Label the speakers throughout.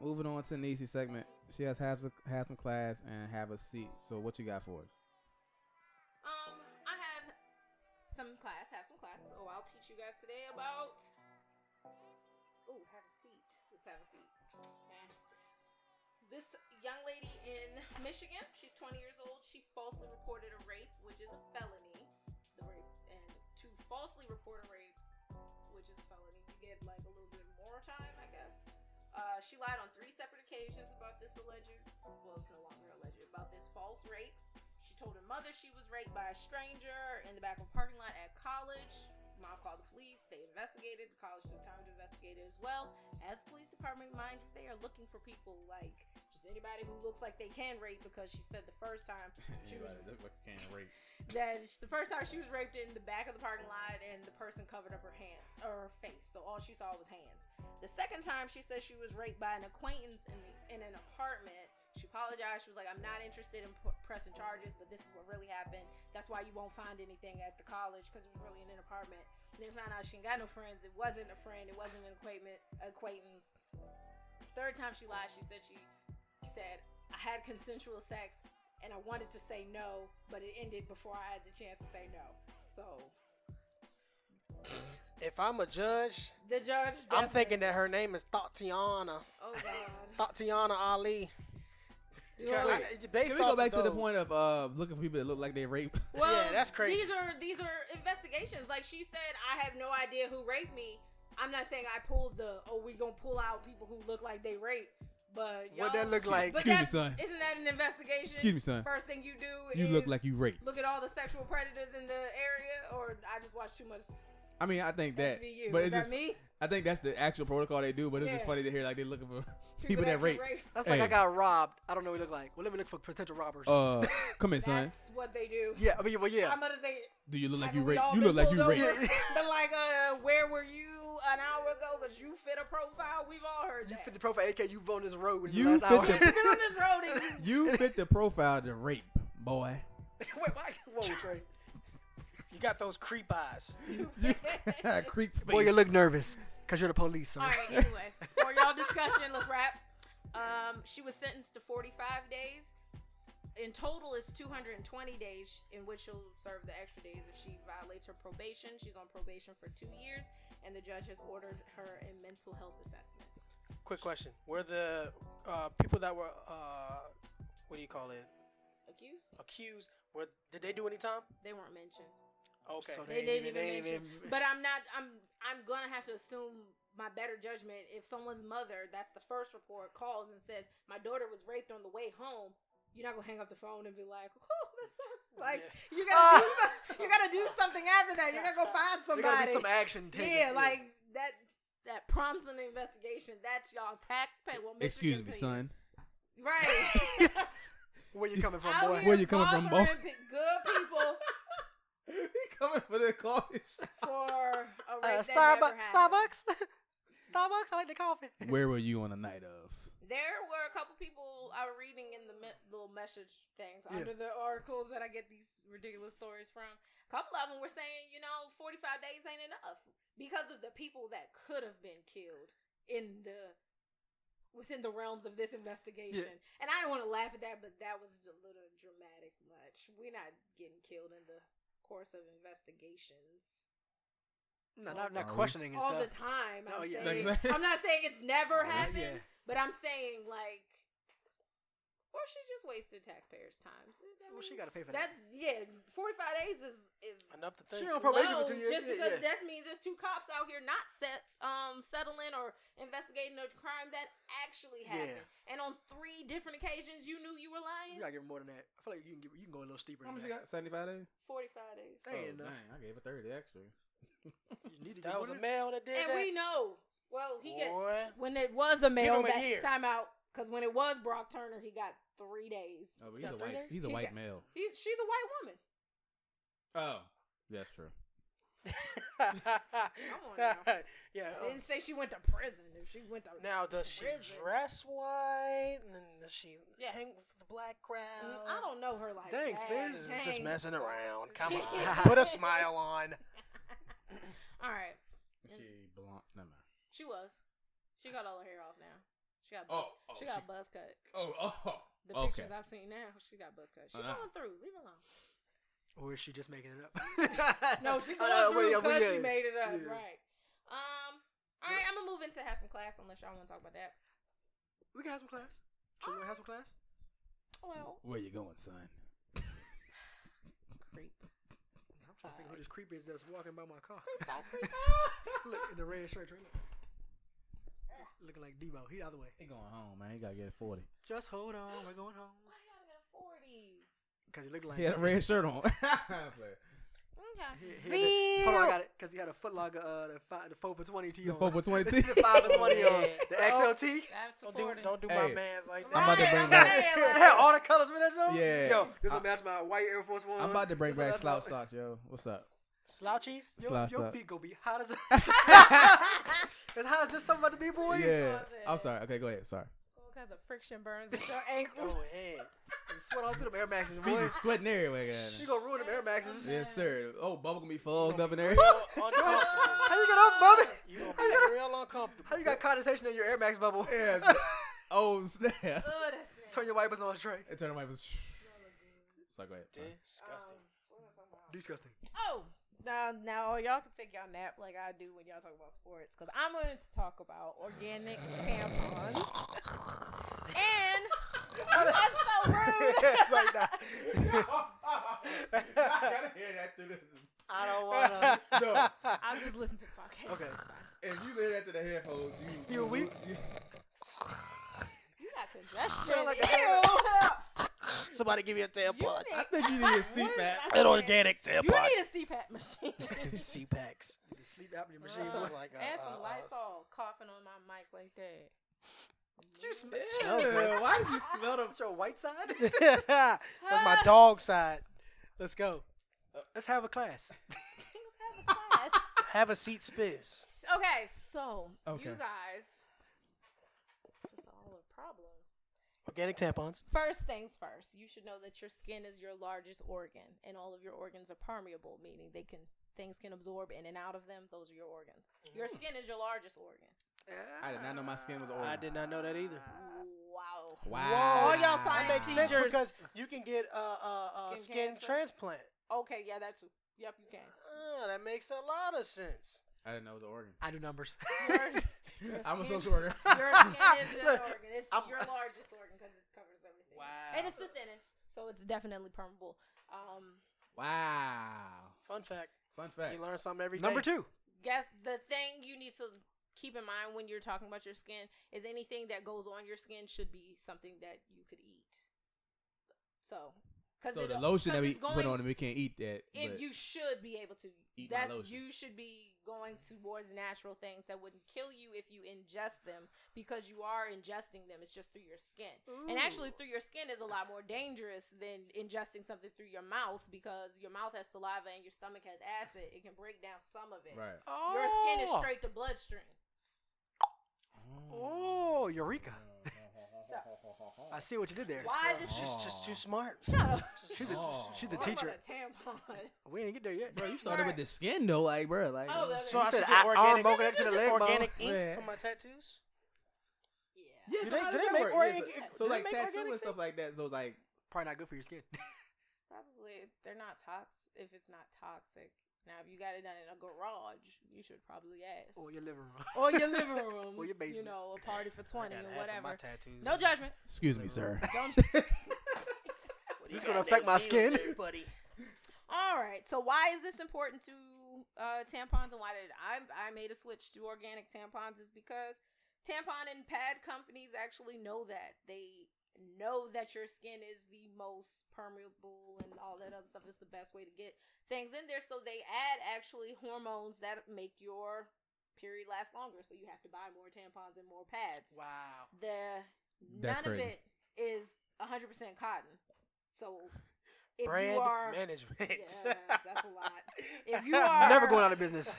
Speaker 1: Moving on to Nisi segment. She has have some, have some class and have a seat. So what you got for us?
Speaker 2: Um, I have some class, have some class. So I'll teach you guys today about. Oh, have a seat. Let's have a seat. Okay. This young lady in Michigan, she's 20 years old. She falsely reported a rape, which is a felony. The rape and to falsely report a rape, which is a felony, you get like a little bit more time, I guess. Uh, she lied on three separate occasions about this alleged, well, it's no longer alleged, about this false rape. She told her mother she was raped by a stranger in the back of a parking lot at college. Mom called the police. They investigated. The college took time to investigate it as well. As the police department, mind you, they are looking for people like just anybody who looks like they can rape because she said the first time she was
Speaker 1: can't rape.
Speaker 2: that sh- the first time she was raped in the back of the parking lot and the person covered up her hand or her face so all she saw was hands the second time she said she was raped by an acquaintance in, the, in an apartment she apologized she was like i'm not interested in p- pressing charges but this is what really happened that's why you won't find anything at the college because it was really in an apartment and then found out she ain't got no friends it wasn't a friend it wasn't an acquaintance acquaintance the third time she lied she said she said i had consensual sex and I wanted to say no, but it ended before I had the chance to say no. So
Speaker 3: If I'm a judge,
Speaker 2: the judge.
Speaker 3: I'm
Speaker 2: definitely-
Speaker 3: thinking that her name is Tatiana.
Speaker 2: Oh God.
Speaker 3: Tatiana Ali.
Speaker 1: Wait,
Speaker 3: I- based
Speaker 1: Can we
Speaker 3: off
Speaker 1: go
Speaker 3: of
Speaker 1: back to the
Speaker 3: those-
Speaker 1: point of uh, looking for people that look like they rape?
Speaker 2: Well,
Speaker 3: Yeah, that's crazy.
Speaker 2: These are these are investigations. Like she said, I have no idea who raped me. I'm not saying I pulled the. Oh, we gonna pull out people who look like they raped. But y'all,
Speaker 3: What that look like?
Speaker 2: But
Speaker 1: Excuse me, son.
Speaker 2: that's- Isn't that an investigation?
Speaker 1: Excuse me, son.
Speaker 2: First thing you do,
Speaker 1: you look
Speaker 2: is
Speaker 1: like you rape.
Speaker 2: Look at all the sexual predators in the area, or I just watched too much
Speaker 1: I mean, I think that,
Speaker 2: SVU.
Speaker 1: but
Speaker 2: is
Speaker 1: it's
Speaker 2: that
Speaker 1: just
Speaker 2: me?
Speaker 1: I think that's the actual protocol they do. But it's just
Speaker 2: Yeah.
Speaker 1: funny to hear like they're looking for people, that,
Speaker 2: can
Speaker 1: rape.
Speaker 3: That's
Speaker 1: Hey.
Speaker 3: like I got robbed. I don't know what he look like. Well, let me look for potential robbers.
Speaker 1: Uh, come in, son.
Speaker 2: That's what they do.
Speaker 3: yeah, I mean, well, yeah.
Speaker 2: I'm gonna say
Speaker 1: Do you look like you
Speaker 2: Haven't we
Speaker 1: rape?
Speaker 2: all
Speaker 1: You
Speaker 2: been
Speaker 1: look like you
Speaker 2: pulled
Speaker 1: rape.
Speaker 2: over?
Speaker 3: rape.
Speaker 2: But like, uh, where were you an hour ago? Cause you fit a profile. We've all heard
Speaker 3: you
Speaker 2: that.
Speaker 3: fit the profile, AK. You vote this road. In
Speaker 1: You
Speaker 3: the last
Speaker 1: fit
Speaker 3: hour.
Speaker 2: You've been on this road and you
Speaker 1: You fit the profile to rape, boy.
Speaker 3: Wait, why? Whoa, Trey. You got those creep eyes.
Speaker 1: You creep face.
Speaker 3: Boy, you look nervous because you're the police, sir.
Speaker 2: All right. Anyway, for y'all discussion, let's wrap. Um, she was sentenced to 45 days. In total, it's 220 days in which she'll serve the extra days if she violates her probation. She's on probation for two years, and the judge has ordered her a mental health assessment.
Speaker 4: Quick question: Were the uh, people that were uh, what do you call it
Speaker 2: Accused?
Speaker 4: accused? Were did they do any time?
Speaker 2: They weren't mentioned.
Speaker 4: Okay,
Speaker 3: So
Speaker 2: They
Speaker 3: They
Speaker 2: didn't even
Speaker 3: ain't even- they ain't
Speaker 2: mention.
Speaker 3: even-
Speaker 2: But I'm not. I'm. I'm gonna have to assume my better judgment. If someone's mother, that's the first report, calls and says my daughter was raped on the way home. You're not gonna hang up the phone and be like, "Oh, that sucks." Like you gotta do some, you gotta do something after that. You gotta go find
Speaker 3: There
Speaker 2: somebody.
Speaker 3: gotta be some action taken.
Speaker 2: yeah, like that. That prompts an investigation. That's y'all taxpayer. Well, Michigan
Speaker 1: Excuse me,
Speaker 2: pays.
Speaker 1: son.
Speaker 2: Right.
Speaker 3: where you coming from,
Speaker 2: Out
Speaker 3: Oh, boy?
Speaker 2: here
Speaker 1: Where you coming from, boy?
Speaker 2: bothering pe- Good people
Speaker 1: he coming for the coffee shop.
Speaker 2: for a rape
Speaker 3: Uh,
Speaker 2: that never
Speaker 3: Starbucks.
Speaker 2: happened.
Speaker 3: Starbucks. Starbucks. I like the coffee.
Speaker 1: Where were you on the night of?
Speaker 2: There were a couple people I was reading in the me- little message things
Speaker 3: Yeah.
Speaker 2: under the articles that I get these ridiculous stories from. A couple of them were saying, you know, 45 days ain't enough because of the people that could have been killed in the within the realms of this investigation. And I don't want to laugh at that, but that was a little dramatic much. We're not getting killed in the course of investigations
Speaker 3: No, not, not
Speaker 1: Are we?
Speaker 3: questioning and
Speaker 2: all
Speaker 3: stuff.
Speaker 2: the time. I'm,
Speaker 3: Oh, yeah.
Speaker 2: saying,
Speaker 1: Like-
Speaker 2: I'm not saying it's never
Speaker 3: yeah.
Speaker 2: happened, but I'm saying like, or she just wasted taxpayers' time. I
Speaker 3: Well, she
Speaker 2: mean,
Speaker 3: got to pay for
Speaker 2: that's
Speaker 3: that.
Speaker 2: yeah, 45 days is is
Speaker 4: enough to think.
Speaker 3: She on probation
Speaker 2: low
Speaker 3: for two
Speaker 2: just
Speaker 3: years. yeah,
Speaker 2: because
Speaker 3: yeah.
Speaker 2: that means there's two cops out here not set um settling or investigating a crime that actually happened, and on three different occasions you knew you were lying.
Speaker 3: You gotta give her more than that. I feel like you can give, you can go a little steeper.
Speaker 1: How
Speaker 3: Than
Speaker 1: much you got?
Speaker 3: that.
Speaker 1: Seventy-five days.
Speaker 2: 45 days,
Speaker 3: Dang, enough.
Speaker 1: Oh, I gave it thirty extra.
Speaker 3: You need to get
Speaker 4: That was a
Speaker 3: more than-
Speaker 4: male that did
Speaker 2: and
Speaker 4: that.
Speaker 2: we know. Well, he get
Speaker 4: Boy.
Speaker 2: when it was a male
Speaker 4: him a
Speaker 2: that
Speaker 4: year.
Speaker 2: time out because when it was Brock Turner, he got three days.
Speaker 1: Oh, but
Speaker 4: Yeah,
Speaker 1: he's a
Speaker 4: three
Speaker 1: white.
Speaker 4: days?
Speaker 1: He's a
Speaker 2: He
Speaker 1: white
Speaker 2: got-
Speaker 1: male.
Speaker 2: He's she's a white woman.
Speaker 1: Oh, that's true.
Speaker 2: on now.
Speaker 4: yeah.
Speaker 2: I
Speaker 4: um,
Speaker 2: didn't say she went to prison. If she went to
Speaker 4: now does she
Speaker 2: Prison.
Speaker 4: dress white and then does she
Speaker 2: Yeah. Mm,
Speaker 4: hang with the black crowd?
Speaker 2: I don't know her like
Speaker 3: Thanks,
Speaker 2: that.
Speaker 3: Biz.
Speaker 2: Dang.
Speaker 4: Just messing around. Come on, put a smile on.
Speaker 2: All right,
Speaker 1: She blonde. Never mind.
Speaker 2: she was. She got all her hair off now. She got
Speaker 5: Oh,
Speaker 2: buzz.
Speaker 5: oh,
Speaker 2: she got
Speaker 5: she-
Speaker 2: buzz cut.
Speaker 5: Oh, oh,
Speaker 2: The
Speaker 5: okay.
Speaker 2: pictures I've seen now, she got buzz cut. She
Speaker 5: Uh-huh.
Speaker 2: going through. Leave her alone.
Speaker 3: Or is she just making it up?
Speaker 2: No, she
Speaker 3: Oh,
Speaker 2: going
Speaker 3: no,
Speaker 2: through
Speaker 3: wait,
Speaker 2: because
Speaker 3: yeah.
Speaker 2: she made it up.
Speaker 3: yeah.
Speaker 2: Right. Um. All right, I'm gonna move into have some class unless y'all want to talk about that.
Speaker 3: We can have some class. Should we have some class?
Speaker 2: Well,
Speaker 1: Where you going, son?
Speaker 2: creep.
Speaker 3: I'm trying to think who this creep is that's walking by my car.
Speaker 2: Creep out, creep
Speaker 3: Look in the red shirt, right? Look. Looking like Debo. He the other way.
Speaker 1: He going home, man. He gotta get forty.
Speaker 3: Just hold on. We're going home.
Speaker 2: Why you gotta get a forty?
Speaker 3: Because he looked like
Speaker 1: He had a red shirt on.
Speaker 3: He,
Speaker 2: Okay.
Speaker 3: he had that- hold on, I got it. Because he had a foot logger, uh, the, five, the 4 for 20 T
Speaker 1: The
Speaker 3: on.
Speaker 1: four for 20 T.
Speaker 3: the 5 for 20 on. The
Speaker 4: Oh.
Speaker 3: XLT.
Speaker 2: That's a
Speaker 4: Don't do,
Speaker 2: forty.
Speaker 4: don't do
Speaker 1: Hey.
Speaker 4: my man's like
Speaker 1: I'm
Speaker 4: that.
Speaker 1: about to
Speaker 2: Right,
Speaker 1: bring
Speaker 2: I'm
Speaker 1: back-
Speaker 2: saying,
Speaker 3: It
Speaker 2: like-
Speaker 3: had all the colors in that joint.
Speaker 1: Yeah.
Speaker 3: Yo, this will
Speaker 1: I-
Speaker 3: match my white Air Force One.
Speaker 1: I'm about to bring
Speaker 3: This will
Speaker 1: back
Speaker 3: match
Speaker 1: slouch
Speaker 3: my-
Speaker 1: socks, yo. What's up?
Speaker 4: slouchies.
Speaker 3: Your,
Speaker 1: Slouch
Speaker 3: your
Speaker 1: socks.
Speaker 3: feet gonna be hot as as hot as this something about to be, boy.
Speaker 1: Yeah.
Speaker 2: Cause it-
Speaker 1: I'm sorry. Okay, go ahead. Sorry.
Speaker 2: Because of friction burns at your ankles.
Speaker 4: Oh, hey.
Speaker 3: You Sweat all through the Air Maxes,
Speaker 1: Feet
Speaker 3: boy.
Speaker 1: is sweating everywhere. goddamn.
Speaker 3: You gonna ruin the Air Maxes.
Speaker 1: Yes, sir. Oh, bubble gonna be fogged up in there.
Speaker 4: Real uncomfortable.
Speaker 3: How you get up, Bobby?
Speaker 4: You gonna
Speaker 3: How you
Speaker 4: be real uncomfortable.
Speaker 3: How you got condensation in your Air Max bubble?
Speaker 1: Yes. Oh snap!
Speaker 2: Ugh, that's nasty.
Speaker 3: Turn your wipers on straight.
Speaker 1: And turn on my. Sorry, go ahead. Sorry.
Speaker 4: Disgusting.
Speaker 2: Um, what was I talking about?
Speaker 3: Disgusting.
Speaker 2: Oh, now now y'all can take y'all nap like I do when y'all talk about sports because I'm going to talk about organic tampons and that's so rude.
Speaker 3: it's like that.
Speaker 1: gotta hear that through the.
Speaker 3: I don't wanna.
Speaker 1: No,
Speaker 2: I'll just listen to the podcast.
Speaker 3: Okay.
Speaker 1: if you hear that through the headphones, you
Speaker 3: You weak?
Speaker 1: you-
Speaker 2: you got congestion.
Speaker 3: Sound like
Speaker 2: Ew.
Speaker 4: Somebody give me a
Speaker 2: You
Speaker 4: tampon.
Speaker 1: I
Speaker 2: need,
Speaker 1: think you need a
Speaker 2: What did
Speaker 1: CPAP.
Speaker 2: I say?
Speaker 4: An organic
Speaker 2: You
Speaker 4: tampon.
Speaker 2: need a CPAP machine
Speaker 4: CPACs.
Speaker 3: Sleep apnea
Speaker 4: That
Speaker 3: machine.
Speaker 2: Uh,
Speaker 4: sounds like a- uh,
Speaker 2: and some
Speaker 4: a- a-
Speaker 2: Lysol coughing on my mic like that.
Speaker 3: Did you sm-
Speaker 4: smells
Speaker 1: Ew,
Speaker 4: good.
Speaker 1: Why did you smell them?
Speaker 3: That's your white side? Uh,
Speaker 4: That's my dog side. Let's go.
Speaker 3: Let's have a class.
Speaker 4: Have a seat, Spiz.
Speaker 2: Okay, so
Speaker 1: Okay.
Speaker 2: you guys, it's all a problem.
Speaker 4: Organic tampons.
Speaker 2: First things first, you should know that your skin is your largest organ, and all of your organs are permeable, meaning they can things can absorb in and out of them. Those are your organs. Your
Speaker 4: Mm.
Speaker 2: skin is your largest organ.
Speaker 1: I did not know my skin was orange.
Speaker 4: I did not know that either.
Speaker 2: Wow.
Speaker 1: Wow.
Speaker 2: All y'all
Speaker 4: That
Speaker 2: science
Speaker 4: makes sense
Speaker 2: teachers.
Speaker 4: because you can get a uh, uh, uh,
Speaker 2: Skin
Speaker 4: skin,
Speaker 2: cancer.
Speaker 4: transplant.
Speaker 2: Okay, yeah, that's yep, you can.
Speaker 4: Uh, that makes a lot of sense.
Speaker 1: I didn't know it was an organ.
Speaker 3: I do numbers.
Speaker 2: Your
Speaker 1: I'm a
Speaker 2: skin-
Speaker 1: social worker.
Speaker 2: Your skin is an
Speaker 3: Look,
Speaker 2: organ. It's
Speaker 3: I'm-
Speaker 2: your largest organ because it covers everything.
Speaker 4: Wow.
Speaker 2: And it's the thinnest, so it's definitely permeable. Um,
Speaker 1: Wow.
Speaker 4: Fun fact.
Speaker 1: Fun fact.
Speaker 4: You learn something every day.
Speaker 3: Number two.
Speaker 2: guess the thing you need to keep in mind when you're talking about your skin is anything that goes on your skin should be something that you could eat. So, because
Speaker 1: So the lotion that we put on
Speaker 2: It,
Speaker 1: and we can't eat that.
Speaker 2: if
Speaker 1: but-
Speaker 2: you should be able to,
Speaker 1: Eat my
Speaker 2: that's
Speaker 1: lotion.
Speaker 2: you should be going towards natural things that wouldn't kill you if you ingest them because you are ingesting them. It's just through your skin, and actually
Speaker 3: Ooh.
Speaker 2: through your skin is a lot more dangerous than ingesting something through your mouth because your mouth has saliva and your stomach has acid. It can break down some of it.
Speaker 1: right.
Speaker 3: Oh.
Speaker 2: Your skin is straight to bloodstream.
Speaker 3: Oh, Eureka. I see what you did there.
Speaker 2: Why this?
Speaker 1: Oh.
Speaker 4: She's just too smart.
Speaker 2: Shut up.
Speaker 3: She's a,
Speaker 1: Oh.
Speaker 3: she's a
Speaker 2: Talk about
Speaker 3: teacher.
Speaker 2: a tampon.
Speaker 3: We ain't get there yet.
Speaker 1: Bro, you started with the skin though, like, bro, like.
Speaker 2: Oh, that's
Speaker 4: So
Speaker 2: You
Speaker 4: I
Speaker 3: said
Speaker 4: should
Speaker 3: I-
Speaker 4: get
Speaker 3: arm
Speaker 4: organic,
Speaker 3: broken next to the leg bone.
Speaker 4: organic ink
Speaker 1: Yeah.
Speaker 4: for my tattoos.
Speaker 2: Yeah.
Speaker 1: Yes,
Speaker 4: Do
Speaker 1: how
Speaker 4: they- do
Speaker 1: does that
Speaker 4: they make
Speaker 1: work?
Speaker 4: organic-
Speaker 1: Yes,
Speaker 4: do
Speaker 1: so
Speaker 4: they
Speaker 1: like
Speaker 4: make
Speaker 1: tattoo
Speaker 4: organic
Speaker 1: and stuff like that. So it's like,
Speaker 3: Probably not good for your skin.
Speaker 2: It's probably they're not toxic if it's not toxic. Now, if you got it done in a garage, you should probably ask.
Speaker 3: or your living room.
Speaker 2: Or your living room.
Speaker 3: Or your
Speaker 2: You
Speaker 3: basement.
Speaker 2: know, a party for 20
Speaker 4: I
Speaker 2: or
Speaker 4: got half of
Speaker 2: whatever.
Speaker 4: My tattoos.
Speaker 2: No judgment.
Speaker 1: excuse me, sir.
Speaker 2: Don't
Speaker 4: What do you
Speaker 3: This gonna
Speaker 4: got
Speaker 3: affect my
Speaker 4: next year,
Speaker 3: skin.
Speaker 4: buddy?
Speaker 2: All right. So why is this important to uh, tampons and why did I I made a switch to organic tampons is because tampon and pad companies actually know that they know that your skin is the most permeable and all that other stuff is the best way to get things in there so they add actually hormones that make your period last longer so you have to buy more tampons and more pads
Speaker 4: Wow.
Speaker 2: the
Speaker 1: That's
Speaker 2: none of
Speaker 1: crazy.
Speaker 2: it is 100% cotton so if you
Speaker 4: Brand
Speaker 2: are
Speaker 4: management.
Speaker 2: yeah, that's a lot. If you are
Speaker 3: Never going out of business.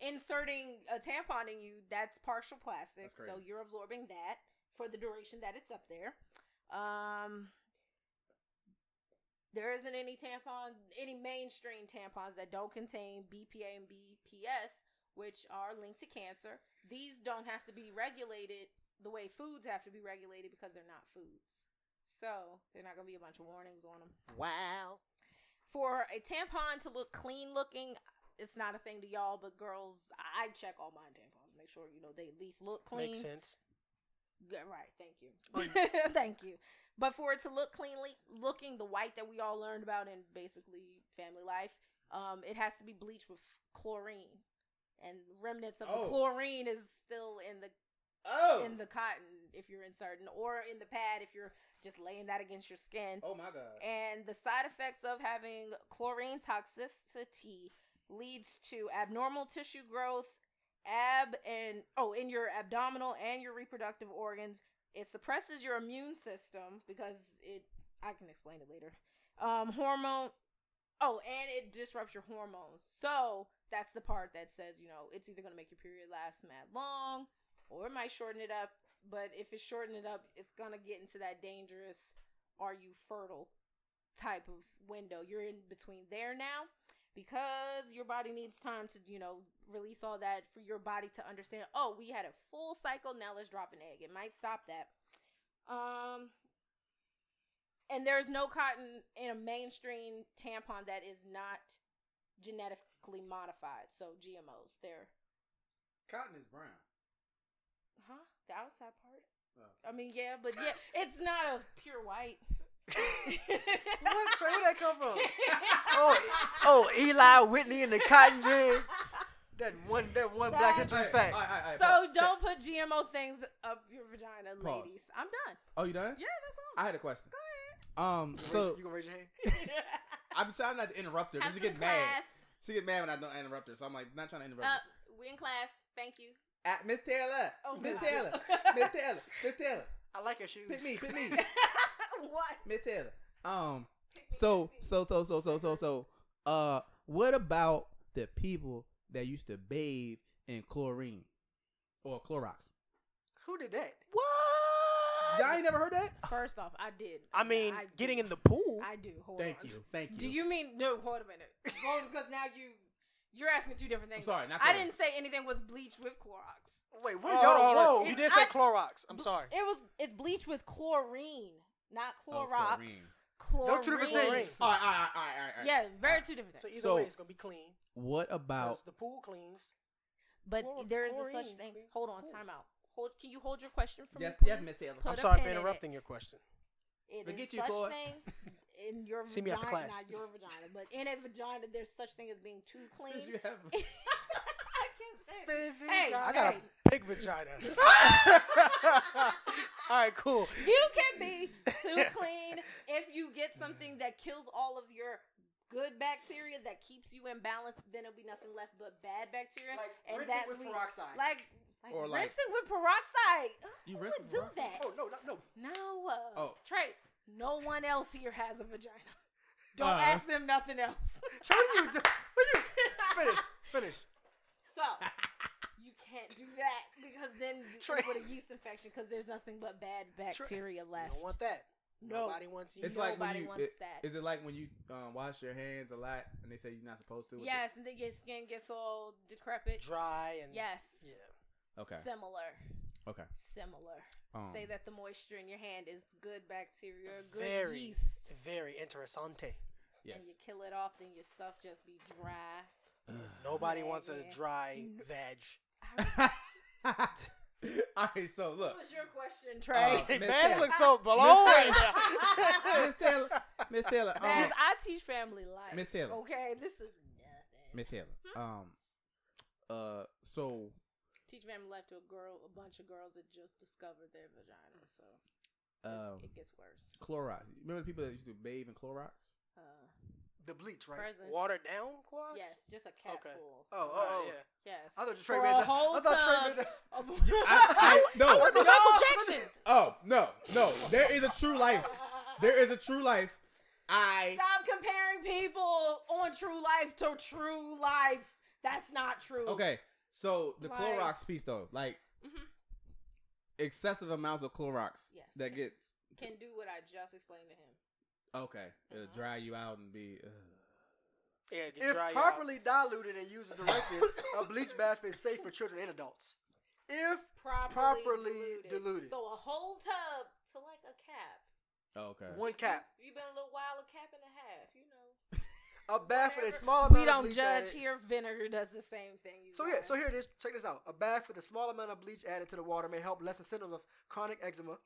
Speaker 2: inserting a tampon in you, that's partial plastic,
Speaker 1: That's
Speaker 2: so
Speaker 1: crazy.
Speaker 2: you're absorbing that for the duration that it's up there. Um, there isn't any tampon, any mainstream tampons that don't contain BPA and BPS, which are linked to cancer. These don't have to be regulated the way foods have to be regulated because they're not foods. So they're not going to be a bunch of warnings on them.
Speaker 3: Wow.
Speaker 2: For a tampon to look clean looking, it's not a thing to y'all, but girls, I check all mine tampons, make sure you know they at least look clean.
Speaker 4: Makes sense.
Speaker 2: Yeah, right. Thank you. thank you. But for it to look cleanly looking, the white that we all learned about in basically family life, um, it has to be bleached with chlorine, and remnants of the
Speaker 6: Oh.
Speaker 2: chlorine is still in the
Speaker 6: Oh.
Speaker 2: in the cotton if you're inserting, or in the pad if you're just laying that against your skin.
Speaker 6: oh my god.
Speaker 2: And the side effects of having chlorine toxicity leads to abnormal tissue growth, ab and oh, in your abdominal and your reproductive organs. It suppresses your immune system because it I can explain it later. Um hormone Oh, and it disrupts your hormones. So that's the part that says, you know, it's either gonna make your period last mad long or it might shorten it up. But if it's shorten it up, it's gonna get into that dangerous are you fertile type of window. You're in between there now because your body needs time to, you know, release all that for your body to understand, oh, we had a full cycle, now let's drop an egg. It might stop that. Um and there's no cotton in a mainstream tampon that is not genetically modified. So GMOs, they're
Speaker 6: Cotton is brown.
Speaker 2: huh? The outside part.
Speaker 6: Oh.
Speaker 2: I mean, yeah, but yeah, it's not a pure white.
Speaker 3: What? Trey, where that come from? Oh, Oh, Eli Whitney and the cotton gin. That one, that one
Speaker 2: That-
Speaker 3: Black History
Speaker 6: Hey,
Speaker 3: fact.
Speaker 6: alright, alright, alright,
Speaker 2: so
Speaker 6: pause.
Speaker 2: don't put GMO things up your vagina,
Speaker 1: Pause.
Speaker 2: ladies. I'm done.
Speaker 1: Oh, you done?
Speaker 2: Yeah, that's all.
Speaker 1: I had a question. Um,
Speaker 3: You gonna raise-
Speaker 1: so
Speaker 3: you gonna raise your hand?
Speaker 1: I'm trying not to interrupt her. 'cause
Speaker 2: Have
Speaker 1: She
Speaker 2: some
Speaker 1: get mad.
Speaker 2: class.
Speaker 1: She get mad when I don't interrupt her. So I'm like, not trying to interrupt.
Speaker 2: Uh,
Speaker 1: her.
Speaker 2: we in class. Thank you.
Speaker 1: At Miss Taylor.
Speaker 2: Oh
Speaker 1: Miss
Speaker 2: my
Speaker 1: Taylor.
Speaker 2: God.
Speaker 1: Miss Taylor. Miss Taylor.
Speaker 3: I like your shoes.
Speaker 1: Pick me. Pick me.
Speaker 2: what?
Speaker 1: Miss Taylor. Um. So so so so so so so. Uh, what about the people that used to bathe in chlorine or Clorox?
Speaker 3: Who did that?
Speaker 1: Y'all ain't never heard that?
Speaker 2: First off, I did.
Speaker 4: I mean,
Speaker 2: I do.
Speaker 4: getting in the pool.
Speaker 2: I do. Hold
Speaker 1: Thank
Speaker 2: on.
Speaker 1: you. Thank you.
Speaker 2: Do you mean no? Hold a minute. Hold because now you you're asking two different
Speaker 1: I'm
Speaker 2: things.
Speaker 1: sorry. Not
Speaker 2: I
Speaker 1: Clorox.
Speaker 2: didn't say anything was bleached with Clorox.
Speaker 3: Wait,
Speaker 4: Oh,
Speaker 3: what?
Speaker 4: hold on, hold on.
Speaker 3: y'all, whoa.
Speaker 4: You did say
Speaker 2: I-
Speaker 4: Clorox. I'm sorry.
Speaker 2: It was it's bleached with chlorine, not
Speaker 1: Oh,
Speaker 2: Clorox.
Speaker 1: chlorine.
Speaker 2: chlorine.
Speaker 3: Those two different things.
Speaker 6: All right, all right, all right, all right, all right.
Speaker 2: Yeah, very two different
Speaker 4: So
Speaker 2: things.
Speaker 4: either
Speaker 1: So-
Speaker 4: way, it's gonna be clean.
Speaker 1: What about
Speaker 4: Cause the pool cleans.
Speaker 2: But
Speaker 4: chlor-
Speaker 2: there is a such
Speaker 4: chlorine,
Speaker 2: thing.
Speaker 4: please.
Speaker 2: Hold on,
Speaker 4: Cool.
Speaker 2: time out. Hold. Can you hold your question for
Speaker 1: Yes,
Speaker 2: me?
Speaker 1: yes,
Speaker 2: please?
Speaker 1: Miss Taylor.
Speaker 2: Put
Speaker 1: I'm
Speaker 2: a
Speaker 4: I'm sorry for
Speaker 2: pin in it.
Speaker 4: interrupting your question.
Speaker 2: It
Speaker 1: But
Speaker 2: is
Speaker 1: get you,
Speaker 2: such
Speaker 1: Claude.
Speaker 2: thing in your
Speaker 4: See me
Speaker 2: vagina,
Speaker 4: after class.
Speaker 2: not your vagina, but in a vagina, there's such thing as being too clean.
Speaker 1: Since you have
Speaker 2: I can't say. it.
Speaker 3: Busy
Speaker 2: Hey,
Speaker 3: guy.
Speaker 4: I got
Speaker 2: Hey.
Speaker 4: a big vagina. All right, cool.
Speaker 2: You can be too clean if you get something that kills all of your good bacteria that keeps you in balance. Then there'll be nothing left but bad bacteria,
Speaker 3: Like
Speaker 2: and
Speaker 3: rinse
Speaker 2: that
Speaker 3: it with
Speaker 2: we-
Speaker 3: peroxide.
Speaker 2: Like, like
Speaker 1: Or like-
Speaker 2: rinsing with peroxide. Ugh,
Speaker 1: You
Speaker 2: Who
Speaker 1: rinse
Speaker 2: would
Speaker 1: with
Speaker 2: do
Speaker 1: peroxide?
Speaker 2: that?
Speaker 3: oh no, no, no.
Speaker 2: No. Uh,
Speaker 1: Oh.
Speaker 2: Trey, no one else here has a vagina. Don't
Speaker 1: Uh.
Speaker 2: ask them nothing else.
Speaker 3: Trey, what are you doing? What are you? Finish, finish.
Speaker 2: So you can't do that because then you
Speaker 3: Trey.
Speaker 2: end up with a yeast infection because there's nothing but bad bacteria
Speaker 4: You
Speaker 2: left.
Speaker 4: don't want that.
Speaker 2: No.
Speaker 4: Nobody wants you.
Speaker 1: It's like when
Speaker 2: Nobody
Speaker 1: you,
Speaker 2: wants
Speaker 1: it-
Speaker 2: that.
Speaker 1: Is it like when you um, wash your hands a lot and they say you're not supposed to? with it?
Speaker 2: yes, and then your skin gets all decrepit.
Speaker 4: dry and
Speaker 2: Yes.
Speaker 4: Yeah.
Speaker 1: Okay.
Speaker 2: Similar.
Speaker 1: Okay.
Speaker 2: Similar.
Speaker 1: Um,
Speaker 2: Say that the moisture in your hand is good bacteria, good
Speaker 4: Very.
Speaker 2: yeast.
Speaker 4: Very interessante.
Speaker 1: Yes.
Speaker 2: And you kill it off, then your stuff just be dry.
Speaker 4: Nobody wants a
Speaker 2: Snagging.
Speaker 4: dry veg.
Speaker 1: All right. So look,
Speaker 2: What was your question, Trey?
Speaker 1: Uh, Miss
Speaker 4: Veg
Speaker 1: Taylor.
Speaker 4: looks so blown right now.
Speaker 1: Miss Taylor, Um, Miss Taylor, um,
Speaker 2: Guys, I teach family life.
Speaker 1: Miss Taylor.
Speaker 2: Okay, this is nothing.
Speaker 1: Miss Taylor, um, uh, so
Speaker 2: teach family life to a girl, a bunch of girls that just discovered their vagina. So it's,
Speaker 1: um,
Speaker 2: it gets worse.
Speaker 1: Clorox. Remember the people that used to bathe in Clorox?
Speaker 2: Uh,
Speaker 3: The bleach, right?
Speaker 2: present.
Speaker 4: Watered down Clorox?
Speaker 2: Yes, just a cat
Speaker 4: Okay.
Speaker 2: full.
Speaker 3: Oh, oh,
Speaker 4: Oh,
Speaker 3: oh.
Speaker 4: yeah.
Speaker 2: Yes.
Speaker 3: I thought Trey
Speaker 2: For
Speaker 3: made
Speaker 2: a
Speaker 3: that.
Speaker 2: whole
Speaker 3: I thought Trey
Speaker 2: tub
Speaker 3: made that.
Speaker 2: of-
Speaker 1: I, I, no,
Speaker 3: What the
Speaker 2: Michael Jackson.
Speaker 1: oh no, no. There is a true life. There is a true life. I
Speaker 2: Stop comparing people on True Life to True Life. That's not true.
Speaker 1: Okay, so the
Speaker 2: Like-
Speaker 1: Clorox piece though, like
Speaker 2: Mhm.
Speaker 1: excessive amounts of Clorox
Speaker 2: Yes.
Speaker 1: that gets
Speaker 2: Can do what I just explained to him.
Speaker 1: okay, it'll
Speaker 2: Mhm.
Speaker 1: dry you out and be. Uh,
Speaker 4: Yeah, it can
Speaker 3: If
Speaker 4: dry you out.
Speaker 3: properly diluted and used as directed, a bleach bath is safe for children and adults. if
Speaker 2: properly,
Speaker 3: Properly
Speaker 2: diluted.
Speaker 3: diluted.
Speaker 2: So a whole tub to like a cap.
Speaker 1: Okay.
Speaker 3: one cap,
Speaker 2: You've been a little while, a cap and a half, you know.
Speaker 3: a bath with a
Speaker 2: Whatever.
Speaker 3: small amount
Speaker 2: We
Speaker 3: of
Speaker 2: don't
Speaker 3: bleach
Speaker 2: judge
Speaker 3: added-
Speaker 2: here. Vinegar does the same thing. You
Speaker 3: So yeah, so
Speaker 2: guys.
Speaker 3: here it is. Check this out. A bath with a small amount of bleach added to the water may help lessen symptoms of chronic eczema,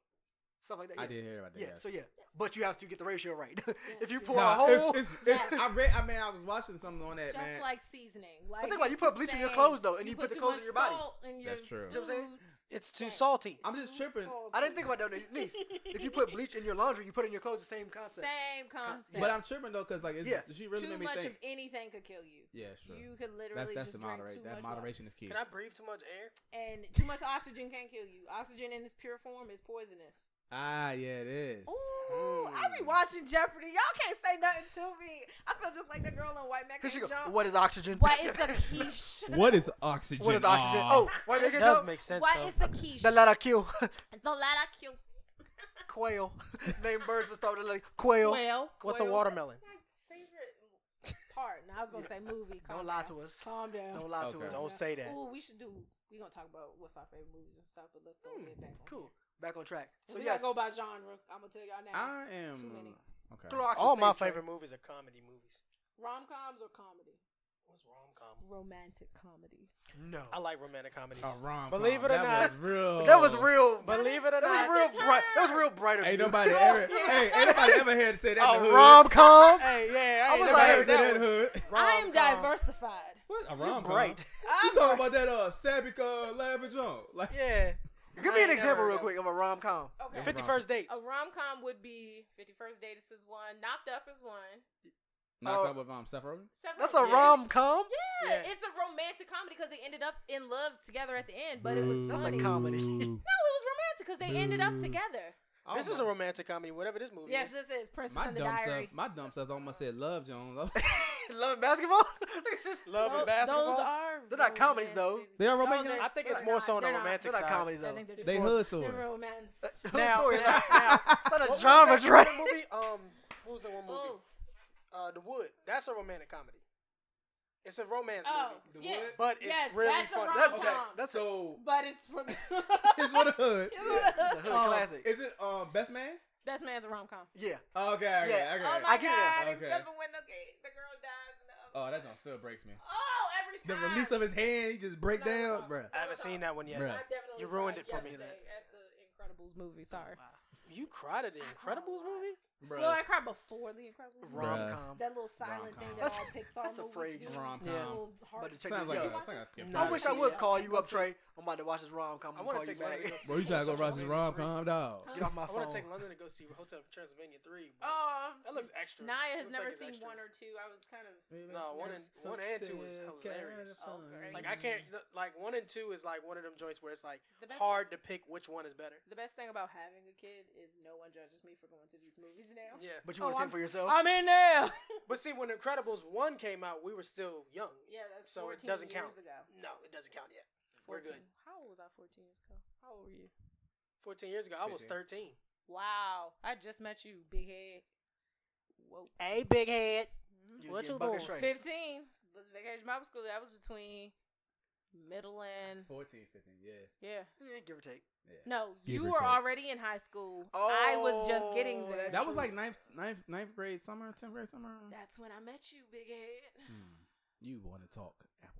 Speaker 3: stuff like that. Yeah.
Speaker 1: I did hear about that.
Speaker 3: Yeah.
Speaker 1: yes.
Speaker 3: So yeah,
Speaker 2: Yes.
Speaker 3: but you have to get the ratio right. if you
Speaker 2: yes.
Speaker 3: pour
Speaker 1: Nah,
Speaker 3: a whole,
Speaker 1: it's, it's,
Speaker 2: Yes.
Speaker 1: it's- I read. I mean, I was watching something on that,
Speaker 2: Just
Speaker 1: man.
Speaker 2: like seasoning. Like
Speaker 3: think about it, you
Speaker 2: it's
Speaker 3: put
Speaker 2: the
Speaker 3: bleach in your
Speaker 2: same.
Speaker 3: clothes, though, and you put the
Speaker 2: too
Speaker 3: clothes
Speaker 2: much
Speaker 3: in your body.
Speaker 2: salt in your
Speaker 1: That's true.
Speaker 3: You know what I'm saying?
Speaker 2: food.
Speaker 4: It's too
Speaker 2: Right.
Speaker 4: salty.
Speaker 1: I'm just
Speaker 2: Too
Speaker 1: tripping.
Speaker 3: I didn't think about that, niece. if you put bleach in your laundry, you put it in your clothes. The same concept.
Speaker 2: Same concept.
Speaker 1: but I'm tripping though, cause like, it's,
Speaker 3: Yeah.
Speaker 1: she really
Speaker 2: too
Speaker 1: made me
Speaker 2: much
Speaker 1: think.
Speaker 2: of anything could kill you.
Speaker 1: yeah, it's true.
Speaker 2: You could
Speaker 1: That's
Speaker 2: literally
Speaker 1: that's the
Speaker 2: just drink too
Speaker 1: moderate. That
Speaker 2: much water.
Speaker 1: moderation is key.
Speaker 4: Can I breathe too much air?
Speaker 2: and too much oxygen can kill you. Oxygen in its pure form is poisonous.
Speaker 1: Ah, yeah, it is.
Speaker 2: Ooh, I
Speaker 3: Hmm.
Speaker 2: be watching Jeopardy. Y'all can't say nothing to me. I feel just like that girl in White Man
Speaker 3: Here she
Speaker 2: Can't
Speaker 3: go.
Speaker 2: Jump.
Speaker 3: What is oxygen?
Speaker 2: What is the quiche?
Speaker 1: What is oxygen?
Speaker 3: What is oxygen? Oh,
Speaker 1: Ah.
Speaker 3: what
Speaker 4: It
Speaker 3: make it
Speaker 4: does
Speaker 3: jump?
Speaker 4: make sense
Speaker 2: What
Speaker 4: though.
Speaker 2: is the quiche?
Speaker 3: The letter Q.
Speaker 2: The letter Q.
Speaker 3: quail. Name birds would start with the letter quail.
Speaker 4: Well, what's a
Speaker 3: quail?
Speaker 4: watermelon?
Speaker 2: My favorite part. Now I was gonna say movie. Calm
Speaker 3: Don't lie
Speaker 2: down.
Speaker 3: to us.
Speaker 2: Calm down.
Speaker 3: Don't lie to
Speaker 1: Okay.
Speaker 3: us.
Speaker 4: Don't say that.
Speaker 2: Ooh, we should do. We gonna talk about what's our favorite movies and stuff. But let's go get back. on
Speaker 3: Hmm, Cool.
Speaker 2: here.
Speaker 3: Back on track. So
Speaker 2: we
Speaker 3: yes,
Speaker 2: gotta go by genre. I'm gonna tell y'all now.
Speaker 1: I am.
Speaker 2: Too many.
Speaker 1: Okay.
Speaker 3: Clorox
Speaker 4: All
Speaker 3: is
Speaker 4: my
Speaker 3: safe, right?
Speaker 4: favorite movies are comedy movies.
Speaker 2: Rom coms or comedy?
Speaker 4: What's rom com?
Speaker 2: Romantic comedy.
Speaker 3: No.
Speaker 4: I like romantic comedies.
Speaker 1: A rom-com.
Speaker 4: Believe it or
Speaker 1: that
Speaker 4: not,
Speaker 1: was real.
Speaker 3: That was real.
Speaker 4: Believe it or not,
Speaker 3: That was
Speaker 2: That's
Speaker 3: real
Speaker 2: the
Speaker 3: bright. That was
Speaker 2: term.
Speaker 3: real brighter.
Speaker 1: Ain't nobody ever. hey, ain't nobody ever had to say that. in the
Speaker 3: A
Speaker 1: hood.
Speaker 3: rom com.
Speaker 4: hey, yeah, I
Speaker 3: I
Speaker 4: ain't
Speaker 3: was
Speaker 1: Nobody
Speaker 4: never
Speaker 3: like,
Speaker 1: ever
Speaker 4: heard
Speaker 1: say that
Speaker 4: that
Speaker 1: in
Speaker 4: one.
Speaker 1: the hood.
Speaker 2: I am
Speaker 4: Rom-com.
Speaker 2: diversified.
Speaker 1: What a rom com.
Speaker 3: Bright.
Speaker 2: I'm
Speaker 1: You talking about that uh Sabica Lavajong? Like
Speaker 4: Yeah,
Speaker 3: Give
Speaker 4: I
Speaker 3: me
Speaker 4: ain't
Speaker 3: an
Speaker 4: never
Speaker 3: example
Speaker 4: heard
Speaker 3: real
Speaker 4: that
Speaker 3: quick of a rom com.
Speaker 2: Okay.
Speaker 1: Fifty-
Speaker 4: Fifty First Dates.
Speaker 2: A rom com would be Fifty First Dates is one, Knocked Up is one.
Speaker 1: knocked
Speaker 3: Uh,
Speaker 1: up with um Seth Rogen.
Speaker 2: Several-
Speaker 3: That's a
Speaker 2: Yeah.
Speaker 3: rom com.
Speaker 2: Yeah,
Speaker 4: Yeah.
Speaker 2: it's a romantic comedy because they ended up in love together at the end, but it was
Speaker 3: That's
Speaker 2: funny.
Speaker 3: a
Speaker 2: no,
Speaker 3: comedy.
Speaker 2: it was romantic because they ended up
Speaker 1: Boo.
Speaker 2: together.
Speaker 4: This is a romantic comedy, whatever this movie
Speaker 2: Yes,
Speaker 4: is.
Speaker 2: this is Princess
Speaker 1: my
Speaker 2: and the
Speaker 1: dumb self.
Speaker 2: Diary.
Speaker 1: My dumb self almost said Love Jones.
Speaker 3: Love and basketball.
Speaker 4: Love
Speaker 2: Tho-
Speaker 4: and basketball.
Speaker 2: Those are
Speaker 3: They're not comedies, though.
Speaker 2: romantic-
Speaker 1: They are
Speaker 2: No,
Speaker 1: romantic?
Speaker 2: they're-
Speaker 4: I think it's
Speaker 2: they're
Speaker 4: more
Speaker 2: not.
Speaker 4: so on the
Speaker 2: They're not.
Speaker 4: romantic
Speaker 3: They're
Speaker 4: side.
Speaker 3: not comedies
Speaker 2: I
Speaker 3: though.
Speaker 2: think they're just
Speaker 1: They
Speaker 2: more-
Speaker 1: hood
Speaker 2: they're
Speaker 1: sword.
Speaker 2: romance.
Speaker 3: Those
Speaker 4: Now-
Speaker 3: stories
Speaker 4: now-
Speaker 3: are-
Speaker 4: now-
Speaker 3: it's not a
Speaker 4: What was
Speaker 3: drama,
Speaker 4: that
Speaker 3: Dre.
Speaker 4: other movie? Um, what was that one movie?
Speaker 2: Ooh.
Speaker 4: Uh, The Wood. That's a romantic comedy. It's a romance
Speaker 2: Oh,
Speaker 4: movie,
Speaker 1: The
Speaker 2: yeah.
Speaker 1: wood?
Speaker 4: but it's
Speaker 2: Yes,
Speaker 4: really
Speaker 2: that's a
Speaker 4: funny.
Speaker 2: rom-com.
Speaker 3: Okay, that's a
Speaker 1: so
Speaker 2: But it's for.
Speaker 1: it's what a hood.
Speaker 2: It's
Speaker 3: yeah,
Speaker 2: what a-
Speaker 3: it's a hood
Speaker 1: Um,
Speaker 3: classic.
Speaker 1: Is it um Best Man?
Speaker 2: Best Man's a rom com.
Speaker 3: Yeah.
Speaker 1: Okay, okay,
Speaker 3: Yeah.
Speaker 1: okay.
Speaker 2: Oh my
Speaker 3: I get it now.
Speaker 2: god!
Speaker 1: Okay.
Speaker 2: Except for when the, the girl dies and the other.
Speaker 1: oh, that joint still breaks me.
Speaker 2: Oh, every
Speaker 1: The
Speaker 2: time.
Speaker 1: release of his hand, he just break
Speaker 2: No,
Speaker 1: down,
Speaker 2: no.
Speaker 1: bruh.
Speaker 4: I haven't seen that one yet.
Speaker 1: Bruh.
Speaker 2: I definitely
Speaker 4: You
Speaker 2: cried
Speaker 4: ruined it for me.
Speaker 2: yesterday At the Incredibles movie, sorry.
Speaker 4: You cried at the Incredibles movie?
Speaker 1: Bruh.
Speaker 2: Well, I cried before the Incredibles. movie.
Speaker 3: Rom com.
Speaker 2: That little silent thing that
Speaker 3: That's-
Speaker 2: all Pixar
Speaker 3: that's a
Speaker 2: movies
Speaker 3: phrase.
Speaker 2: do.
Speaker 1: Rom-com.
Speaker 2: That little heart-
Speaker 3: But to check
Speaker 1: Sounds like,
Speaker 3: this out.
Speaker 1: a, sounds like a-
Speaker 4: No.
Speaker 3: I wish I would
Speaker 4: Yeah.
Speaker 3: call you up, Trey. I'm about to watch this rom com.
Speaker 4: I
Speaker 3: I'm
Speaker 4: want
Speaker 3: gonna
Speaker 4: to take
Speaker 3: call you
Speaker 4: London.
Speaker 3: back.
Speaker 4: to go see
Speaker 1: Bro, you trying to go
Speaker 4: Hotel
Speaker 1: watch this rom
Speaker 4: Transylvania 3.
Speaker 1: com, dog?
Speaker 2: Huh?
Speaker 3: Get off my
Speaker 4: I want to
Speaker 3: phone.
Speaker 4: take London to go see Hotel Transylvania 3. but
Speaker 2: Oh,
Speaker 4: that looks extra.
Speaker 2: Naya
Speaker 4: It
Speaker 2: has
Speaker 4: looks
Speaker 2: never
Speaker 4: like it's
Speaker 2: seen
Speaker 4: extra.
Speaker 2: one or two. I was kind of.
Speaker 4: No, one and one and two is hilarious.
Speaker 2: Oh, great.
Speaker 4: Like I can't like one and two is like one of them joints where it's like
Speaker 2: The best,
Speaker 4: hard to pick which one is better.
Speaker 2: the best thing about having a kid is no one judges me for going to these movies now.
Speaker 4: Yeah.
Speaker 3: But
Speaker 2: Oh,
Speaker 3: you want
Speaker 2: I'm-
Speaker 3: to see it for yourself?
Speaker 2: I'm in there.
Speaker 4: But see when Incredibles 1 came out, we were still young.
Speaker 2: yeah, that's
Speaker 4: So it
Speaker 2: 14
Speaker 4: doesn't
Speaker 2: years
Speaker 4: count.
Speaker 2: ago.
Speaker 4: No, it doesn't count yet. We're
Speaker 2: 14.
Speaker 4: good.
Speaker 2: How old was I 14 years ago? How old were you?
Speaker 4: 14 years ago, I was
Speaker 1: Mhm.
Speaker 4: 13.
Speaker 2: Wow. I just met you, big head. Whoa.
Speaker 4: Hey, big head.
Speaker 3: You was
Speaker 4: What
Speaker 3: getting
Speaker 4: you doing?
Speaker 3: buckets
Speaker 2: 15
Speaker 3: straight.
Speaker 2: was vacation Bible school. That was between middle and.
Speaker 1: 14, 15, yeah,
Speaker 2: Yeah.
Speaker 3: Yeah, give or take.
Speaker 1: yeah.
Speaker 2: No,
Speaker 1: Give
Speaker 2: you
Speaker 1: or
Speaker 2: were
Speaker 1: take.
Speaker 2: already in high school. I was just getting
Speaker 3: Oh,
Speaker 2: there.
Speaker 3: that's
Speaker 1: That was
Speaker 3: true.
Speaker 1: like ninth, ninth, ninth grade summer, tenth grade summer.
Speaker 2: That's when I met you, big head.
Speaker 1: Hmm. You want to talk, Applehead?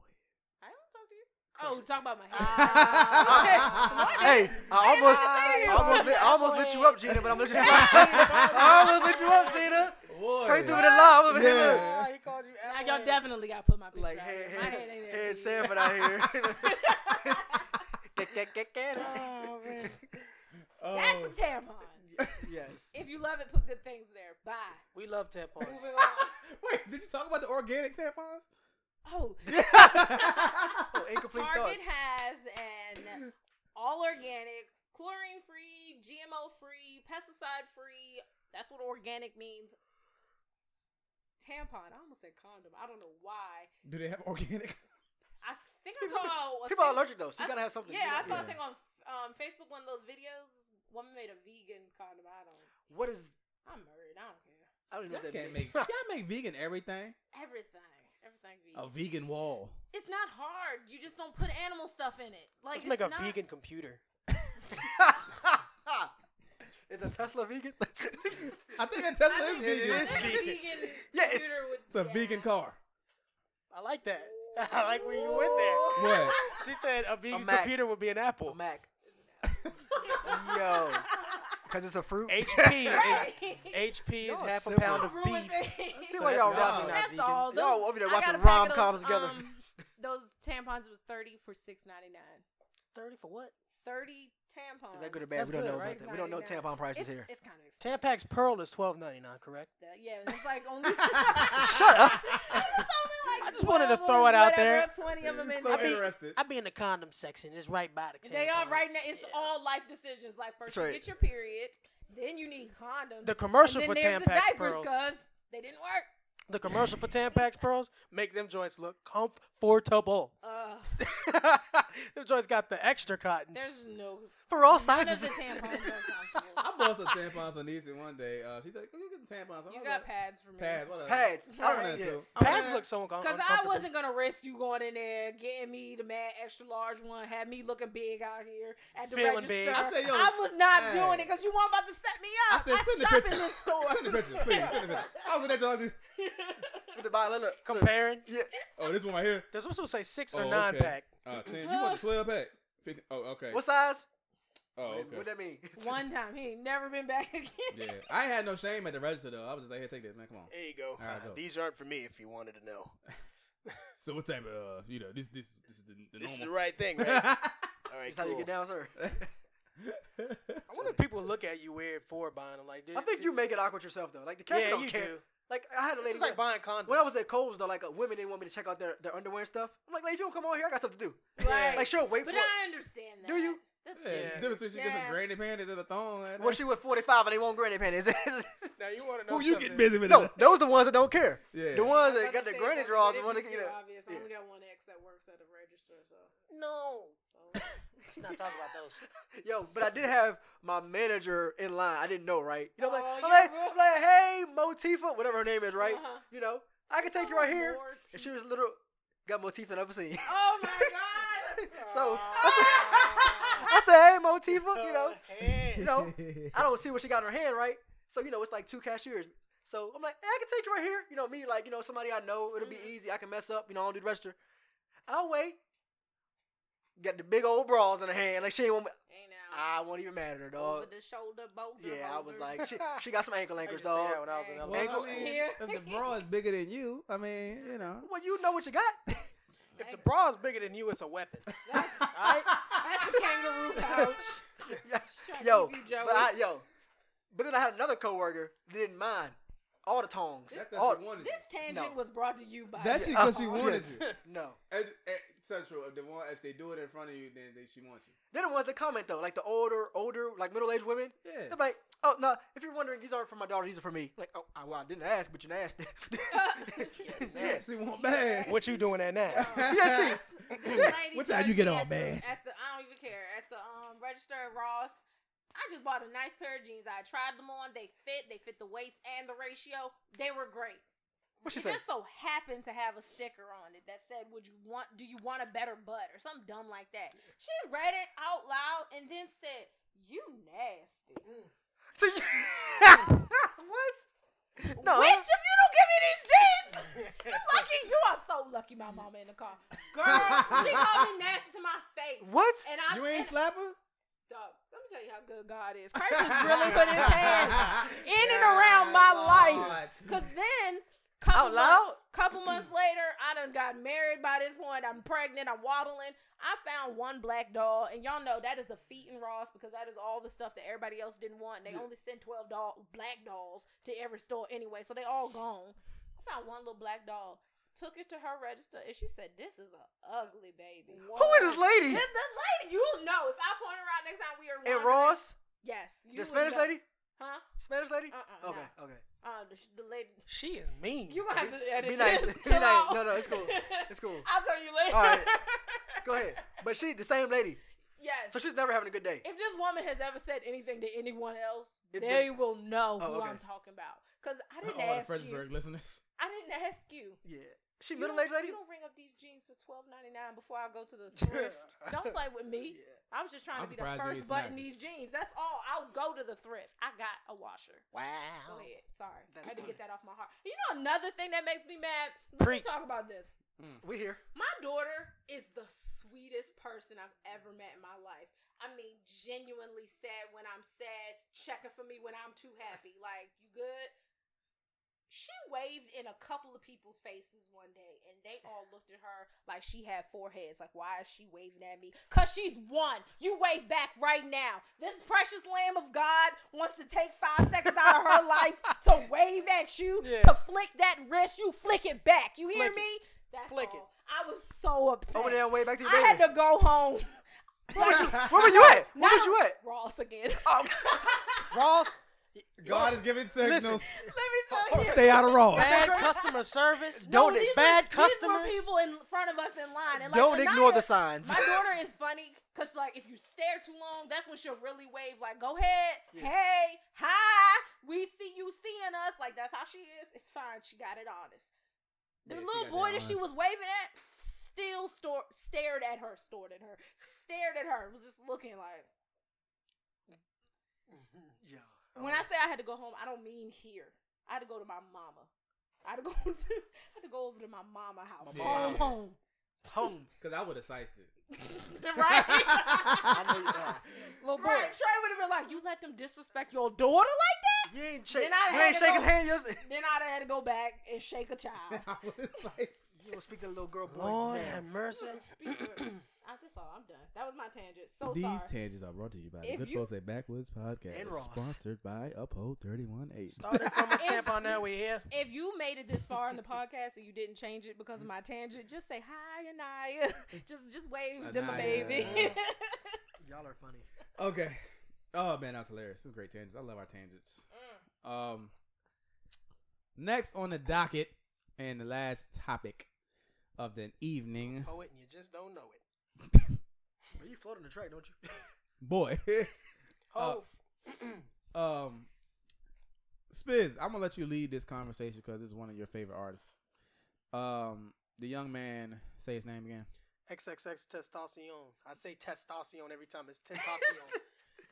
Speaker 2: I don't talk to you.
Speaker 3: Crush
Speaker 2: oh,
Speaker 3: it.
Speaker 2: talk about my
Speaker 3: Ah.
Speaker 2: head.
Speaker 3: hey, I almost, I almost, lit, I almost lit you up, Gina, but I'm gonna let you. I almost lit you up, Gina. Straight through the line. I'm over here.
Speaker 1: Yeah.
Speaker 3: look.
Speaker 4: he called you
Speaker 2: Now
Speaker 4: Applehead.
Speaker 2: y'all definitely got to put my picture
Speaker 3: Like
Speaker 2: out
Speaker 3: head,
Speaker 2: there. My head
Speaker 3: head,
Speaker 2: ain't there.
Speaker 3: head
Speaker 2: dude.
Speaker 3: Sanford out here. Get, get, get, get
Speaker 4: Oh, man.
Speaker 2: That's
Speaker 1: Um,
Speaker 2: some tampons.
Speaker 3: Yes.
Speaker 2: if you love it, put good things there. Bye.
Speaker 4: We love tampons.
Speaker 2: Moving on.
Speaker 1: Wait, did you talk about the organic tampons?
Speaker 2: Oh,
Speaker 3: Oh, incomplete
Speaker 2: Target
Speaker 3: thoughts.
Speaker 2: has an all organic, chlorine free, GMO free, pesticide free. That's what organic means. Tampon. I almost said condom. I don't know why.
Speaker 1: Do they have organic?
Speaker 2: I s- think I saw. a
Speaker 3: People are
Speaker 2: thing-
Speaker 3: allergic though, so
Speaker 2: I
Speaker 3: you gotta
Speaker 2: s-
Speaker 3: have something.
Speaker 2: Yeah, I
Speaker 3: You
Speaker 2: saw
Speaker 3: know,
Speaker 2: a thing on um, Facebook. One of those videos. Woman made a vegan condom. I don't.
Speaker 3: What is?
Speaker 2: I'm married. I don't care.
Speaker 3: I don't even
Speaker 1: Y'all
Speaker 3: know what that
Speaker 1: can't
Speaker 3: means.
Speaker 1: make, y'all make vegan everything.
Speaker 2: Everything. Everything
Speaker 1: A
Speaker 2: not grease.
Speaker 1: vegan wall.
Speaker 2: It's not hard. You just don't put animal stuff in it. Like
Speaker 4: Let's make a
Speaker 2: it's not-
Speaker 4: vegan computer.
Speaker 3: is a Tesla vegan?
Speaker 1: I think that Tesla is
Speaker 2: I think-
Speaker 1: vegan.
Speaker 2: I
Speaker 4: It is
Speaker 2: think a
Speaker 4: vegan.
Speaker 2: vegan
Speaker 3: Yeah, it-
Speaker 2: computer would-
Speaker 1: It's a
Speaker 2: yeah.
Speaker 1: vegan car.
Speaker 4: I like that. I like where you went there.
Speaker 1: What?
Speaker 4: She said a vegan
Speaker 3: Mac.
Speaker 4: computer would be an
Speaker 3: A
Speaker 4: Apple.
Speaker 3: Mac. Yo, because it's a fruit.
Speaker 4: HP is
Speaker 2: Right.
Speaker 4: HP is
Speaker 3: Y'all
Speaker 4: half a
Speaker 3: simple.
Speaker 4: pound of
Speaker 2: Ruined
Speaker 4: beef.
Speaker 2: things.
Speaker 3: See
Speaker 4: So
Speaker 3: why
Speaker 4: that's
Speaker 3: y'all
Speaker 4: not- that's
Speaker 3: watching that
Speaker 2: That's
Speaker 3: vegan.
Speaker 2: all. Those,
Speaker 3: y'all over there
Speaker 2: I got
Speaker 3: watching
Speaker 2: a pack
Speaker 3: rom
Speaker 2: of
Speaker 3: coms
Speaker 2: those,
Speaker 3: together.
Speaker 2: um, those tampons was thirty for six ninety nine.
Speaker 4: Thirty for what?
Speaker 2: Thirty tampons.
Speaker 3: is that good or bad?
Speaker 4: That's
Speaker 3: we don't
Speaker 4: good,
Speaker 3: know.
Speaker 4: right?
Speaker 3: nothing. We don't know
Speaker 2: $6.99.
Speaker 3: tampon prices
Speaker 2: It's,
Speaker 3: here.
Speaker 2: it's kind of expensive.
Speaker 4: Tampax Pearl is twelve ninety nine, correct?
Speaker 2: Yeah, it's like only.
Speaker 3: Shut up.
Speaker 2: I
Speaker 4: just wanted to throw it out there.
Speaker 2: Twenty of them in
Speaker 6: so
Speaker 2: there.
Speaker 4: I mean,
Speaker 6: interested.
Speaker 4: I be in the condom section. It's right by the.
Speaker 2: They are
Speaker 4: tampons.
Speaker 2: right now. It's
Speaker 4: Yeah.
Speaker 2: all life decisions. Like first
Speaker 3: That's right.
Speaker 2: you get your period, then you need condoms.
Speaker 4: The commercial
Speaker 2: and
Speaker 4: for
Speaker 2: then there's the
Speaker 4: Tampax
Speaker 2: diapers
Speaker 4: Pearls.
Speaker 2: because they didn't work.
Speaker 4: The commercial for Tampax Pearls make them joints look comfortable.
Speaker 2: Uh,
Speaker 4: them joints got the extra cottons.
Speaker 2: there's no
Speaker 3: For all
Speaker 2: none of
Speaker 3: sizes.
Speaker 2: the tampons are comfortable.
Speaker 1: I bought some tampons for Niecy one day. Uh, she said, "Go get the tampons." I
Speaker 2: You
Speaker 1: was
Speaker 2: got
Speaker 1: like,
Speaker 2: pads for me.
Speaker 1: pads. Whatever.
Speaker 3: Pads.
Speaker 1: I
Speaker 3: All
Speaker 1: don't
Speaker 3: right,
Speaker 1: know,
Speaker 3: yeah.
Speaker 1: too. I'm
Speaker 4: Pads
Speaker 1: like,
Speaker 4: look so uncom-
Speaker 2: Cause
Speaker 4: uncomfortable.
Speaker 2: I wasn't gonna risk you going in there getting me the mad extra large one, had me looking big out here at the
Speaker 4: Feeling
Speaker 2: register.
Speaker 4: big.
Speaker 2: I,
Speaker 1: I said, yo,
Speaker 2: was not
Speaker 1: hey.
Speaker 2: doing it because you weren't about to set me
Speaker 1: I
Speaker 2: up.
Speaker 1: said,
Speaker 2: I,
Speaker 1: send the
Speaker 2: shop
Speaker 1: picture.
Speaker 2: in this store.
Speaker 1: Send the picture, please. Send the picture. I was in that joint.
Speaker 3: With the bottle, look.
Speaker 4: Comparing.
Speaker 3: Yeah.
Speaker 1: Oh, this one right here.
Speaker 4: This was supposed to say six
Speaker 1: Oh,
Speaker 4: or nine
Speaker 1: okay.
Speaker 4: pack.
Speaker 1: Uh, ten. You want the twelve pack? 50. Oh, okay.
Speaker 3: What size?
Speaker 1: oh,
Speaker 3: What-
Speaker 1: okay.
Speaker 3: What that mean?
Speaker 2: One time he ain't never been back again.
Speaker 1: Yeah, I ain't had no shame at the register though. I was just like, "Here, take this, man. Come on."
Speaker 4: There you go. Uh,
Speaker 1: All right, go.
Speaker 4: These aren't for me if you wanted to know.
Speaker 1: So what type of uh, you know this this this is the, the
Speaker 4: This is the
Speaker 1: normal.
Speaker 4: right thing, right? All right,
Speaker 3: That's how you
Speaker 4: cool.
Speaker 3: get down, sir.
Speaker 4: I wonder if people look at you weird for buying them. Like,
Speaker 3: I think you make it awkward yourself though. Like the
Speaker 4: Yeah,
Speaker 3: cashier don't
Speaker 4: you
Speaker 3: care.
Speaker 4: do.
Speaker 3: Like I had a
Speaker 4: This
Speaker 3: lady
Speaker 4: is like
Speaker 3: when-
Speaker 4: buying condoms.
Speaker 3: when I was at Kohl's though, like uh, women didn't want me to check out their, their underwear and stuff. I'm like, lady, if you don't come on here, I got stuff to do.
Speaker 2: Right.
Speaker 3: Like sure, wait
Speaker 2: but
Speaker 3: for it.
Speaker 2: I understand that.
Speaker 3: Do you?
Speaker 2: That's
Speaker 1: Yeah,
Speaker 4: Yeah.
Speaker 1: the difference between she gets
Speaker 2: Yeah.
Speaker 1: some granny panties and a thong. Like,
Speaker 3: Well, she was 45 and they won't granny panties.
Speaker 4: now you want to know
Speaker 1: who you
Speaker 4: something.
Speaker 1: get busy with?
Speaker 3: no,
Speaker 1: that?
Speaker 3: those are the ones that don't care.
Speaker 1: Yeah.
Speaker 3: The ones
Speaker 2: I was
Speaker 3: that
Speaker 2: about
Speaker 3: got
Speaker 2: to
Speaker 3: the
Speaker 2: say
Speaker 3: granny
Speaker 2: something,
Speaker 3: draws
Speaker 2: but
Speaker 3: and
Speaker 2: it'd
Speaker 3: want
Speaker 2: be
Speaker 3: to, you
Speaker 2: too
Speaker 3: know.
Speaker 2: obvious. I
Speaker 3: yeah.
Speaker 2: only got one ex that works at the register, so.
Speaker 4: No,
Speaker 2: so.
Speaker 4: let's not talk about those.
Speaker 3: Yo, but I did have my manager in line. I didn't know, right? You know, like,
Speaker 2: Oh,
Speaker 3: I'm,
Speaker 2: you
Speaker 3: like,
Speaker 2: were-
Speaker 3: I'm like, hey, Motifa, whatever her name is, right?
Speaker 2: Uh-huh.
Speaker 3: You know, I can take you right here.
Speaker 2: Lord.
Speaker 3: And she was little, got Motifa that I've seen.
Speaker 2: Oh my god.
Speaker 3: so I said, I said, hey, Motifa, you know, you know, I don't see what she got in her hand, right? So you know, it's like two cashiers. So I'm like, hey, I can take you right here. You know me, like you know somebody I know. It'll
Speaker 2: Mhm.
Speaker 4: Mm-hmm.
Speaker 3: be easy. I can mess up. You know, I don't do the register. I'll wait. Got the big old bras in her hand. Like she ain't. Want,
Speaker 2: Ain't
Speaker 4: Oh.
Speaker 2: now.
Speaker 3: I won't even mad at her,
Speaker 2: Over
Speaker 3: dog.
Speaker 2: the shoulder bolt.
Speaker 3: Ah, Yeah, I was like, she, she got some ankle anchors,
Speaker 4: used to say
Speaker 3: dog.
Speaker 4: that when I was in
Speaker 1: Well,
Speaker 3: Ankle-
Speaker 1: I mean,
Speaker 2: Yeah.
Speaker 1: if the bra is bigger than you, I mean, you know.
Speaker 3: Well, you know what you got.
Speaker 4: If the bra is bigger than you, it's a weapon.
Speaker 2: That's,
Speaker 4: All right?
Speaker 2: that's a kangaroo pouch. Tryna
Speaker 3: yo,
Speaker 2: keep you
Speaker 3: but
Speaker 2: Joey.
Speaker 3: I, yo, but then I had another coworker that didn't mind all the tongs.
Speaker 6: That's
Speaker 3: all,
Speaker 6: because she wanted
Speaker 2: this
Speaker 6: you.
Speaker 2: tangent
Speaker 3: No.
Speaker 2: was brought to you by.
Speaker 1: That's
Speaker 3: Yeah.
Speaker 1: because she
Speaker 3: Oh,
Speaker 1: wanted
Speaker 3: yes.
Speaker 1: you.
Speaker 3: no,
Speaker 1: Ed, ed, central, if the one, if they do it in front of you, then they, she wants you.
Speaker 3: they're the ones that comment though, like the older, older, like middle-aged women.
Speaker 1: Yeah.
Speaker 3: They're like, oh no, if you're wondering, these aren't for my daughter, these are for me. Like, oh, I- well, I didn't ask, but you're nasty.
Speaker 1: Yeah, she want bad.
Speaker 4: What you doing at now?
Speaker 3: yeah,
Speaker 2: This- this lady
Speaker 1: What time
Speaker 2: touched
Speaker 1: you get
Speaker 2: me
Speaker 1: all
Speaker 2: at the-
Speaker 1: bad?
Speaker 2: At the, I don't even care. At the um register at Ross, I just bought a nice pair of jeans. I tried them on. They fit. They fit the waist and the ratio. They were great.
Speaker 3: What she
Speaker 2: It
Speaker 3: say?
Speaker 2: just so happened to have a sticker on it that said, "Would you want? Do you want a better butt or something dumb like that?" She read it out loud and then said, "You nasty."
Speaker 3: she. So you- what? No.
Speaker 2: Which, if you don't give me these jeans, you lucky. You are so lucky. My mama in the car, girl. She called me nasty to my face.
Speaker 3: What?
Speaker 2: And I
Speaker 1: You ain't
Speaker 2: and,
Speaker 1: slap her?
Speaker 2: dog. Let me tell you how good God is. Christ is really putting his hand in and around my life. Cause then couple
Speaker 3: Out loud?
Speaker 2: months, couple months later, I done got married by this point. I'm pregnant, I'm waddling. I found one black doll, and y'all know that is a feat in Ross because that is all the stuff that everybody else didn't want. They only send 12 doll black dolls to every store anyway, so they all gone. I found one little black doll, took it to her register, and she said, This is an ugly baby.
Speaker 3: Who
Speaker 2: The,
Speaker 3: is this
Speaker 2: the
Speaker 3: lady?
Speaker 2: lady, you'll know if I point her out next time we are wandering-
Speaker 3: And Ross,
Speaker 2: Yes. you would
Speaker 3: the Spanish
Speaker 2: know.
Speaker 3: lady.
Speaker 2: Huh?
Speaker 3: Spanish lady.
Speaker 2: Uh-uh,
Speaker 3: okay,
Speaker 2: no.
Speaker 3: okay.
Speaker 2: Uh, the, the lady.
Speaker 4: She is mean.
Speaker 2: You gonna have to edit
Speaker 3: Be nice.
Speaker 2: this.
Speaker 3: Be
Speaker 2: Chill
Speaker 3: nice.
Speaker 2: out.
Speaker 3: No, no, it's cool. It's cool.
Speaker 2: I'll tell you later.
Speaker 3: All right. Go ahead. But she, the same lady.
Speaker 2: Yes.
Speaker 3: So she's never having a good day.
Speaker 2: if this woman has ever said anything to anyone else,
Speaker 3: It's
Speaker 2: they will know
Speaker 3: Oh,
Speaker 2: who
Speaker 3: okay.
Speaker 2: I'm talking about. Cause I didn't
Speaker 1: All Oh, the
Speaker 2: ask you.
Speaker 1: Fredericksburg listeners.
Speaker 2: I didn't ask you.
Speaker 3: Yeah. She
Speaker 2: You
Speaker 3: middle
Speaker 2: don't-
Speaker 3: aged lady.
Speaker 2: You don't ring up these jeans for twelve ninety nine before I go to the thrift. don't play with me.
Speaker 3: Yeah.
Speaker 2: I was just trying
Speaker 1: I'm
Speaker 2: to see the
Speaker 1: surprised you
Speaker 2: first
Speaker 1: ain't
Speaker 2: button
Speaker 1: smacking.
Speaker 2: these jeans. That's all. I'll go to the thrift. I got a washer. Go
Speaker 3: Wow.
Speaker 2: ahead. Sorry,
Speaker 3: That's
Speaker 2: I had to
Speaker 3: fine.
Speaker 2: get that off my heart. You know another thing that makes me mad. Let me
Speaker 4: Preach.
Speaker 2: talk about this.
Speaker 3: We here.
Speaker 2: My daughter is the sweetest person I've ever met in my life. I mean, genuinely sad when I'm sad, checking for me when I'm too happy. Like, you good? She waved in a couple of people's faces one day, and they all looked at her like she had four heads. Like, why is she waving at me? Because she's one. You wave back right now. This precious Lamb of God wants to take five seconds out of her life to wave at you,
Speaker 4: Yeah.
Speaker 2: to flick that wrist. You flick it back. You hear
Speaker 4: Flick it.
Speaker 2: me? That's
Speaker 4: Flick
Speaker 2: all. I was so upset.
Speaker 3: Over there on the way back to your
Speaker 2: I had
Speaker 3: baby.
Speaker 2: to go home.
Speaker 3: Where was you- Where were you at? Where was
Speaker 2: Not
Speaker 3: you at? Oh.
Speaker 2: Ross again.
Speaker 4: Ross,
Speaker 6: God is giving signals.
Speaker 2: Let me
Speaker 3: Oh,
Speaker 2: tell you.
Speaker 1: Stay out of Raw.
Speaker 4: bad customer service.
Speaker 2: No,
Speaker 4: Don't
Speaker 2: these
Speaker 4: bad
Speaker 2: were,
Speaker 4: customers.
Speaker 2: These were people in front of us in line. And like,
Speaker 3: Don't
Speaker 2: Anaya-
Speaker 3: ignore the signs.
Speaker 2: My daughter is funny because like if you stare too long, that's when she'll really wave. Like, go ahead. Hey, hi. We see you seeing us. Like that's how she is. It's fine. She got it honest. The
Speaker 1: Yeah, she
Speaker 2: little
Speaker 1: got
Speaker 2: boy
Speaker 1: that
Speaker 2: that she
Speaker 1: honest.
Speaker 2: was waving at still stor- stared at her, stared at her, stared at her. Was just looking like.
Speaker 3: Yeah.
Speaker 2: When
Speaker 1: uh-huh.
Speaker 2: I say I had to go home, I don't mean here. I had to go to my mama. I had to go to I had to go over to my mama house.
Speaker 1: My
Speaker 2: home,
Speaker 1: mama.
Speaker 2: home.
Speaker 3: home.
Speaker 6: Because I would have sized it.
Speaker 2: right?
Speaker 3: know you are.
Speaker 4: Little Oh, boy.
Speaker 2: right. Trey would have been like, "You let them disrespect your daughter like that?"
Speaker 3: You ain't shake.
Speaker 2: Then I'd
Speaker 3: You
Speaker 2: had
Speaker 3: ain't
Speaker 2: to
Speaker 3: shake his
Speaker 2: go-
Speaker 3: hand. You
Speaker 2: Then I'd have had to go back and shake a child.
Speaker 6: I would have sized it.
Speaker 3: don't speak to the little girl boy.
Speaker 4: Lord
Speaker 3: now.
Speaker 4: have mercy.
Speaker 2: I, that's all. I'm done. That was my tangent. So
Speaker 1: These
Speaker 2: sorry.
Speaker 1: tangents are brought to you by the
Speaker 2: If
Speaker 1: Good
Speaker 2: you-
Speaker 1: Folks at Backwoods Podcast,
Speaker 3: And Ross.
Speaker 1: sponsored by Uphold 318.
Speaker 4: Started from a
Speaker 2: If-
Speaker 4: tampon. Now we here.
Speaker 2: if you made it this far in the podcast and you didn't change it because of my tangent, just say hi, Anaya. just just wave them a
Speaker 1: Anaya.
Speaker 2: baby.
Speaker 3: Y'all are funny.
Speaker 1: Okay. Oh man, that's hilarious. This is great tangents. I love our tangents. Um next on the docket and the last topic of the evening.
Speaker 4: Oh, it and you just don't know it.
Speaker 3: Bro, you float on the track, don't you?
Speaker 1: Boy.
Speaker 2: Uh,
Speaker 4: Oh,
Speaker 1: um Spiz, I'm gonna let you lead this conversation because it's one of your favorite artists. Um the young man say his name again.
Speaker 4: XXX Testacion. I say Testacion every time. It's Tentacion.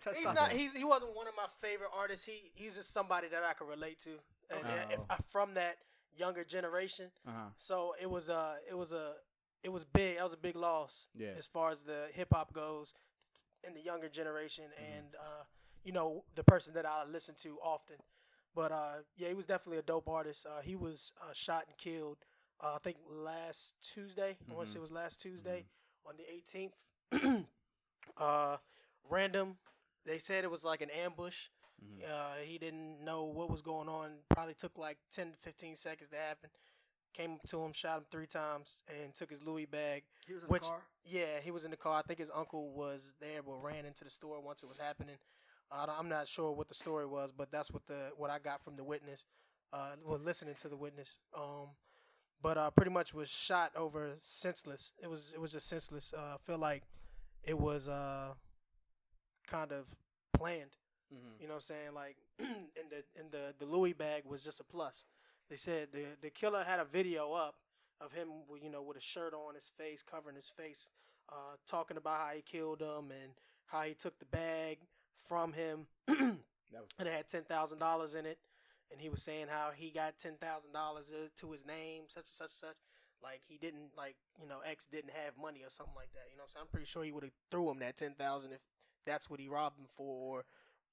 Speaker 3: Test
Speaker 4: he's
Speaker 3: out.
Speaker 4: not. He's he wasn't one of my favorite artists. He he's just somebody that I can relate to, and uh, if
Speaker 1: Oh.
Speaker 4: I, from that younger generation.
Speaker 1: Uh-huh.
Speaker 4: So it was uh it was a it was big. That was a big loss
Speaker 1: Yeah.
Speaker 4: as far as the hip hop goes in the younger generation, and uh you know the person that I listen to often. But uh yeah, he was definitely a dope artist. Uh, he was uh, shot and killed. Uh, I think last Tuesday. I want to say it was last Tuesday on the 18th. uh, random. They said it was like an ambush.
Speaker 1: Mhm.
Speaker 4: Uh, he didn't know what was going on. Probably took like 10 to 15 seconds to happen. Came up to him, shot him three times, and took his Louis bag.
Speaker 3: He was in
Speaker 4: Which-
Speaker 3: the car.
Speaker 4: Yeah, he was in the car. I think his uncle was there, but ran into the store once it was happening. I don't- I'm not sure what the story was, but that's what the what I got from the witness. Uh, well, listening to the witness. Um, but uh, pretty much was shot over senseless. It was it was just senseless. Uh, I feel like it was uh, kind of planned.
Speaker 1: Mm.
Speaker 4: You know what I'm saying? Like in the in the the Louis bag was just a plus. They said the the killer had a video up of him, with, you know, with a shirt on his face, covering his face, uh, talking about how he killed him and how he took the bag from him, and
Speaker 1: That was
Speaker 4: it had ten thousand dollars in it, and he was saying how he got ten thousand dollars to his name, such and such and such. Like he didn't like you know X didn't have money or something like that. You know what I'm saying? I'm pretty sure he would have threw him that ten thousand if that's what he robbed him for, or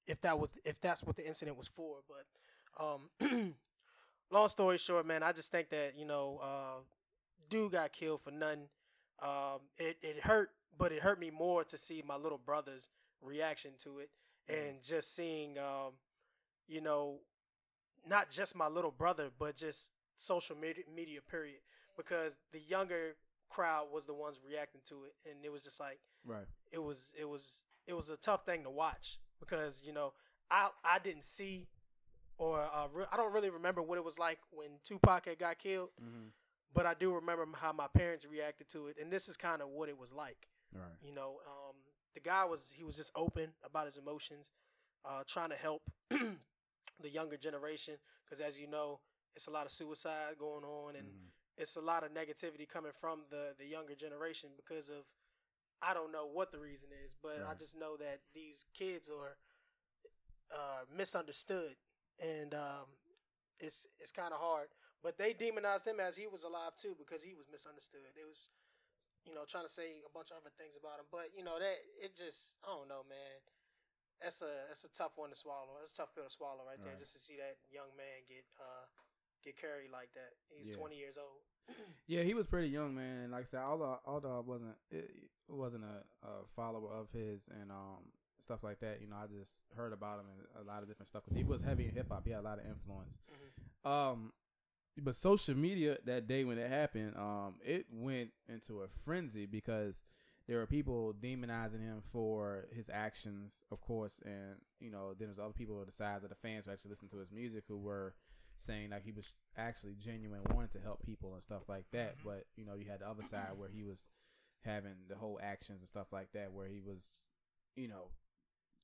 Speaker 4: if that was if that's what the incident was for. But um, long story short, man, I just think that you know, uh, dude got killed for nothing. Um, it it hurt, but it hurt me more to see my little brother's reaction to it, and just seeing, um, you know, not just my little brother, but just social media, media period, because the younger crowd was the ones reacting to it, and it was just like
Speaker 1: right.
Speaker 4: it was it was it was a tough thing to watch because you know I I didn't see or uh, re- I don't really remember what it was like when Tupac had got killed,
Speaker 1: Mm-hmm.
Speaker 4: but I do remember how my parents reacted to it, and this is kind of what it was like.
Speaker 1: Right.
Speaker 4: You know, um, the guy was he was just open about his emotions, uh, trying to help the younger generation because as you know, it's a lot of suicide going on, and
Speaker 1: Mhm.
Speaker 4: it's a lot of negativity coming from the the younger generation because of I don't know what the reason is, but I
Speaker 1: Right.
Speaker 4: just know that these kids are uh, misunderstood, and um, it's it's kind of hard. But they demonized him as he was alive too because he was misunderstood. It was you know trying to say a bunch of other things about him, but you know that it just I don't know, man. That's a that's a tough one to swallow. That's a tough pill to swallow right there,
Speaker 1: Right.
Speaker 4: just to see that young man get uh, get carried like that. He's
Speaker 1: Yeah.
Speaker 4: 20 years old.
Speaker 1: Yeah, he was pretty young, man. Like I said, although although I wasn't it it wasn't a, a follower of his and um stuff like that. You know, I just heard about him and a lot of different stuff because he was heavy in hip hop. He had a lot of influence. Um, but social media that day when it happened, um, it went into a frenzy because there were people demonizing him for his actions, of course, and you know then there's other people on the sides of the fans who actually listened to his music who were saying like he was actually genuine, wanted to help people and stuff like that. But you know, you had the other side where he was having the whole actions and stuff like that, where he was, you know,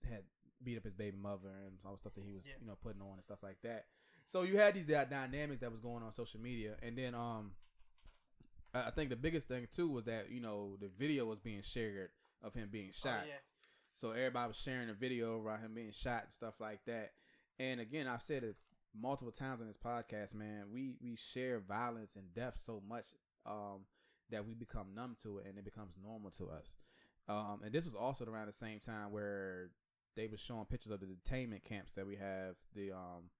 Speaker 1: had beat up his baby mother and all the stuff that he was,
Speaker 4: Yeah.
Speaker 1: you know, putting on and stuff like that. So you had these dy- dynamics that was going on social media, and then um, I I think the biggest thing too was that you know the video was being shared of him being shot.
Speaker 4: Oh, yeah.
Speaker 1: So everybody was sharing a video about him being shot and stuff like that. And again, I've said it multiple times on this podcast, man. We we share violence and death so much um, that we become numb to it, and it becomes normal to us. Um, and this was also around the same time where they were showing pictures of the detainment camps that we have the um,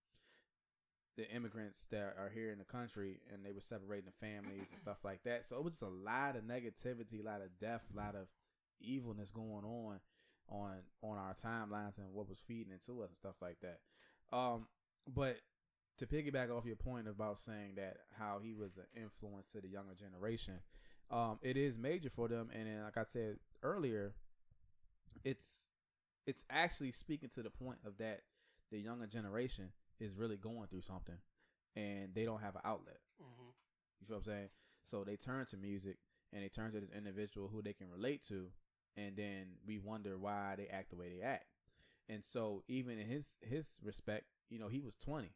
Speaker 1: the immigrants that are here in the country, and they were separating the families and stuff like that. So it was just a lot of negativity, a lot of death, a lot of evilness going on on on our timelines and what was feeding into us and stuff like that. Um, but to piggyback off your point about saying that how he was an influence to the younger generation, um, it is major for them. And then, like I said earlier, it's it's actually speaking to the point of that the younger generation is really going through something, and they don't have an outlet.
Speaker 4: Mhm.
Speaker 1: You feel what I'm saying? So they turn to music and they turn to this individual who they can relate to, and then we wonder why they act the way they act. And so even in his his respect, you know, he was 20.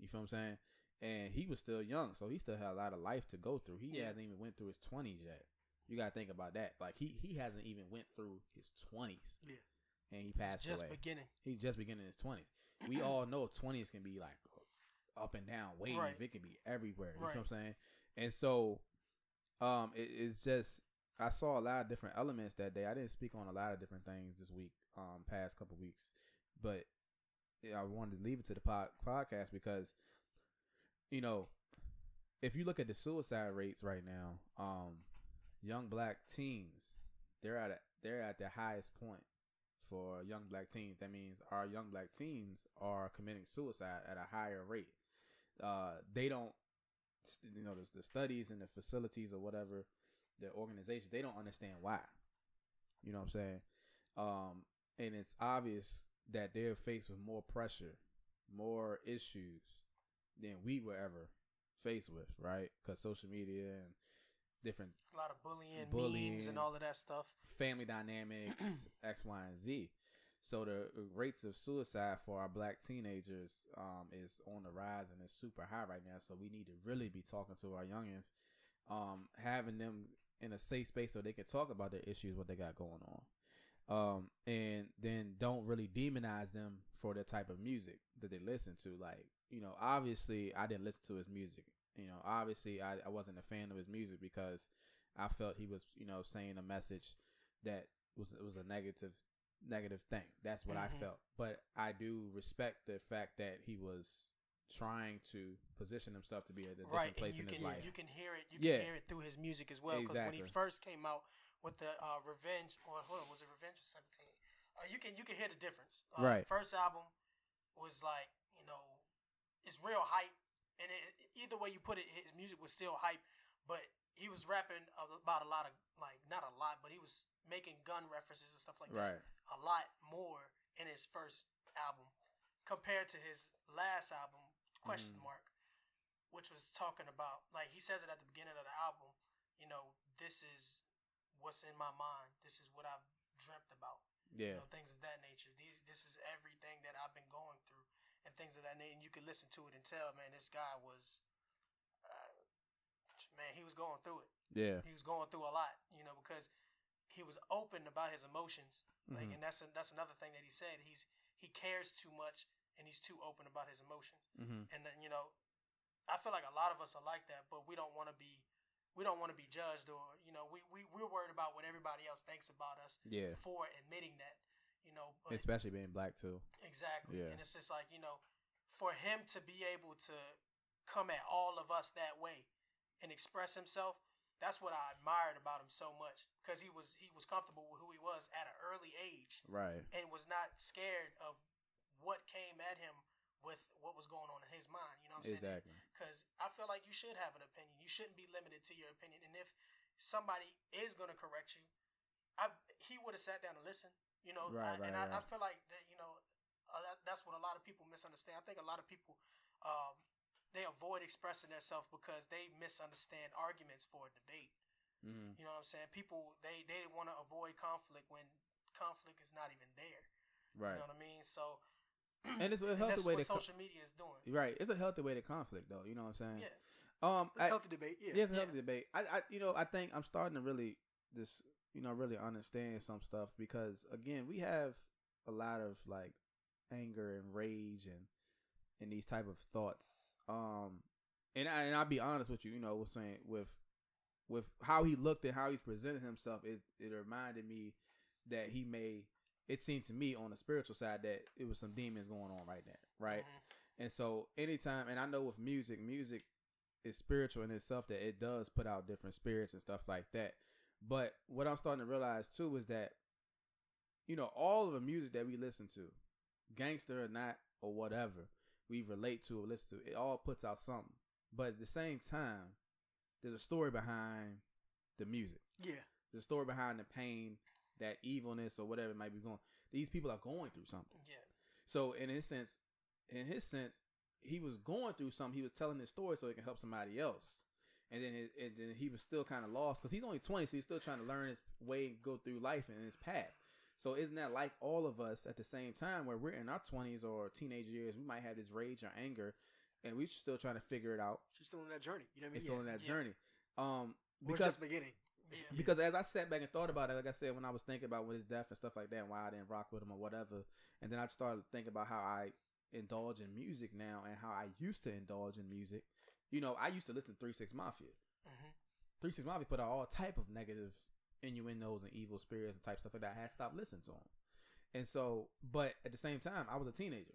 Speaker 1: You feel what I'm saying? And he was still young, so he still had a lot of life to go through. He
Speaker 4: Yeah.
Speaker 1: hasn't even went through his 20s yet. You gotta think about that. Like he he hasn't even went through his 20s.
Speaker 4: Yeah.
Speaker 1: And he
Speaker 4: It's
Speaker 1: passed
Speaker 4: just
Speaker 1: away.
Speaker 4: beginning.
Speaker 1: He's just beginning his twenties. We all know twenties can be like up and down wave.
Speaker 4: Right.
Speaker 1: It can be everywhere. You
Speaker 4: Right.
Speaker 1: know what I'm saying? And so, um, it, it's just I saw a lot of different elements that day. I didn't speak on a lot of different things this week, um, past couple weeks, but yeah, I wanted to leave it to the pod- podcast because, you know, if you look at the suicide rates right now, um, young black teens, they're at a, they're at the highest point for young black teens. That means our young black teens are committing suicide at a higher rate. Uh, they don't, st- you know, the, the studies and the facilities or whatever, the organizations, they don't understand why. You know what I'm saying? Um, and it's obvious that they're faced with more pressure, more issues than we were ever faced with, right? Because social media and different
Speaker 4: A lot of bullying, memes,
Speaker 1: Bullying.
Speaker 4: and all of that stuff.
Speaker 1: family dynamics, X, Y, and Z. So the rates of suicide for our black teenagers um, is on the rise and it's super high right now. So we need to really be talking to our youngins, um, having them in a safe space so they can talk about their issues, what they got going on, um, and then don't really demonize them for the type of music that they listen to. Like you know, obviously I didn't listen to his music. You know, obviously I, I wasn't a fan of his music because I felt he was you know saying a message that was it was a negative negative thing. That's what
Speaker 4: Mhm.
Speaker 1: I felt. But I do respect the fact that he was trying to position himself to be at a different
Speaker 4: Right. and
Speaker 1: place in
Speaker 4: you
Speaker 1: his
Speaker 4: can
Speaker 1: life.
Speaker 4: you can hear it. You
Speaker 1: Yeah.
Speaker 4: can hear it through his music as well. Because when he
Speaker 1: Exactly.
Speaker 4: first came out with the uh, Revenge or hold on, was it Revenge or Seventeen? Uh, you can you can hear the difference. Uh,
Speaker 1: Right.
Speaker 4: First album was like you know, it's real hype, and it, either way you put it, his music was still hype. But he was rapping about a lot of like not a lot, but he was making gun references and stuff like that.
Speaker 1: right.
Speaker 4: a lot more in his first album compared to his last album question
Speaker 1: Mhm.
Speaker 4: mark which was talking about like he says it at the beginning of the album you know this is what's in my mind this is what i've dreamt about
Speaker 1: Yeah.
Speaker 4: you know things of that nature these this is everything that i've been going through and things of that nature and you can listen to it and tell man this guy was uh, man, he was going through it.
Speaker 1: Yeah.
Speaker 4: He was going through a lot, you know, because he was open about his emotions. Like,
Speaker 1: Mhm.
Speaker 4: and that's a, that's another thing that he said. He's he cares too much, and he's too open about his emotions.
Speaker 1: Mm-hmm.
Speaker 4: And then you know, I feel like a lot of us are like that, but we don't want to be we don't want to be judged, or you know, we we we're worried about what everybody else thinks about us
Speaker 1: Yeah.
Speaker 4: for admitting that. You know, but-
Speaker 1: Especially being black too.
Speaker 4: Exactly.
Speaker 1: Yeah.
Speaker 4: And it's just like, you know, for him to be able to come at all of us that way and express himself, that's what I admired about him so much cuz he was he was comfortable with who he was at an early age
Speaker 1: Right.
Speaker 4: and was not scared of what came at him with what was going on in his mind, you know what I'm saying?
Speaker 1: Exactly.
Speaker 4: Cuz I feel like you should have an opinion. You shouldn't be limited to your opinion. And if somebody is going to correct you, I he would have sat down and listened. You know,
Speaker 1: Right,
Speaker 4: I, and
Speaker 1: right,
Speaker 4: I, I
Speaker 1: right.
Speaker 4: feel like that. You know, uh, that, that's what a lot of people misunderstand. I think a lot of people um, they avoid expressing themselves because they misunderstand arguments for a debate.
Speaker 1: Mm-hmm.
Speaker 4: You know what I'm saying? People they they want to avoid conflict when conflict is not even there.
Speaker 1: Right.
Speaker 4: You know what I mean? So
Speaker 1: And it's a
Speaker 4: and
Speaker 1: healthy
Speaker 4: that's
Speaker 1: way
Speaker 4: what
Speaker 1: to co-
Speaker 4: social media is doing.
Speaker 1: right. It's a healthy way to conflict though. You know what I'm saying?
Speaker 4: Yeah,
Speaker 1: Um.
Speaker 3: It's
Speaker 1: I,
Speaker 3: healthy debate. Yeah.
Speaker 1: yeah, it's a
Speaker 4: yeah.
Speaker 1: healthy debate. I, I, you know, I think I'm starting to really just, you know, really understand some stuff because again, we have a lot of like anger and rage and and these type of thoughts. Um, and I and I'll be honest with you, you know, was saying with with how he looked and how he's presented himself, it it reminded me that he may. It seemed to me on the spiritual side that it was some demons going on right there, right?
Speaker 4: Mhm.
Speaker 1: And so anytime and I know with music, music is spiritual in itself that it does put out different spirits and stuff like that. But what I'm starting to realize too is that you know, all of the music that we listen to, gangster or not or whatever, we relate to or listen to, it all puts out something. But at the same time, there's a story behind the music.
Speaker 3: Yeah.
Speaker 1: There's a story behind the pain, that evilness or whatever it might be going. These people are going through something.
Speaker 4: Mm-hmm. Yeah,
Speaker 1: So in his sense, in his sense, he was going through something. He was telling his story so he can help somebody else. And then, it, and then he was still kind of lost because he's only twenty, so he's still trying to learn his way and go through life and his path. So isn't that like all of us at the same time, where we're in our twenties or teenage years, we might have this rage or anger, and we're still trying to figure it out.
Speaker 3: She's still on that journey. You know what I mean?
Speaker 1: It's still
Speaker 3: Yeah.
Speaker 1: on that
Speaker 4: yeah.
Speaker 1: journey. Um,
Speaker 3: We're
Speaker 1: because
Speaker 3: just beginning.
Speaker 4: yeah.
Speaker 1: because as I sat back and thought about it, like I said, when I was thinking about with his death and stuff like that, and why I didn't rock with him or whatever, and then I started thinking about how I indulge in music now and how I used to indulge in music. You know, I used to listen to Three Six Mafia.
Speaker 4: Mhm.
Speaker 1: Three Six Mafia put out all type of negative innuendos and evil spirits and type stuff like that. I had stopped listening to him, and so, but at the same time, I was a teenager.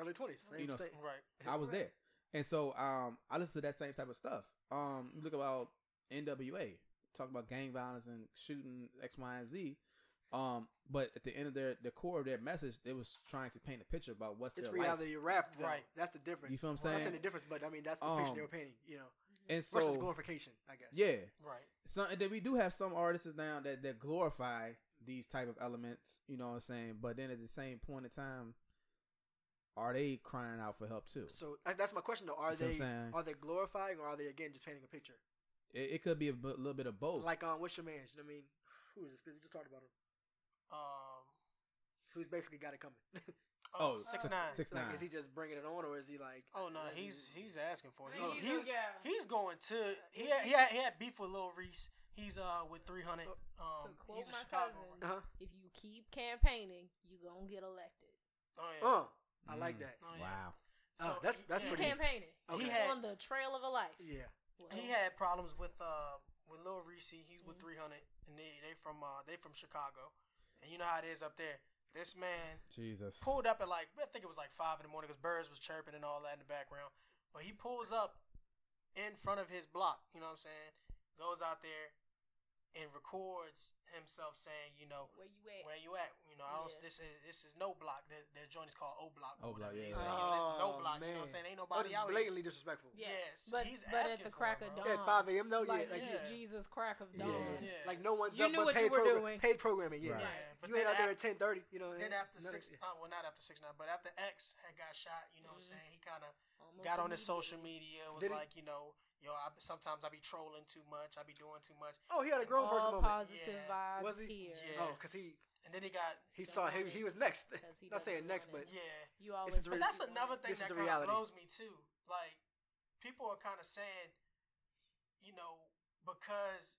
Speaker 3: Early twenties.
Speaker 1: You know,
Speaker 4: right.
Speaker 1: I was there. And so um I listened to that same type of stuff. Um you look about NWA, talk about gang violence and shooting X, Y, and Z. Um, but at the end of their the core of their message, they was trying to paint a picture about what's
Speaker 3: It's
Speaker 1: their
Speaker 3: reality rap, though.
Speaker 4: Right.
Speaker 3: That's the difference.
Speaker 1: You feel what I'm
Speaker 3: That's
Speaker 1: saying?
Speaker 3: the difference, but I mean that's the picture they
Speaker 1: Um,
Speaker 3: were painting. You know,
Speaker 1: life. And
Speaker 3: versus
Speaker 1: so
Speaker 3: glorification, I guess.
Speaker 1: yeah.
Speaker 4: Right.
Speaker 1: So and then we do have some artists now that, that glorify these type of elements, you know what I'm saying? But then at the same point in time, are they crying out for help too?
Speaker 3: So that- that's my question though. Are
Speaker 1: You feel what I'm
Speaker 3: they
Speaker 1: saying?
Speaker 3: are they glorifying or are they again just painting a picture?
Speaker 1: It, it could be a bu- little bit of both.
Speaker 3: Like um, what's your man's? You know what I mean? Who is this? We just talked about him.
Speaker 4: Um.
Speaker 3: Who's basically got it coming?
Speaker 1: Oh,
Speaker 4: Oh,
Speaker 1: six-
Speaker 4: six nine.
Speaker 1: six-
Speaker 3: like,
Speaker 1: Nah.
Speaker 3: is he just bringing it on or is he like?
Speaker 4: Oh no,
Speaker 3: letting-
Speaker 4: he's he's asking for it.
Speaker 2: He's,
Speaker 4: He's, he's,
Speaker 2: a girl.
Speaker 4: he's going to he had, he had, he had beef with Lil Reese. He's uh with three hundred.
Speaker 2: Oh, so
Speaker 4: Um,
Speaker 2: quote
Speaker 4: he's a
Speaker 2: my
Speaker 4: Chicago
Speaker 2: cousins.
Speaker 4: rapper.
Speaker 3: Uh-huh.
Speaker 2: If you keep campaigning, you gonna get elected.
Speaker 4: Oh yeah.
Speaker 3: Uh, I like
Speaker 1: Mm.
Speaker 3: that.
Speaker 4: Oh, yeah.
Speaker 1: wow.
Speaker 3: Oh, that's- that's
Speaker 2: Keep
Speaker 3: pretty-
Speaker 2: campaigning.
Speaker 3: Okay.
Speaker 4: Oh, He
Speaker 2: You're
Speaker 4: had-
Speaker 2: on the trail of a life.
Speaker 3: Yeah.
Speaker 2: Well,
Speaker 4: He had problems with uh with Lil Reese. He's with
Speaker 2: Mm-hmm.
Speaker 4: three hundred, and they they from uh they from Chicago, and you know how it is up there. This man
Speaker 1: Jesus.
Speaker 4: pulled up at like I think it was like five in the morning because birds was chirping and all that in the background. But he pulls up in front of his block. You know what I'm saying? Goes out there and records himself saying, you know,
Speaker 2: where you at?
Speaker 4: where you at? You know, I don't.
Speaker 2: Yeah.
Speaker 4: This is this is no block. The, the joint is called O Block.
Speaker 1: O
Speaker 4: or
Speaker 1: Block,
Speaker 4: whatever.
Speaker 1: yeah.
Speaker 4: He's like, yo, this is no
Speaker 3: Oh,
Speaker 4: block. You know
Speaker 3: man.
Speaker 4: what I'm saying? Ain't
Speaker 3: Oh,
Speaker 4: nobody
Speaker 3: this
Speaker 4: out
Speaker 3: is blatantly disrespectful.
Speaker 2: Yeah,
Speaker 4: Yes,
Speaker 2: but
Speaker 4: he's
Speaker 2: but at
Speaker 4: asking
Speaker 2: the
Speaker 4: for
Speaker 2: crack
Speaker 4: it,
Speaker 2: of
Speaker 4: bro.
Speaker 2: dawn,
Speaker 3: Yeah, at 5 a.m. though, Oh, yeah,
Speaker 2: like
Speaker 3: like you
Speaker 2: it's
Speaker 4: said.
Speaker 2: Jesus crack of
Speaker 1: Yeah.
Speaker 2: dawn.
Speaker 4: here. Yeah.
Speaker 3: Like no one's
Speaker 2: You
Speaker 3: up
Speaker 2: knew what
Speaker 3: but
Speaker 2: you
Speaker 3: paid,
Speaker 2: were
Speaker 3: program-
Speaker 2: doing.
Speaker 3: paid programming. Yeah,
Speaker 1: Right.
Speaker 4: Yeah, but
Speaker 3: you ain't
Speaker 4: then
Speaker 3: out there at
Speaker 4: after-
Speaker 3: ten thirty. You know.
Speaker 4: Then after
Speaker 3: none of-
Speaker 4: six,
Speaker 3: yeah.
Speaker 4: uh, well, not after six nine, but after X had got shot, you know
Speaker 2: Mm-hmm.
Speaker 4: what I'm saying? He kind of
Speaker 2: Almost
Speaker 4: got on
Speaker 2: immediately.
Speaker 4: his social media. Was
Speaker 3: Did he-
Speaker 4: like, you know, yo, I, sometimes I be trolling too much. I be doing too much.
Speaker 3: Oh, he had a grown person
Speaker 2: All
Speaker 3: moment.
Speaker 2: positive
Speaker 4: Yeah.
Speaker 2: vibes
Speaker 3: Was he-
Speaker 2: here.
Speaker 4: Yeah.
Speaker 3: Oh, because he
Speaker 4: And then he got,
Speaker 3: he
Speaker 2: Don't
Speaker 3: saw him.
Speaker 2: want
Speaker 3: He
Speaker 2: it.
Speaker 3: was next.
Speaker 2: 'Cause he
Speaker 3: Not saying
Speaker 2: doesn't
Speaker 3: next, but
Speaker 2: want it.
Speaker 4: yeah.
Speaker 2: You always.
Speaker 3: is
Speaker 2: think
Speaker 4: But that's
Speaker 2: you want
Speaker 4: another
Speaker 2: it.
Speaker 4: thing
Speaker 3: This is
Speaker 4: that
Speaker 3: the
Speaker 4: kind of
Speaker 3: reality.
Speaker 4: blows me too. Like people are kind of saying you know, because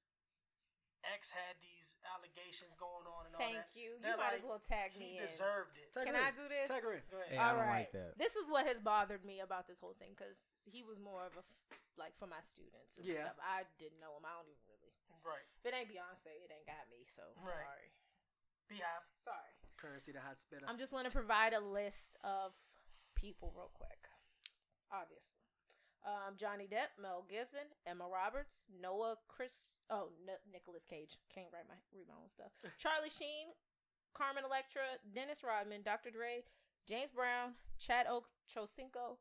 Speaker 4: X had these allegations going on and all
Speaker 2: Thank
Speaker 4: that.
Speaker 2: you. You
Speaker 4: They're
Speaker 2: might
Speaker 4: like,
Speaker 2: as well tag
Speaker 4: He
Speaker 2: me in.
Speaker 4: deserved it.
Speaker 3: Tag
Speaker 2: Can
Speaker 3: her
Speaker 2: I
Speaker 3: in.
Speaker 2: do this?
Speaker 3: Tag her in.
Speaker 4: Go ahead.
Speaker 1: Hey, I don't
Speaker 2: All
Speaker 1: like
Speaker 2: right.
Speaker 1: that.
Speaker 2: This is what has bothered me about this whole thing because he was more of a f- like for my students and
Speaker 3: Yeah.
Speaker 2: stuff. I didn't know him. I don't even really.
Speaker 4: Right.
Speaker 2: If it ain't Beyonce, it ain't got me. So
Speaker 4: Right.
Speaker 2: sorry.
Speaker 4: Beehive.
Speaker 2: Sorry.
Speaker 3: Currency the hot spitter.
Speaker 2: I'm just going to provide a list of people real quick. Obviously, um, Johnny Depp, Mel Gibson, Emma Roberts, Noah Chris, oh N- Nicholas Cage. Can't write my read my own stuff. Charlie Sheen, Carmen Electra, Dennis Rodman, Dr. Dre, James Brown, Chad Ochocinco,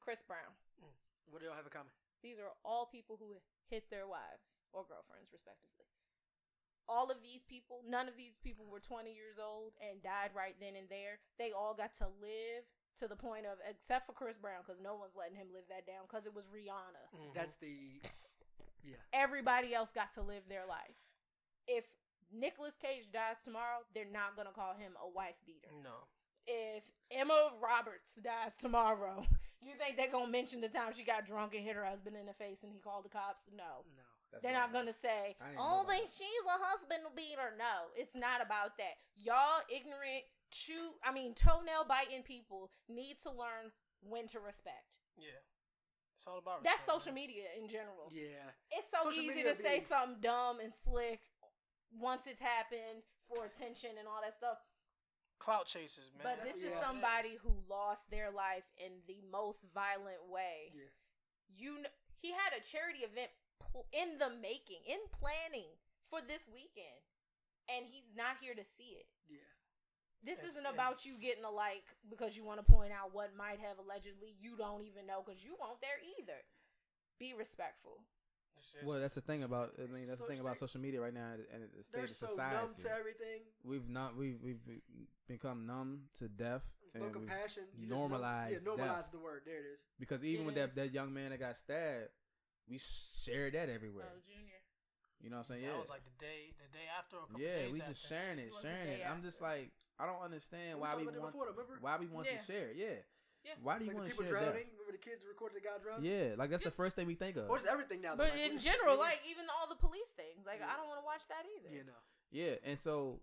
Speaker 2: Chris Brown.
Speaker 3: what do y'all have in common?
Speaker 2: These are all people who hit their wives or girlfriends, respectively. All of these people, none of these people were 20 years old and died right then and there. They all got to live to the point of, except for Chris Brown, because no one's letting him live that down, because it was Rihanna.
Speaker 1: Mm-hmm.
Speaker 3: That's the yeah.
Speaker 2: Everybody else got to live their life. If Nicolas Cage dies tomorrow, they're not going to call him a wife beater
Speaker 4: no.
Speaker 2: if Emma Roberts dies tomorrow, you think they're gonna mention the time she got drunk and hit her husband in the face and he called the cops? No.
Speaker 3: No.
Speaker 1: That's
Speaker 2: They're
Speaker 1: my-
Speaker 2: not gonna say,
Speaker 1: I didn't know
Speaker 2: "Oh,
Speaker 1: about
Speaker 2: but
Speaker 1: that.
Speaker 2: she's a husband beater." No, it's not about that. Y'all ignorant, chew, I mean, toenail biting people need to learn when to respect.
Speaker 4: Yeah. It's all about
Speaker 2: That's
Speaker 4: respect,
Speaker 2: social
Speaker 4: man.
Speaker 2: media in general.
Speaker 3: Yeah.
Speaker 2: It's so
Speaker 3: Social
Speaker 2: easy
Speaker 3: media
Speaker 2: to say
Speaker 3: be-
Speaker 2: something dumb and slick once it's happened for attention and all that stuff.
Speaker 4: Clout chasers, man.
Speaker 2: But
Speaker 4: That's
Speaker 2: this
Speaker 4: what
Speaker 2: is
Speaker 4: it
Speaker 3: yeah.
Speaker 2: somebody who lost their life in the most violent way.
Speaker 3: Yeah.
Speaker 2: You kn- he had a charity event pl- in the making, in planning for this weekend, and he's not here to see it.
Speaker 3: Yeah.
Speaker 2: This
Speaker 4: Yes,
Speaker 2: isn't
Speaker 4: and-
Speaker 2: about you getting a like because you want to point out what might have allegedly you don't even know because you weren't there either. Be respectful.
Speaker 4: This is-
Speaker 1: Well, that's the thing about. I mean, that's
Speaker 3: So
Speaker 1: the thing about
Speaker 3: strict.
Speaker 1: social media right now and- and the state
Speaker 3: They're
Speaker 1: of
Speaker 3: so
Speaker 1: society.
Speaker 3: numb to everything.
Speaker 1: we've not. We've we've be- become numb to death.
Speaker 3: There's no
Speaker 1: and we've-
Speaker 3: compassion. You just
Speaker 1: normalized
Speaker 3: Numb, yeah, normalize
Speaker 1: death.
Speaker 3: the word. There it is.
Speaker 1: because even
Speaker 2: It
Speaker 1: with that
Speaker 2: is.
Speaker 1: that young man that got stabbed, we shared that everywhere.
Speaker 2: Oh, Junior.
Speaker 1: You know what I'm saying?
Speaker 4: That
Speaker 1: Yeah.
Speaker 4: was like the day, the day after. Or a couple
Speaker 1: yeah,
Speaker 4: days
Speaker 1: we
Speaker 4: after.
Speaker 1: just sharing it,
Speaker 2: It was the
Speaker 1: sharing it.
Speaker 2: day
Speaker 1: I'm just like, I don't understand
Speaker 3: We
Speaker 1: why
Speaker 3: talked
Speaker 1: we
Speaker 3: about that
Speaker 1: want
Speaker 3: before, remember?
Speaker 1: why we want
Speaker 2: Yeah.
Speaker 1: to share. Yeah.
Speaker 2: Yeah.
Speaker 1: Why do you
Speaker 3: Like the
Speaker 1: want to
Speaker 3: people
Speaker 1: share
Speaker 3: drowning. Remember the kids recorded the guy
Speaker 1: that?
Speaker 3: drowning?
Speaker 1: Yeah, like that's the
Speaker 2: Just-
Speaker 1: first thing we think of.
Speaker 3: Or just everything now. though,
Speaker 2: But
Speaker 3: like,
Speaker 2: in
Speaker 3: we-
Speaker 2: general,
Speaker 3: we-
Speaker 2: like even all the police things, like
Speaker 3: Yeah.
Speaker 2: I don't want to watch that either.
Speaker 3: yeah, no.
Speaker 1: Yeah, and so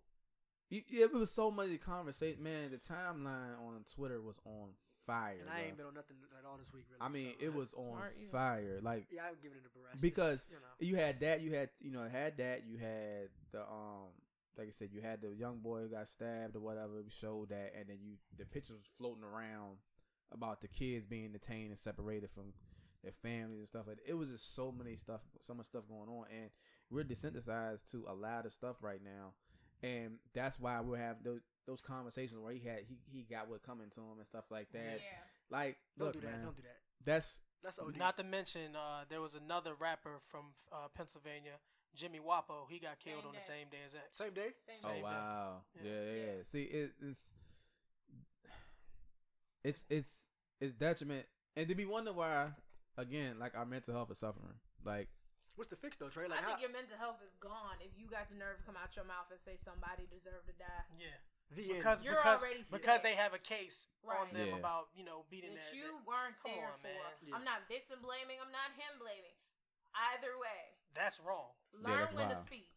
Speaker 1: y- yeah, it was so much conversation. Man, the timeline on Twitter was on fire.
Speaker 3: And I ain't
Speaker 1: bro.
Speaker 3: been on nothing at all this week. Really.
Speaker 1: I mean,
Speaker 3: so,
Speaker 1: it
Speaker 3: uh,
Speaker 1: was on
Speaker 2: Smart you.
Speaker 1: fire. Like
Speaker 3: Yeah, I'm giving it a barrage
Speaker 1: Because-
Speaker 3: you know.
Speaker 1: you had that, you had you know had that, you had the um like I said, you had the young boy who got stabbed or whatever. We showed that, and then you the pictures was floating around about the kids being detained and separated from their families and stuff like that. It was just so many stuff, so much stuff going on, and we're desensitized to a lot of stuff right now, and that's why we're having those, those conversations where he had he, he got what coming to him and stuff like that. Like,
Speaker 3: Don't
Speaker 1: look,
Speaker 3: do that.
Speaker 1: man,
Speaker 3: Don't do that.
Speaker 1: that's
Speaker 3: That's OD.
Speaker 4: Not to mention, uh, there was another rapper from uh, Pennsylvania, Jimmy Wapo. He got
Speaker 2: Same
Speaker 4: killed on the
Speaker 2: day.
Speaker 4: same day as X.
Speaker 3: Same day.
Speaker 2: Same
Speaker 1: Oh
Speaker 4: Same
Speaker 2: thing.
Speaker 4: thing.
Speaker 1: wow! Yeah,
Speaker 4: Yeah.
Speaker 1: yeah.
Speaker 2: Yeah.
Speaker 1: yeah. See, it, it's it's it's it's detriment, and then we wonder why again, like our mental health is suffering. Like,
Speaker 3: What's the fix though, Trey?
Speaker 2: I
Speaker 3: Like, how,
Speaker 2: think your mental health is gone if you got the nerve to come out your mouth and say somebody deserved to die.
Speaker 4: Yeah,
Speaker 3: the end.
Speaker 4: because
Speaker 2: You're
Speaker 4: because,
Speaker 2: already
Speaker 4: because
Speaker 2: sick.
Speaker 4: they have a case
Speaker 2: Right.
Speaker 4: on them
Speaker 1: Yeah.
Speaker 4: about you know beating
Speaker 2: that
Speaker 4: that.
Speaker 2: you weren't
Speaker 4: come
Speaker 2: there
Speaker 4: on,
Speaker 2: for.
Speaker 4: man.
Speaker 3: Yeah.
Speaker 2: I'm not victim blaming. I'm not him blaming. Either way,
Speaker 4: that's wrong.
Speaker 2: learn
Speaker 1: that's
Speaker 2: when to
Speaker 1: wild.
Speaker 2: speak.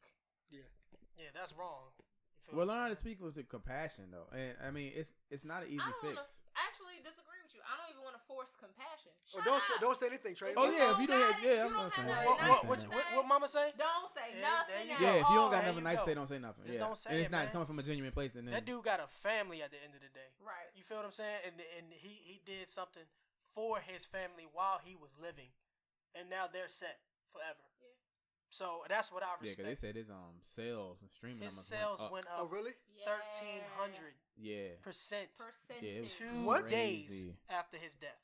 Speaker 4: Yeah, that's wrong. You feel
Speaker 1: we're
Speaker 4: what I'm
Speaker 1: learning to
Speaker 4: saying?
Speaker 1: speak with the compassion though, and I mean, it's it's not an easy
Speaker 2: I don't
Speaker 1: fix.
Speaker 2: want to actually disagree with you. I don't even want to force compassion.
Speaker 4: Oh,
Speaker 3: Or
Speaker 2: Shut
Speaker 3: Oh, don't
Speaker 2: up.
Speaker 3: say, don't say anything, Trey.
Speaker 2: If
Speaker 1: Oh, yeah, if you don't
Speaker 2: got
Speaker 1: have-
Speaker 2: it,
Speaker 1: yeah,
Speaker 2: you
Speaker 1: I'm
Speaker 2: don't
Speaker 1: gonna
Speaker 2: have
Speaker 1: say
Speaker 2: nothing
Speaker 1: that.
Speaker 4: What,
Speaker 2: nice
Speaker 4: what, what,
Speaker 2: to
Speaker 4: what,
Speaker 2: say,
Speaker 4: what Mama say?
Speaker 2: Don't say
Speaker 4: There-
Speaker 2: nothing.
Speaker 4: there you
Speaker 1: yeah,
Speaker 2: at
Speaker 1: if you don't got
Speaker 2: all.
Speaker 4: There
Speaker 1: nothing
Speaker 4: you
Speaker 1: nice to say,
Speaker 4: go.
Speaker 1: don't say nothing.
Speaker 4: Just
Speaker 1: yeah.
Speaker 4: don't say
Speaker 1: and it's
Speaker 4: it,
Speaker 1: not
Speaker 4: man.
Speaker 1: coming from a genuine place. Then
Speaker 4: That dude got a family at the end of the day.
Speaker 2: Right.
Speaker 4: You feel what I'm saying? And and he he did something for his family while he was living, and now they're set forever.
Speaker 2: Yeah.
Speaker 4: So that's what I
Speaker 1: yeah,
Speaker 4: respect.
Speaker 1: because they said his um sales and streaming
Speaker 4: his
Speaker 1: numbers
Speaker 4: sales
Speaker 1: up.
Speaker 4: went
Speaker 3: Oh
Speaker 4: up
Speaker 3: really?
Speaker 4: thirteen hundred
Speaker 1: Yeah,
Speaker 4: percent
Speaker 2: percent.
Speaker 1: Yeah, it was
Speaker 4: two
Speaker 1: What?
Speaker 4: days
Speaker 1: crazy.
Speaker 4: after his death.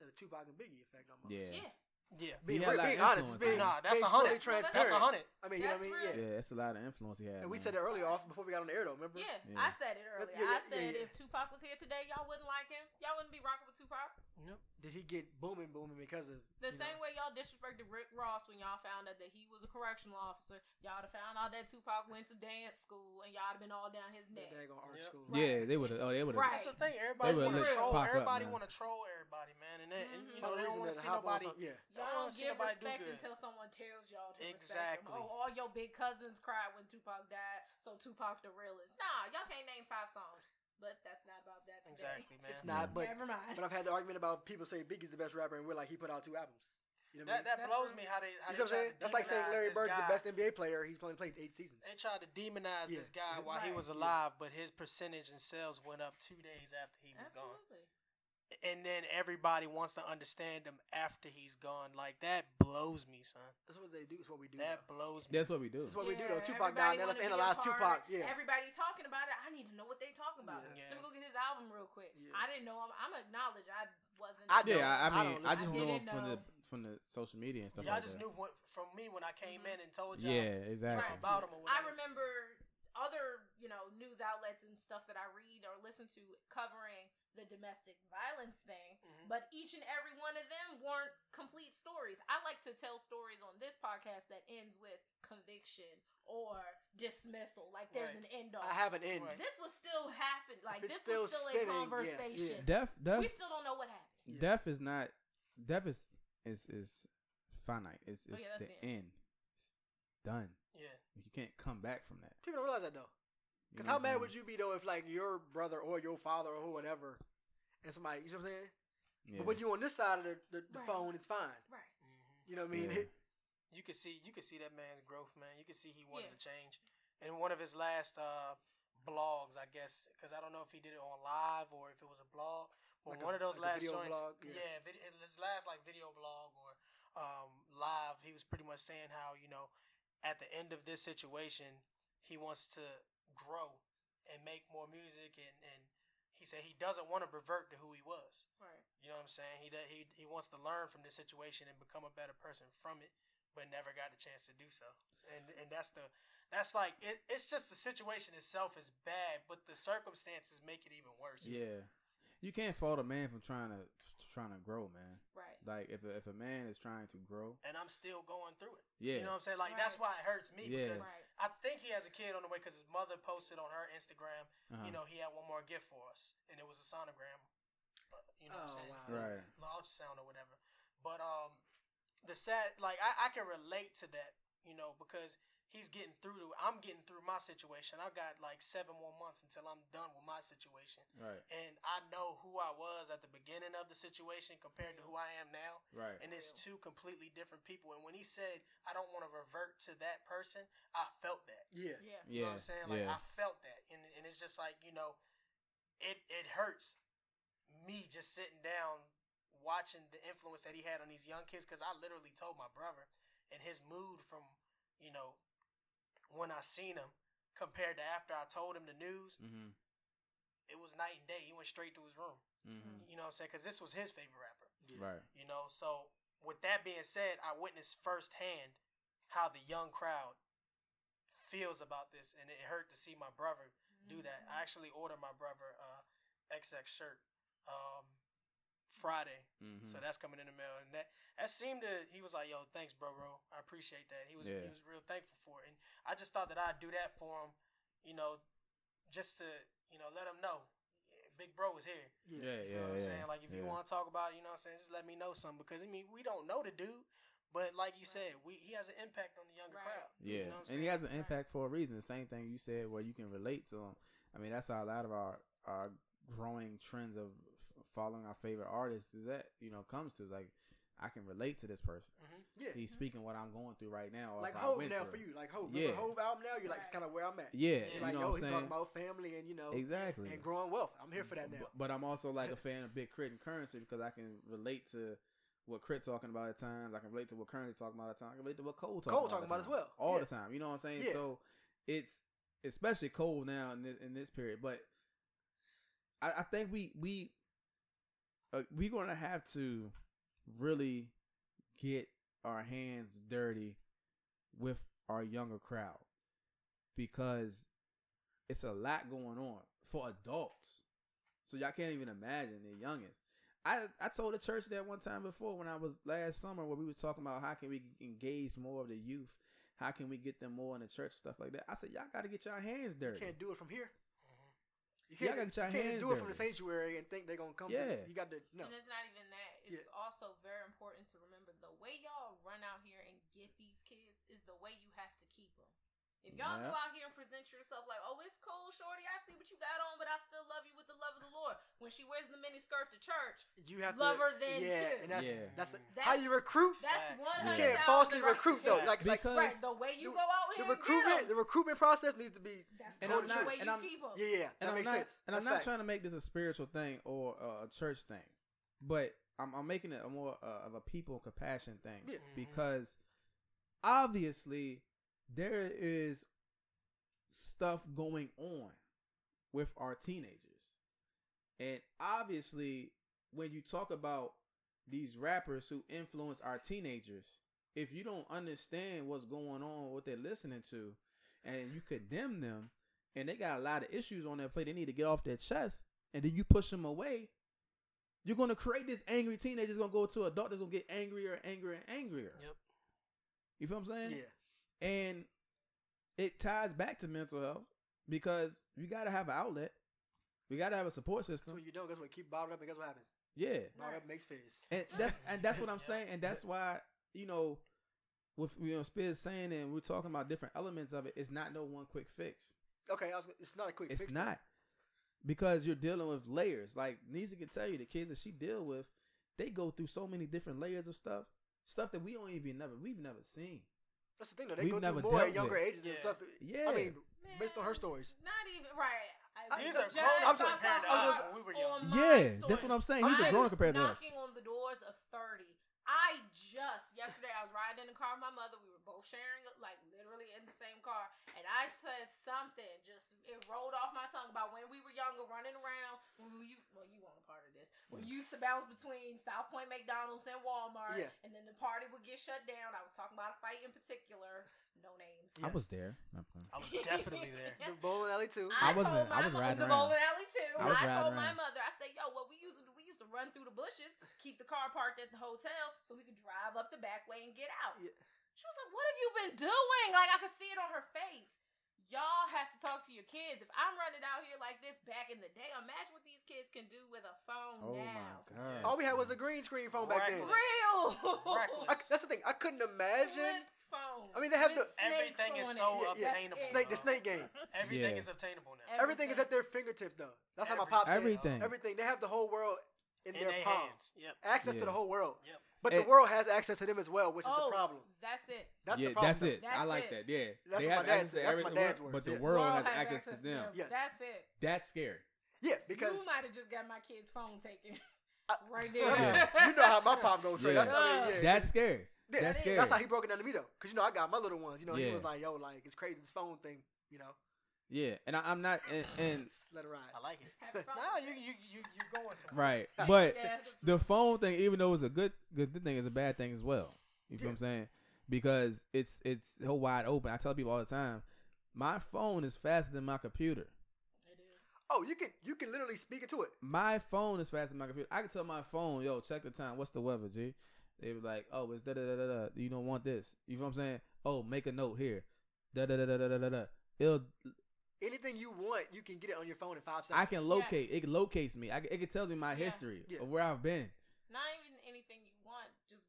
Speaker 3: The Tupac and Biggie effect almost.
Speaker 1: yeah,
Speaker 2: yeah.
Speaker 4: Yeah.
Speaker 1: He
Speaker 3: Being,
Speaker 1: had a lot
Speaker 3: being
Speaker 1: of
Speaker 3: honest,
Speaker 1: influence,
Speaker 3: being,
Speaker 1: though.
Speaker 4: Nah, that's
Speaker 3: being
Speaker 4: a hundred.
Speaker 3: fully
Speaker 2: No, that's-
Speaker 3: transparent.
Speaker 4: That's a hundred.
Speaker 3: I mean, you know what I
Speaker 2: That's
Speaker 3: mean?
Speaker 2: real.
Speaker 3: Yeah.
Speaker 1: yeah. That's a lot of influence he had.
Speaker 3: And we
Speaker 1: man.
Speaker 3: said it earlier off before we got on the air though. Remember?
Speaker 2: Yeah,
Speaker 1: Yeah.
Speaker 2: I said it earlier.
Speaker 3: yeah,
Speaker 2: I
Speaker 3: yeah,
Speaker 2: said
Speaker 3: yeah.
Speaker 2: if Tupac was here today, y'all wouldn't like him. Y'all wouldn't be rocking with Tupac.
Speaker 4: Nope.
Speaker 3: Did he get booming, booming because of
Speaker 2: The
Speaker 3: you know,
Speaker 2: same way y'all disrespected Rick Ross when y'all found out that he was a correctional officer. Y'all would have found out that Tupac went to dance school and y'all would have been all down his
Speaker 3: the
Speaker 2: neck.
Speaker 3: daggone art
Speaker 4: Yep.
Speaker 3: school?
Speaker 1: yeah, they would have. Oh, they would have.
Speaker 2: Right.
Speaker 4: That's the thing. Everybody
Speaker 1: They
Speaker 4: want
Speaker 1: would've
Speaker 4: to
Speaker 1: let
Speaker 4: troll.
Speaker 1: Pac up,
Speaker 4: everybody
Speaker 1: man.
Speaker 4: want to troll everybody, man. And, that, and
Speaker 2: Mhm.
Speaker 4: you
Speaker 3: Find
Speaker 4: know,
Speaker 3: a
Speaker 4: they don't
Speaker 3: reason
Speaker 4: want to
Speaker 3: to
Speaker 4: see
Speaker 3: hop on
Speaker 4: nobody.
Speaker 3: something. Yeah.
Speaker 2: Y'all
Speaker 4: don't wanna
Speaker 2: don't
Speaker 4: see
Speaker 2: give
Speaker 4: nobody do
Speaker 2: respect
Speaker 4: good.
Speaker 2: until someone tells y'all to respect
Speaker 4: Exactly.
Speaker 2: them. Oh, all your big cousins cried when Tupac died, so Tupac the realest. Nah, y'all can't name five songs. But that's not about that today.
Speaker 4: Exactly, man.
Speaker 3: It's not, but
Speaker 2: Never mind.
Speaker 3: but I've had the argument about people say Biggie's the best rapper, and we're like he put out two albums. You know what I
Speaker 4: That,
Speaker 3: mean?
Speaker 4: that
Speaker 2: That's
Speaker 4: blows
Speaker 2: real.
Speaker 4: me how they how
Speaker 3: You see what I'm saying?
Speaker 4: they tried to
Speaker 3: That's like saying
Speaker 4: demonize
Speaker 3: Larry
Speaker 4: this
Speaker 3: Bird's
Speaker 4: guy.
Speaker 3: the best NBA player. He's only played eight seasons.
Speaker 4: They tried to demonize
Speaker 3: Yeah.
Speaker 4: this guy while he
Speaker 2: Right.
Speaker 4: was alive, but his percentage in sales went up two days after he was gone.
Speaker 2: Absolutely.
Speaker 4: And then everybody wants to understand him after he's gone. Like that blows me, son.
Speaker 3: That's what they do. It's what we do.
Speaker 4: That blows me.
Speaker 1: That's what we do.
Speaker 3: That's what we do though.
Speaker 2: Yeah,
Speaker 3: Tupac
Speaker 2: everybody
Speaker 3: died. Now let's
Speaker 2: wanna be a
Speaker 3: analyze
Speaker 2: part.
Speaker 3: Tupac. Yeah.
Speaker 2: Everybody talking about it. I need to know what they talking about.
Speaker 4: Yeah.
Speaker 2: Let me go get his album real quick.
Speaker 3: Yeah.
Speaker 2: I didn't know him. I'm acknowledge I wasn't.
Speaker 3: I don't-
Speaker 1: yeah, I, I
Speaker 3: I
Speaker 1: mean,
Speaker 3: don't
Speaker 1: I, just
Speaker 2: listen. I
Speaker 1: know
Speaker 2: didn't
Speaker 1: him from the
Speaker 2: know.
Speaker 1: from the social media and stuff.
Speaker 4: Y'all
Speaker 1: like
Speaker 4: just
Speaker 1: that.
Speaker 4: knew what, from me when I came
Speaker 2: Mhm.
Speaker 4: in and told y'all
Speaker 1: Yeah, exactly.
Speaker 2: Right.
Speaker 4: about him or
Speaker 2: I
Speaker 4: whatever.
Speaker 2: remember other, you know, news outlets and stuff that I read or listen to covering the domestic violence thing,
Speaker 4: Mhm.
Speaker 2: but each and every one of them weren't complete stories. I like to tell stories on this podcast that ends with conviction or dismissal. Like there's
Speaker 4: Right.
Speaker 2: an end all.
Speaker 3: I have an end.
Speaker 4: Right.
Speaker 2: this was still happened. Like
Speaker 3: it's
Speaker 2: this
Speaker 3: still
Speaker 2: was still
Speaker 3: spinning, yeah,
Speaker 2: a conversation.
Speaker 1: Death,
Speaker 2: We
Speaker 1: death,
Speaker 2: still don't know what happened.
Speaker 3: Yeah.
Speaker 1: death is not. Death is is is finite. It's,
Speaker 2: Oh,
Speaker 1: it's
Speaker 2: yeah, that's
Speaker 1: the
Speaker 2: the
Speaker 1: end. It's done.
Speaker 4: Yeah.
Speaker 1: You can't come back from that.
Speaker 3: People don't realize that though.
Speaker 1: You
Speaker 3: Because
Speaker 1: know
Speaker 3: how
Speaker 1: what I'm
Speaker 3: mad would
Speaker 1: saying?
Speaker 3: you be though if like your brother or your father or whoever and somebody, you know what I'm saying?
Speaker 1: Yeah.
Speaker 3: But when you on this side of the, the, the
Speaker 2: Right.
Speaker 3: phone, it's fine.
Speaker 2: Right.
Speaker 4: Mhm.
Speaker 3: You know what I mean?
Speaker 1: Yeah.
Speaker 4: you could see you could see that man's growth, man. You could see he wanted
Speaker 2: Yeah.
Speaker 4: to change. In one of his last uh, blogs, I guess, because I don't know if he did it on live or if it was a blog, but
Speaker 3: Like a-
Speaker 4: one of those
Speaker 3: like a
Speaker 4: last
Speaker 3: video
Speaker 4: joints,
Speaker 3: blog, yeah.
Speaker 4: yeah, vid- in his last like video blog or um, live, he was pretty much saying how you know at the end of this situation, he wants to grow and make more music, and and he said he doesn't want to revert to who he was.
Speaker 2: Right.
Speaker 4: You know what I'm saying? He does- he he wants to learn from this situation and become a better person from it, but never got the chance to do so. And and that's the that's like it, it's just the situation itself is bad, but the circumstances make it even worse.
Speaker 1: Yeah, you can't fault a man from trying to trying to grow, man.
Speaker 2: Right.
Speaker 1: Like if a, if a man is trying to grow,
Speaker 4: And I'm still going through it.
Speaker 1: yeah,
Speaker 4: You know what I'm saying? Like that's why it hurts me
Speaker 1: Yeah.
Speaker 4: because
Speaker 2: Right.
Speaker 4: I think he has a kid on the way because his mother posted on her Instagram.
Speaker 1: uh-huh.
Speaker 4: You know he had one more gift for us, and it was a sonogram. Uh, You know what I'm
Speaker 3: Oh,
Speaker 4: saying?
Speaker 3: wow.
Speaker 1: right,
Speaker 4: the ultrasound or whatever. But um, the sad like I, I can relate to that, you know, because he's getting through to I'm getting through my situation. I got like seven more months until I'm done with my situation,
Speaker 1: right,
Speaker 4: and I know who I was at the beginning of the situation compared to who I am now.
Speaker 1: right,
Speaker 4: And it's two completely different people. And when he said, I don't want to revert to that person, I felt that.
Speaker 2: Yeah.
Speaker 3: Yeah.
Speaker 1: yeah,
Speaker 4: You know what I'm saying? Like
Speaker 1: yeah,
Speaker 4: I felt that, and and it's just like you know, it it hurts me just sitting down watching the influence that he had on these young kids because I literally told my brother and his mood from you know when I seen him compared to after I told him the news,
Speaker 1: mm-hmm,
Speaker 4: it was night and day. He went straight to his room.
Speaker 1: mm-hmm.
Speaker 4: You know what I'm saying? Because this was his favorite rapper.
Speaker 1: right,
Speaker 4: You know, so with that being said, I witnessed firsthand how the young crowd feels about this, and it hurt to see my brother do that.
Speaker 2: Mm-hmm.
Speaker 4: I actually ordered my brother a XX shirt um, Friday,
Speaker 1: mm-hmm.
Speaker 4: so that's coming in the mail. And that that seemed to he was like, "Yo, thanks, bro, bro. I appreciate that." He was
Speaker 1: Yeah.
Speaker 4: he was real thankful for it, and I just thought that I'd do that for him, you know, just to you know let him know, big bro is here.
Speaker 1: yeah, yeah,
Speaker 4: You feel what I'm
Speaker 1: yeah,
Speaker 4: saying? Like if you
Speaker 1: yeah.
Speaker 4: want to talk about, it, you know what I'm saying, just let me know something because I mean we don't know the dude, but like you said, we he has an impact on the younger
Speaker 2: Right.
Speaker 4: crowd.
Speaker 1: Yeah,
Speaker 4: you know what I'm
Speaker 1: and he
Speaker 4: saying?
Speaker 1: has an impact for a reason. The same thing you said, where you can relate to him. I mean, that's how a lot of our our growing trends of f- following our favorite artists is that you know comes to like I can relate to this person.
Speaker 3: Yeah.
Speaker 4: Mm-hmm.
Speaker 1: He's
Speaker 2: Mhm.
Speaker 1: speaking what I'm going through right now. or
Speaker 3: Like
Speaker 1: if I
Speaker 3: Hove
Speaker 1: went
Speaker 3: now
Speaker 1: through
Speaker 3: for
Speaker 1: it.
Speaker 3: you. Like Hove.
Speaker 1: Yeah.
Speaker 3: Remember Hove album now? You're like, it's
Speaker 2: Right.
Speaker 3: kind of where I'm at.
Speaker 1: Yeah,
Speaker 4: Yeah.
Speaker 1: you
Speaker 3: like,
Speaker 1: know
Speaker 3: yo,
Speaker 1: what
Speaker 3: he's
Speaker 1: I'm
Speaker 3: talking
Speaker 1: saying.
Speaker 3: about family and, you know,
Speaker 1: exactly.
Speaker 3: and growing wealth. I'm here for that now.
Speaker 1: B- But I'm also like a fan of Big Crit and Currency because I can relate to what Crit talking about at times. I can relate to what Currency talking about at times. I can relate to what Cole talking
Speaker 3: Cole
Speaker 1: about
Speaker 3: talking
Speaker 1: at
Speaker 3: about as
Speaker 1: times.
Speaker 3: well.
Speaker 1: All
Speaker 3: Yeah.
Speaker 1: the time. You know what I'm saying?
Speaker 3: Yeah.
Speaker 1: So it's especially Cole now in this, in this period. But I, I think we we uh, we're gonna have to really get our hands dirty with our younger crowd because it's a lot going on for adults. So y'all can't even imagine the youngest. I I told the church that one time before when I was last summer where we was talking about how can we engage more of the youth, how can we get them more in the church stuff like that. I said y'all got to get y'all hands
Speaker 3: You
Speaker 1: dirty.
Speaker 3: can't do it from here. You
Speaker 1: Y'all gotta
Speaker 3: can't,
Speaker 1: get your
Speaker 3: you can't
Speaker 1: hands
Speaker 3: just do it from the
Speaker 1: dirty.
Speaker 3: sanctuary and think they're gonna come.
Speaker 1: Yeah.
Speaker 3: You got to no.
Speaker 2: And it's not even that.
Speaker 3: Yeah.
Speaker 2: It's also very important to remember the way y'all run out here and get these kids is the way you have to keep them. If y'all go
Speaker 1: Yep.
Speaker 2: out here and present yourself like, oh, it's cool, shorty, I see what you got on, but I still love you with the love of the Lord. When she wears the mini skirt to church,
Speaker 3: You have to
Speaker 2: Lover than
Speaker 3: yeah,
Speaker 2: two.
Speaker 3: and that's
Speaker 1: Yeah.
Speaker 4: Mm-hmm.
Speaker 3: that's, a-
Speaker 2: That's-
Speaker 3: how you recruit.
Speaker 2: that's
Speaker 4: Facts.
Speaker 2: one
Speaker 1: You
Speaker 2: hundred.
Speaker 3: you can't falsely recruit though.
Speaker 4: Yeah.
Speaker 3: Like like
Speaker 1: Because
Speaker 2: right, the way you
Speaker 3: the-
Speaker 2: go out
Speaker 3: the
Speaker 2: here,
Speaker 3: recruitment, the recruitment process needs to be
Speaker 2: that's
Speaker 1: And
Speaker 2: the
Speaker 1: I'm not-
Speaker 2: way
Speaker 1: and
Speaker 2: you
Speaker 1: I'm-
Speaker 2: keep them.
Speaker 3: yeah, yeah. That
Speaker 1: and I'm
Speaker 3: makes
Speaker 1: not,
Speaker 3: sense.
Speaker 1: And I'm
Speaker 3: That's
Speaker 1: not
Speaker 3: facts.
Speaker 1: trying to make this a spiritual thing or uh, a church thing, but I'm, I'm making it a more uh, of a people compassion thing
Speaker 3: Yeah.
Speaker 1: because obviously there is stuff going on with our teenagers, and obviously when you talk about these rappers who influence our teenagers, if you don't understand what's going on, what they're listening to, and you condemn them, and they got a lot of issues on their plate, they need to get off their chest, and then you push them away, you're gonna create this angry teenager that's gonna go to an adult that's gonna get angrier, angrier, and angrier.
Speaker 4: Yep.
Speaker 1: You feel what I'm saying?
Speaker 3: Yeah,
Speaker 1: And it ties back to mental health because you gotta have an outlet. We gotta have a support
Speaker 3: that's
Speaker 1: system.
Speaker 3: what you don't. Guess what? Keep bottled up, and guess what happens?
Speaker 1: Yeah.
Speaker 3: Bottled up
Speaker 2: Right.
Speaker 3: makes face.
Speaker 1: And that's and that's what I'm
Speaker 4: Yeah.
Speaker 1: saying, and that's why you know, with you know, Spears saying, and we're talking about different elements of it. It's not no one quick fix.
Speaker 3: Okay, I was, gonna- it's not a quick
Speaker 1: It's
Speaker 3: fix. though.
Speaker 1: not because you're dealing with layers. Like Nisa can tell you, the kids that she deal with, they go through so many different layers of stuff, stuff that we don't even never we've never seen.
Speaker 3: That's the thing though. They
Speaker 1: We've
Speaker 3: go
Speaker 1: never
Speaker 3: through more
Speaker 1: dealt
Speaker 3: at younger
Speaker 1: with
Speaker 3: ages than
Speaker 4: Yeah.
Speaker 3: stuff.
Speaker 1: Yeah.
Speaker 3: I mean, based on her stories.
Speaker 2: Not even right.
Speaker 3: I-
Speaker 2: we
Speaker 3: These
Speaker 2: could
Speaker 3: are
Speaker 2: judge
Speaker 3: grown-ups
Speaker 2: by
Speaker 3: compared to
Speaker 2: talking
Speaker 3: us
Speaker 2: about
Speaker 4: when we were young.
Speaker 2: on my
Speaker 1: Yeah, that's
Speaker 2: stories.
Speaker 1: what I'm saying. He's a
Speaker 2: I'm
Speaker 1: grown compared to us.
Speaker 2: Knocking on the doors of thirty. I just yesterday I was riding in the car with my mother. We were both sharing, like literally in the same car, and I said something. Just it rolled off my tongue about when we were younger, running around. When we, well, you weren't a part of this. We used to bounce between South Point McDonald's and Walmart,
Speaker 3: Yeah.
Speaker 2: and then the party would get shut down. I was talking about a fight in particular. No names.
Speaker 1: I was there.
Speaker 4: I was definitely there.
Speaker 3: The bowling alley too.
Speaker 1: I
Speaker 2: I,
Speaker 1: wasn't-
Speaker 2: Told my
Speaker 1: I was
Speaker 2: mo-
Speaker 1: riding
Speaker 2: the
Speaker 1: around.
Speaker 2: bowling alley too.
Speaker 1: I
Speaker 2: I,
Speaker 1: was riding
Speaker 2: told my
Speaker 1: around.
Speaker 2: mother, I said, "Yo, what we used to do, we used to run through the bushes, keep the car parked at the hotel, so we could drive up the back way and get out."
Speaker 3: Yeah.
Speaker 2: She was like, "What have you been doing?" Like I could see it on her face. Y'all have to talk to your kids. If I'm running out here like this back in the day, imagine what these kids can do with a phone
Speaker 1: Oh
Speaker 2: now.
Speaker 1: my god!
Speaker 3: All we had was a green screen phone back then.
Speaker 4: Reckless.
Speaker 2: Real.
Speaker 4: Reckless.
Speaker 3: I c- that's the thing. I couldn't imagine.
Speaker 2: Flip phone.
Speaker 3: I mean, they have
Speaker 2: with
Speaker 3: the-
Speaker 2: snakes
Speaker 4: Everything is
Speaker 2: on
Speaker 4: so
Speaker 2: it.
Speaker 3: Yeah, yeah.
Speaker 4: obtainable.
Speaker 2: That's it.
Speaker 3: Snake, the snake game.
Speaker 4: Everything
Speaker 1: Yeah.
Speaker 4: is obtainable now.
Speaker 3: Everything is at their fingertips, though. That's how my pops. said.
Speaker 1: Everything.
Speaker 3: Everything. They have the whole world in, their,
Speaker 4: hands.
Speaker 3: palms.
Speaker 4: Yep.
Speaker 3: Access to
Speaker 1: Yeah.
Speaker 3: the whole world.
Speaker 4: Yep.
Speaker 3: But
Speaker 1: And-
Speaker 3: the world has access to them as well, which is
Speaker 2: Oh,
Speaker 3: the problem.
Speaker 2: That's it.
Speaker 3: That's
Speaker 1: yeah,
Speaker 3: the problem.
Speaker 1: that's it.
Speaker 2: That's
Speaker 1: I like
Speaker 2: it.
Speaker 1: that. Yeah,
Speaker 3: That's
Speaker 1: they
Speaker 3: what
Speaker 1: have
Speaker 3: my dad
Speaker 1: access
Speaker 3: said.
Speaker 1: to
Speaker 3: That's
Speaker 1: everything,
Speaker 3: my dad's
Speaker 1: but
Speaker 3: words,
Speaker 1: the
Speaker 3: yeah.
Speaker 1: world, has, access, to them.
Speaker 3: Yes.
Speaker 2: That's it.
Speaker 1: That's scary.
Speaker 3: though. Yeah, because
Speaker 2: you might have just got my kid's phone taken
Speaker 3: I-
Speaker 2: right there.
Speaker 1: Yeah.
Speaker 3: you know how my pop goes. Trey.
Speaker 1: Yeah.
Speaker 3: That's, I mean, yeah.
Speaker 1: That's scary.
Speaker 3: Yeah,
Speaker 1: That's
Speaker 2: that is-
Speaker 1: scary.
Speaker 3: That's how he broke it down to me though, because you know I got my little ones. You know
Speaker 1: Yeah.
Speaker 3: he was like, "Yo, like it's crazy this phone thing." You know,
Speaker 1: yeah, and I, I'm not. And, and
Speaker 3: just let it ride.
Speaker 4: I like it.
Speaker 2: Have fun.
Speaker 4: Nah, you you you you going somewhere.
Speaker 1: right, but
Speaker 2: Yeah, that's
Speaker 1: the phone thing, even though it's a good good thing, is a bad thing as well. You feel what I'm saying? Because it's it's so wide open. I tell people all the time, my phone is faster than my computer.
Speaker 2: it is.
Speaker 3: Oh, you can you can literally speak into it.
Speaker 1: My phone is faster than my computer. I can tell my phone, yo, check the time. What's the weather, G? They were like, oh, it's da da da da da. You don't want this. You feel what I'm saying? Oh, make a note here. Da da da da da da da. da. It'll.
Speaker 3: Anything you want, you can get it on your phone in five seconds.
Speaker 1: I can locate. It locates me. I, can- it can tell me my
Speaker 2: Yeah.
Speaker 1: history
Speaker 3: Yeah.
Speaker 1: of where I've been.
Speaker 2: Not even anything you want, just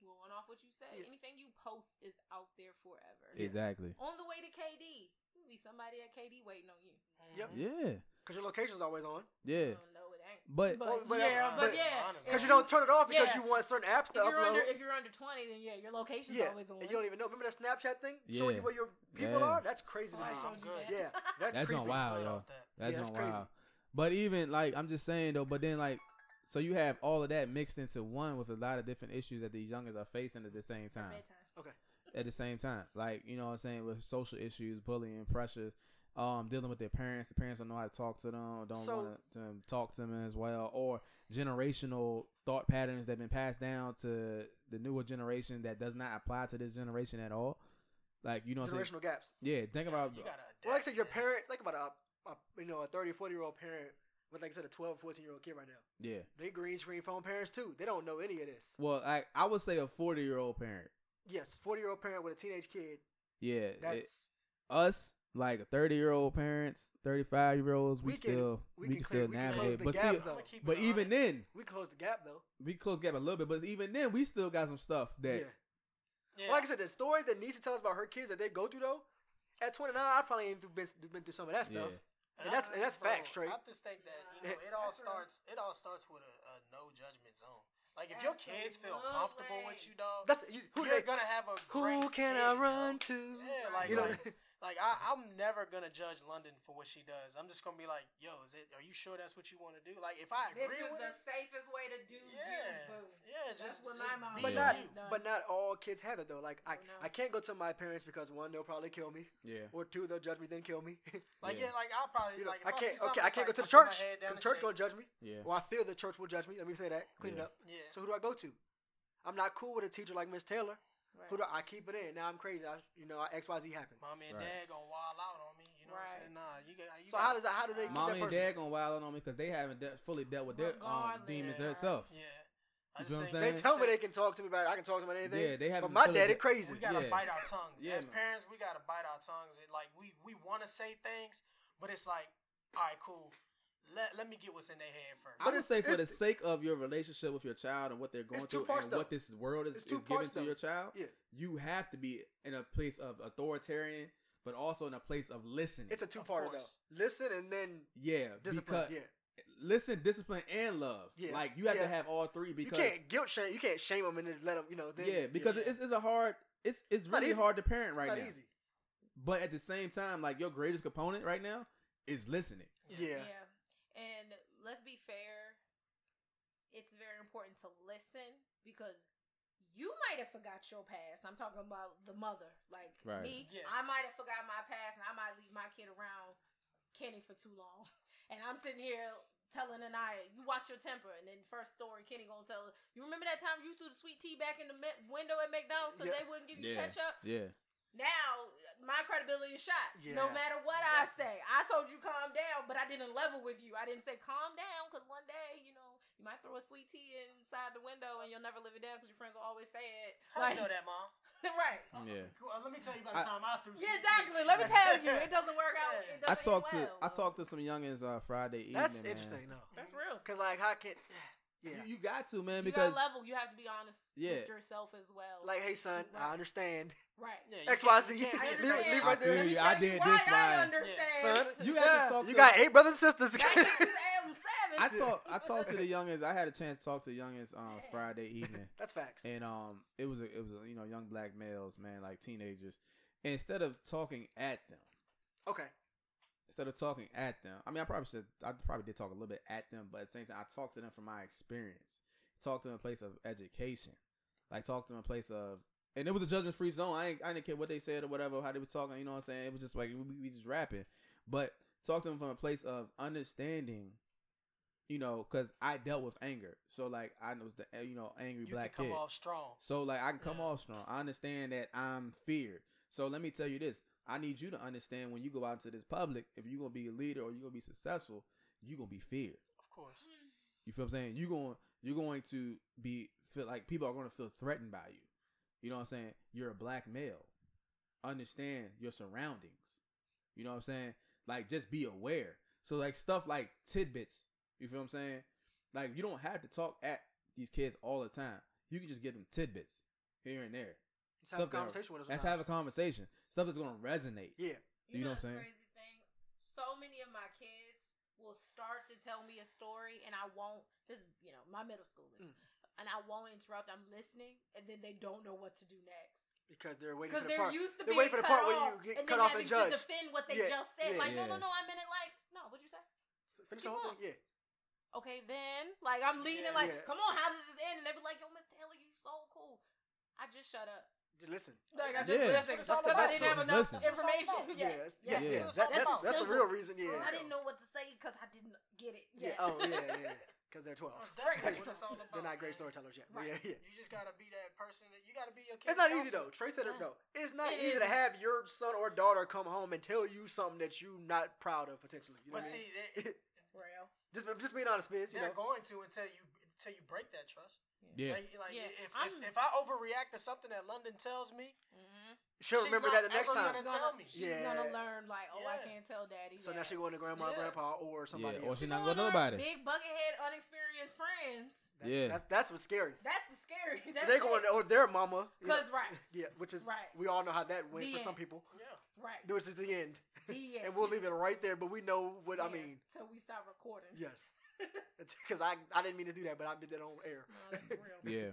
Speaker 2: blowing off what you say.
Speaker 3: Yeah.
Speaker 2: Anything you post is out there forever.
Speaker 1: Exactly.
Speaker 2: On the way to KD, there'll be somebody at KD waiting on you.
Speaker 4: Mm-hmm.
Speaker 3: Yep.
Speaker 1: Yeah.
Speaker 3: because your location's always on.
Speaker 1: Yeah.
Speaker 2: I don't know it ain't.
Speaker 1: But-
Speaker 2: but,
Speaker 3: Well, but-
Speaker 2: yeah, but,
Speaker 3: but-
Speaker 2: yeah,
Speaker 4: honestly.
Speaker 3: Because you don't turn it off because
Speaker 2: Yeah.
Speaker 3: you want certain apps
Speaker 2: If
Speaker 3: to
Speaker 2: you're
Speaker 3: upload.
Speaker 2: under, if you're under twenty, then yeah, your location's
Speaker 3: yeah,
Speaker 2: always on.
Speaker 3: and you don't even know. Remember that Snapchat thing showing
Speaker 1: Yeah.
Speaker 3: you where your people
Speaker 1: Yeah.
Speaker 3: are? That's crazy to
Speaker 2: Oh, I
Speaker 3: me.
Speaker 4: Nah, I'm
Speaker 2: showed you
Speaker 4: good.
Speaker 2: that.
Speaker 3: Yeah, that's,
Speaker 1: That's
Speaker 3: creepy.
Speaker 1: on wild,
Speaker 4: Good
Speaker 1: yo.
Speaker 4: off that.
Speaker 1: That's,
Speaker 3: Yeah, that's
Speaker 1: on
Speaker 3: crazy.
Speaker 1: wild. But even like I'm just saying though, but then like so you have all of that mixed into one with a lot of different issues that these youngers are facing at the same time.
Speaker 2: Bedtime.
Speaker 1: At the same time. Like, you know what I'm saying, with social issues, bullying, pressure, um, dealing with their parents. The parents don't know how to talk to them, don't
Speaker 3: So-
Speaker 1: want to um, talk to them as well, or generational thought patterns that have been passed down to the newer generation that does not apply to this generation at all. Like, you know what I'm saying?
Speaker 3: Generational gaps.
Speaker 1: Yeah, think about
Speaker 4: You gotta
Speaker 3: Well, like I
Speaker 4: adapt,
Speaker 3: said, your
Speaker 4: man.
Speaker 3: parent, think about a, a you know a 30, 40 year old parent, but like I said, a 12, 14 year old kid right now.
Speaker 1: Yeah.
Speaker 3: They green screen phone parents too. They don't know any of this.
Speaker 1: Well, I I would say a forty year old parent.
Speaker 3: Yes, forty year old parent with a teenage kid.
Speaker 1: Yeah, it-
Speaker 3: That's
Speaker 1: us like thirty year old parents, thirty five year olds, we,
Speaker 3: We can-
Speaker 1: still we,
Speaker 3: we
Speaker 1: can,
Speaker 3: can
Speaker 1: still
Speaker 3: clear- we can close
Speaker 1: navigate,
Speaker 3: the
Speaker 1: but
Speaker 3: gap,
Speaker 1: still,
Speaker 3: though.
Speaker 1: but even then
Speaker 3: We closed the gap though.
Speaker 1: we close gap a little bit. But even then, we still got some stuff that
Speaker 4: yeah.
Speaker 3: Like I said, the stories that Nisa tells about her kids that they go through though, at 29, I probably ain't through- been, been through some of that stuff.
Speaker 1: Yeah.
Speaker 3: and that's-
Speaker 4: I-
Speaker 3: and that's
Speaker 4: bro,
Speaker 3: facts, Trey.
Speaker 4: I just think that you know it all starts. It all starts with a, a no judgment zone. Like if your kids feel comfortable with you, dog,
Speaker 3: That's you, who
Speaker 4: you're
Speaker 3: they,
Speaker 4: gonna have a
Speaker 3: who
Speaker 4: great
Speaker 3: can
Speaker 4: kid,
Speaker 3: I
Speaker 4: dog.
Speaker 3: run to?
Speaker 4: Yeah, like,
Speaker 3: you know,
Speaker 4: like, like, I, I'm never gonna judge London for what she does. I'm just gonna be like, yo, is it? Are you sure that's what you want to do? Like if I agree
Speaker 2: This is
Speaker 4: with
Speaker 2: the
Speaker 4: it,
Speaker 2: safest way to do you,
Speaker 4: yeah,
Speaker 2: boo.
Speaker 4: yeah,
Speaker 2: That's
Speaker 4: just,
Speaker 2: what my
Speaker 4: just
Speaker 2: mom
Speaker 4: be
Speaker 3: but
Speaker 1: Yeah.
Speaker 3: not
Speaker 4: you.
Speaker 2: Yeah.
Speaker 3: but not all kids have it though. Like
Speaker 2: Oh,
Speaker 3: I,
Speaker 2: no.
Speaker 3: I can't go to my parents because one they'll probably kill me,
Speaker 1: yeah.
Speaker 3: or two they'll judge me then kill me.
Speaker 4: Like
Speaker 1: Yeah.
Speaker 4: yeah, like I'll probably
Speaker 3: you know,
Speaker 4: like if
Speaker 3: I
Speaker 4: see
Speaker 3: can't. Okay,
Speaker 4: something,
Speaker 3: I
Speaker 4: it's
Speaker 3: can't
Speaker 4: like,
Speaker 3: go
Speaker 4: I
Speaker 3: to the
Speaker 4: put my
Speaker 3: church.
Speaker 4: head down
Speaker 3: The
Speaker 4: and
Speaker 3: church
Speaker 4: shake.
Speaker 3: gonna judge me,
Speaker 1: Yeah.
Speaker 3: or I feel the church will judge me. Let me say that. Clean
Speaker 1: Yeah.
Speaker 3: it up.
Speaker 4: Yeah.
Speaker 3: So who do I go to? I'm not cool with a teacher like Miss Taylor.
Speaker 2: Right.
Speaker 3: Who do I, I keep it in? Now I'm crazy. I, you know, X Y Z happens.
Speaker 4: Mommy and
Speaker 1: Right.
Speaker 4: dad gonna wild out on me. You know
Speaker 2: Right.
Speaker 4: what I'm saying? Nah, you got. You
Speaker 3: So
Speaker 4: got,
Speaker 3: how does that? How do they? keep
Speaker 1: Mommy and
Speaker 3: that person?
Speaker 1: dad gonna wild out on me because they haven't de- fully dealt with their um,
Speaker 2: Regardless.
Speaker 1: demons
Speaker 4: Yeah.
Speaker 1: themselves.
Speaker 4: Yeah.
Speaker 1: You
Speaker 4: I
Speaker 1: see what I'm
Speaker 4: think-
Speaker 1: saying?
Speaker 3: They tell me they can talk to me about. it. I can talk to them about anything.
Speaker 1: Yeah, they
Speaker 3: But
Speaker 1: haven't
Speaker 3: my
Speaker 1: fully
Speaker 3: daddy
Speaker 1: de-
Speaker 3: crazy.
Speaker 4: We gotta
Speaker 1: Yeah.
Speaker 4: bite our tongues.
Speaker 1: Yeah,
Speaker 4: As
Speaker 1: man.
Speaker 4: parents, we gotta bite our tongues. It, like we we want to say things, but it's like, all right, cool. Let let me get what's in their head first.
Speaker 1: I
Speaker 3: But
Speaker 1: would
Speaker 3: it's-
Speaker 1: say for the
Speaker 3: it's-
Speaker 1: sake of your relationship with your child and what they're going
Speaker 3: It's two
Speaker 1: through
Speaker 3: parts,
Speaker 1: and
Speaker 3: though.
Speaker 1: what this world is,
Speaker 3: It's
Speaker 1: is
Speaker 3: two
Speaker 1: giving
Speaker 3: parts,
Speaker 1: to
Speaker 3: though.
Speaker 1: your child,
Speaker 3: Yeah.
Speaker 1: you have to be in a place of authoritarian, but also in a place of listening.
Speaker 3: It's a two-parter though.
Speaker 4: course.
Speaker 3: Listen and then
Speaker 1: yeah,
Speaker 3: discipline.
Speaker 1: because
Speaker 3: Yeah.
Speaker 1: listen, discipline, and love.
Speaker 3: Yeah.
Speaker 1: Like you have
Speaker 3: Yeah.
Speaker 1: to have all three because
Speaker 3: you can't guilt shame. You can't shame them and just let them. You know. Then,
Speaker 1: yeah, because
Speaker 4: yeah.
Speaker 1: It's, it's a hard. It's it's
Speaker 3: not
Speaker 1: really
Speaker 3: easy.
Speaker 1: hard to parent
Speaker 3: it's
Speaker 1: right
Speaker 3: not
Speaker 1: now.
Speaker 3: easy.
Speaker 1: But at the same time, like your greatest component right now is listening.
Speaker 3: Yeah.
Speaker 2: Yeah. And let's be fair, it's very important to listen because you might have forgot your past. I'm talking about the mother. Like
Speaker 1: Right.
Speaker 2: me,
Speaker 4: Yeah.
Speaker 2: I might have forgot my past and I might leave my kid around Kenny for too long. And I'm sitting here telling Anaya, you watch your temper. And then first story Kenny gonna tell her, you remember that time you threw the sweet tea back in the me- window at McDonald's because
Speaker 3: Yeah.
Speaker 2: they wouldn't give
Speaker 1: Yeah.
Speaker 2: you ketchup?
Speaker 1: Yeah,
Speaker 2: now my credibility is shot. No
Speaker 3: Yeah,
Speaker 2: matter what I
Speaker 4: exactly.
Speaker 2: say, I told you calm down, but I didn't level with you. I didn't say calm down because one day, you know, you might throw a sweet tea inside the window and you'll never live it down because your friends will always say it.
Speaker 4: How
Speaker 2: Like,
Speaker 4: you know that, mom?
Speaker 2: right?
Speaker 1: Yeah.
Speaker 4: Cool. Uh, let me tell you about the
Speaker 1: I-
Speaker 4: time I threw.
Speaker 2: Yeah,
Speaker 4: some
Speaker 2: exactly.
Speaker 4: tea.
Speaker 2: Let me tell you, it doesn't work out. It doesn't
Speaker 1: I
Speaker 2: end
Speaker 1: talked to
Speaker 2: well.
Speaker 1: I talked to some youngins uh, Friday evening.
Speaker 3: That's
Speaker 1: man.
Speaker 3: interesting though.
Speaker 2: That's real.
Speaker 3: Cause like how can? Yeah.
Speaker 1: You, you got to man
Speaker 2: you
Speaker 1: because
Speaker 2: gotta level. You have to be honest
Speaker 1: Yeah.
Speaker 2: with yourself as well.
Speaker 3: Like hey son, I understand.
Speaker 2: right.
Speaker 4: Yeah, you
Speaker 3: X
Speaker 4: can't-
Speaker 3: Y
Speaker 4: you
Speaker 3: Z.
Speaker 4: can't
Speaker 2: I
Speaker 4: be
Speaker 2: understand.
Speaker 3: Leave right
Speaker 1: I
Speaker 3: there.
Speaker 1: feel you.
Speaker 2: Let me
Speaker 1: did
Speaker 2: tell you
Speaker 1: this
Speaker 2: why I
Speaker 1: line.
Speaker 2: understand.
Speaker 3: Son,
Speaker 1: you have
Speaker 2: Yeah.
Speaker 1: to talk.
Speaker 3: You
Speaker 1: to,
Speaker 3: got eight brothers and sisters.
Speaker 2: Back in 2007.
Speaker 1: I talked. I talked to the youngins. I had a chance to talk to the youngins um,
Speaker 2: Yeah.
Speaker 1: Friday evening,
Speaker 3: That's facts.
Speaker 1: and um, it was a, it was a, you know young black males, man, like teenagers. And instead of talking at them,
Speaker 3: Okay.
Speaker 1: instead of talking at them, I mean, I probably should. I probably did talk a little bit at them, but at the same time, I talked to them from my experience. Talked to them in a place of education, like talked to them in a place of, and it was a judgment free zone. I ain't, I didn't care what they said or whatever, how they were talking. You know what I'm saying? It was just like we, we just rapping, but talk to them from a place of understanding. You know, because I dealt with anger, so like I was the you know angry
Speaker 4: You
Speaker 1: black
Speaker 4: can come
Speaker 1: kid.
Speaker 4: off strong.
Speaker 1: So like I can come
Speaker 4: Yeah.
Speaker 1: off strong. I understand that I'm feared. So let me tell you this. I need you to understand when you go out into this public, if you're gonna be a leader or you're gonna be successful, you're gonna be feared.
Speaker 4: Of course.
Speaker 3: Oh,
Speaker 1: You feel what I'm saying? You're going you're going to be feel like people are gonna feel threatened by you. You know what I'm saying? You're a black male. Understand your surroundings. You know what I'm saying? Like just be aware. So like stuff like tidbits. You feel what I'm saying? Like you don't have to talk at these kids all the time. You can just give them tidbits here and there.
Speaker 3: Let's have a
Speaker 1: Stuff that-
Speaker 3: conversation with us.
Speaker 1: Let's have a conversation. Stuff that's gonna resonate.
Speaker 3: Yeah.
Speaker 1: You know what I'm
Speaker 2: the
Speaker 1: saying?
Speaker 2: Crazy thing. So many of my kids will start to tell me a story, and I won't. This, is, you know, my middle schoolers,
Speaker 3: Mm.
Speaker 2: and I won't interrupt. I'm listening, and then they don't know what to do next
Speaker 3: Because they're waiting
Speaker 2: because
Speaker 3: for the
Speaker 2: they're
Speaker 3: part.
Speaker 2: used to being
Speaker 3: They're waiting for
Speaker 2: cut
Speaker 3: the
Speaker 2: off,
Speaker 3: part where you get
Speaker 2: and
Speaker 3: cut
Speaker 2: then
Speaker 3: off
Speaker 2: having
Speaker 3: and judged.
Speaker 2: to defend what they
Speaker 3: Yeah,
Speaker 2: just said.
Speaker 3: yeah.
Speaker 2: like, no,
Speaker 1: Yeah.
Speaker 2: no, no. I meant it like, no. What'd you say?
Speaker 3: Finish the whole
Speaker 2: Keep
Speaker 3: thing. Yeah.
Speaker 2: Okay, then, like, I'm leaning,
Speaker 4: Yeah.
Speaker 2: like,
Speaker 3: Yeah.
Speaker 2: come on, how does this end? And they be like, yo, Miss Taylor, you so cool. I just shut up.
Speaker 3: Just listen.
Speaker 2: Like, I just
Speaker 1: Yeah.
Speaker 2: listened
Speaker 4: That's what
Speaker 2: because I
Speaker 3: it's
Speaker 2: didn't
Speaker 3: all
Speaker 2: have
Speaker 1: about.
Speaker 2: enough
Speaker 1: Just listen.
Speaker 2: information.
Speaker 3: Yeah.
Speaker 2: Yeah.
Speaker 3: that's- Yeah.
Speaker 1: Yeah.
Speaker 3: Yeah.
Speaker 1: That's
Speaker 3: That- That's
Speaker 2: about
Speaker 3: that's the
Speaker 2: simple.
Speaker 3: real reason. Yeah.
Speaker 2: I didn't know what to say because I didn't get it.
Speaker 3: Yeah.
Speaker 2: yet.
Speaker 3: Oh yeah. Yeah. Because they're twelve.
Speaker 4: Most definitely, That's what it's all about.
Speaker 3: They're not great
Speaker 4: man.
Speaker 3: storytellers yet.
Speaker 2: Right.
Speaker 3: Yeah. Yeah.
Speaker 4: You just gotta be that person. That, you gotta be your kid.
Speaker 3: It's not easy though. Trey said it
Speaker 2: Yeah.
Speaker 3: though. It's not
Speaker 2: It
Speaker 3: easy to
Speaker 2: isn't.
Speaker 3: have your son or daughter come home and tell you something that you not proud of potentially. You know
Speaker 4: But
Speaker 3: what I
Speaker 4: see,
Speaker 3: mean?
Speaker 4: they,
Speaker 2: Real.
Speaker 3: just just being honest, Biz. You
Speaker 4: they're
Speaker 3: know,
Speaker 4: going to until you until you break that trust.
Speaker 1: Yeah.
Speaker 4: Like, like
Speaker 2: Yeah,
Speaker 4: if, if
Speaker 2: I'm-
Speaker 4: if I overreact to something that London tells me,
Speaker 2: Mm-hmm.
Speaker 3: She'll
Speaker 4: She's
Speaker 3: remember
Speaker 4: not
Speaker 3: that the next
Speaker 4: ever
Speaker 3: time.
Speaker 4: gonna tell me.
Speaker 2: She's
Speaker 3: Yeah.
Speaker 2: gonna learn like, oh, I
Speaker 4: Yeah.
Speaker 2: can't tell daddy.
Speaker 3: So
Speaker 2: that.
Speaker 3: now she going to grandma,
Speaker 4: Yeah.
Speaker 3: grandpa, or somebody
Speaker 1: yeah, or
Speaker 3: else.
Speaker 1: she
Speaker 2: She's
Speaker 1: not
Speaker 2: gonna
Speaker 1: gonna know about
Speaker 2: learn
Speaker 1: it.
Speaker 2: Big bucket head, unexperienced friends.
Speaker 3: That's,
Speaker 1: Yeah.
Speaker 3: that's, that's what's scary.
Speaker 2: That's the scary. That's
Speaker 3: They're
Speaker 2: it.
Speaker 3: going to, or their mama. you know.
Speaker 2: Cause right,
Speaker 3: yeah, which is
Speaker 2: Right.
Speaker 3: we all know how that went
Speaker 2: The
Speaker 3: for some
Speaker 2: end.
Speaker 3: people.
Speaker 4: Yeah.
Speaker 2: right.
Speaker 3: This is the end,
Speaker 2: The
Speaker 3: and we'll leave it right there. But we know what I mean.
Speaker 2: Till we stop recording.
Speaker 3: Yes, because I I didn't mean to do that, but I did that on air.
Speaker 2: No, that's real.
Speaker 1: Yeah.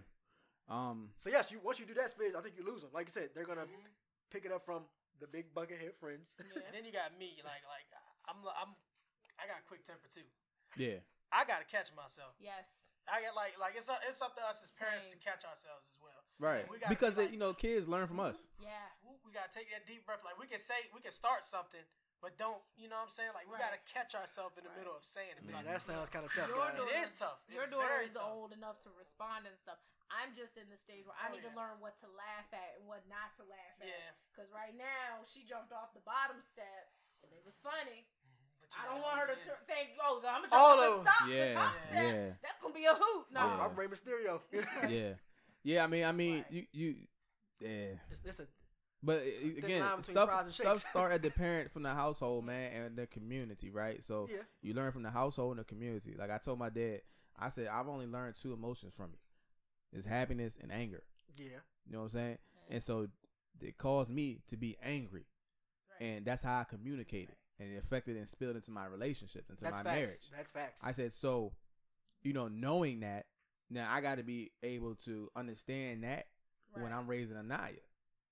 Speaker 1: Um.
Speaker 3: So yes, you once you do that, Spiz, I think you lose them. Like I said, they're gonna
Speaker 2: Mm-hmm.
Speaker 3: pick it up from the big bucket head friends.
Speaker 2: Yeah.
Speaker 4: And then you got me, like like I'm I'm I got a quick temper too.
Speaker 1: Yeah.
Speaker 4: I gotta catch myself.
Speaker 2: Yes.
Speaker 4: I got like like it's up, it's up to us as parents to
Speaker 2: Same.
Speaker 4: catch ourselves as well.
Speaker 1: Right.
Speaker 4: And we gotta
Speaker 1: Because they,
Speaker 4: be like-
Speaker 1: you know, kids learn from us.
Speaker 2: Yeah.
Speaker 4: Woo, we gotta take that deep breath. Like we can say we can start something, but don't you know what I'm saying? Like we
Speaker 2: Right.
Speaker 4: gotta catch ourselves in the
Speaker 2: Right.
Speaker 4: middle of saying it.
Speaker 3: Now that sounds kind of tough.
Speaker 2: Your
Speaker 3: guys.
Speaker 2: daughter-
Speaker 4: It is tough. It's
Speaker 2: Your daughter
Speaker 4: very
Speaker 2: is
Speaker 4: tough.
Speaker 2: old enough to respond and stuff. I'm just in the stage where I
Speaker 4: Oh,
Speaker 2: need to
Speaker 4: yeah.
Speaker 2: learn what to laugh at and what not to laugh at.
Speaker 4: Yeah.
Speaker 2: Cause right now she jumped off the bottom step and it was funny.
Speaker 4: But you
Speaker 2: I don't
Speaker 4: gotta
Speaker 2: want her to
Speaker 4: lean in.
Speaker 2: tur- think, oh, so I'm gonna jump
Speaker 3: All
Speaker 2: off the
Speaker 3: of-
Speaker 2: stop the
Speaker 1: Yeah,
Speaker 2: top step.
Speaker 1: yeah.
Speaker 2: That's gonna be a hoot. No.
Speaker 1: Yeah.
Speaker 3: I'm Rey Mysterio.
Speaker 1: Yeah. Yeah. I mean, I mean,
Speaker 2: Right.
Speaker 1: you, you, yeah.
Speaker 3: It's, it's a
Speaker 1: But i- again,
Speaker 3: line between fries
Speaker 1: stuff
Speaker 3: and
Speaker 1: stuff
Speaker 3: shakes.
Speaker 1: start at the parent from the household, man, and the community, right? So
Speaker 3: Yeah.
Speaker 1: you learn from the household and the community. Like I told my dad, I said I've only learned two emotions from you: it's happiness and anger.
Speaker 3: yeah.
Speaker 1: You know what I'm saying? And so it caused me to be angry,
Speaker 2: Right.
Speaker 1: and that's how I communicated, and it affected and spilled into my relationship, into
Speaker 3: That's
Speaker 1: my
Speaker 3: facts.
Speaker 1: marriage.
Speaker 3: That's facts.
Speaker 1: I said, so, you know, knowing that, now I got to be able to understand that when
Speaker 2: Right.
Speaker 1: I'm raising Anaya.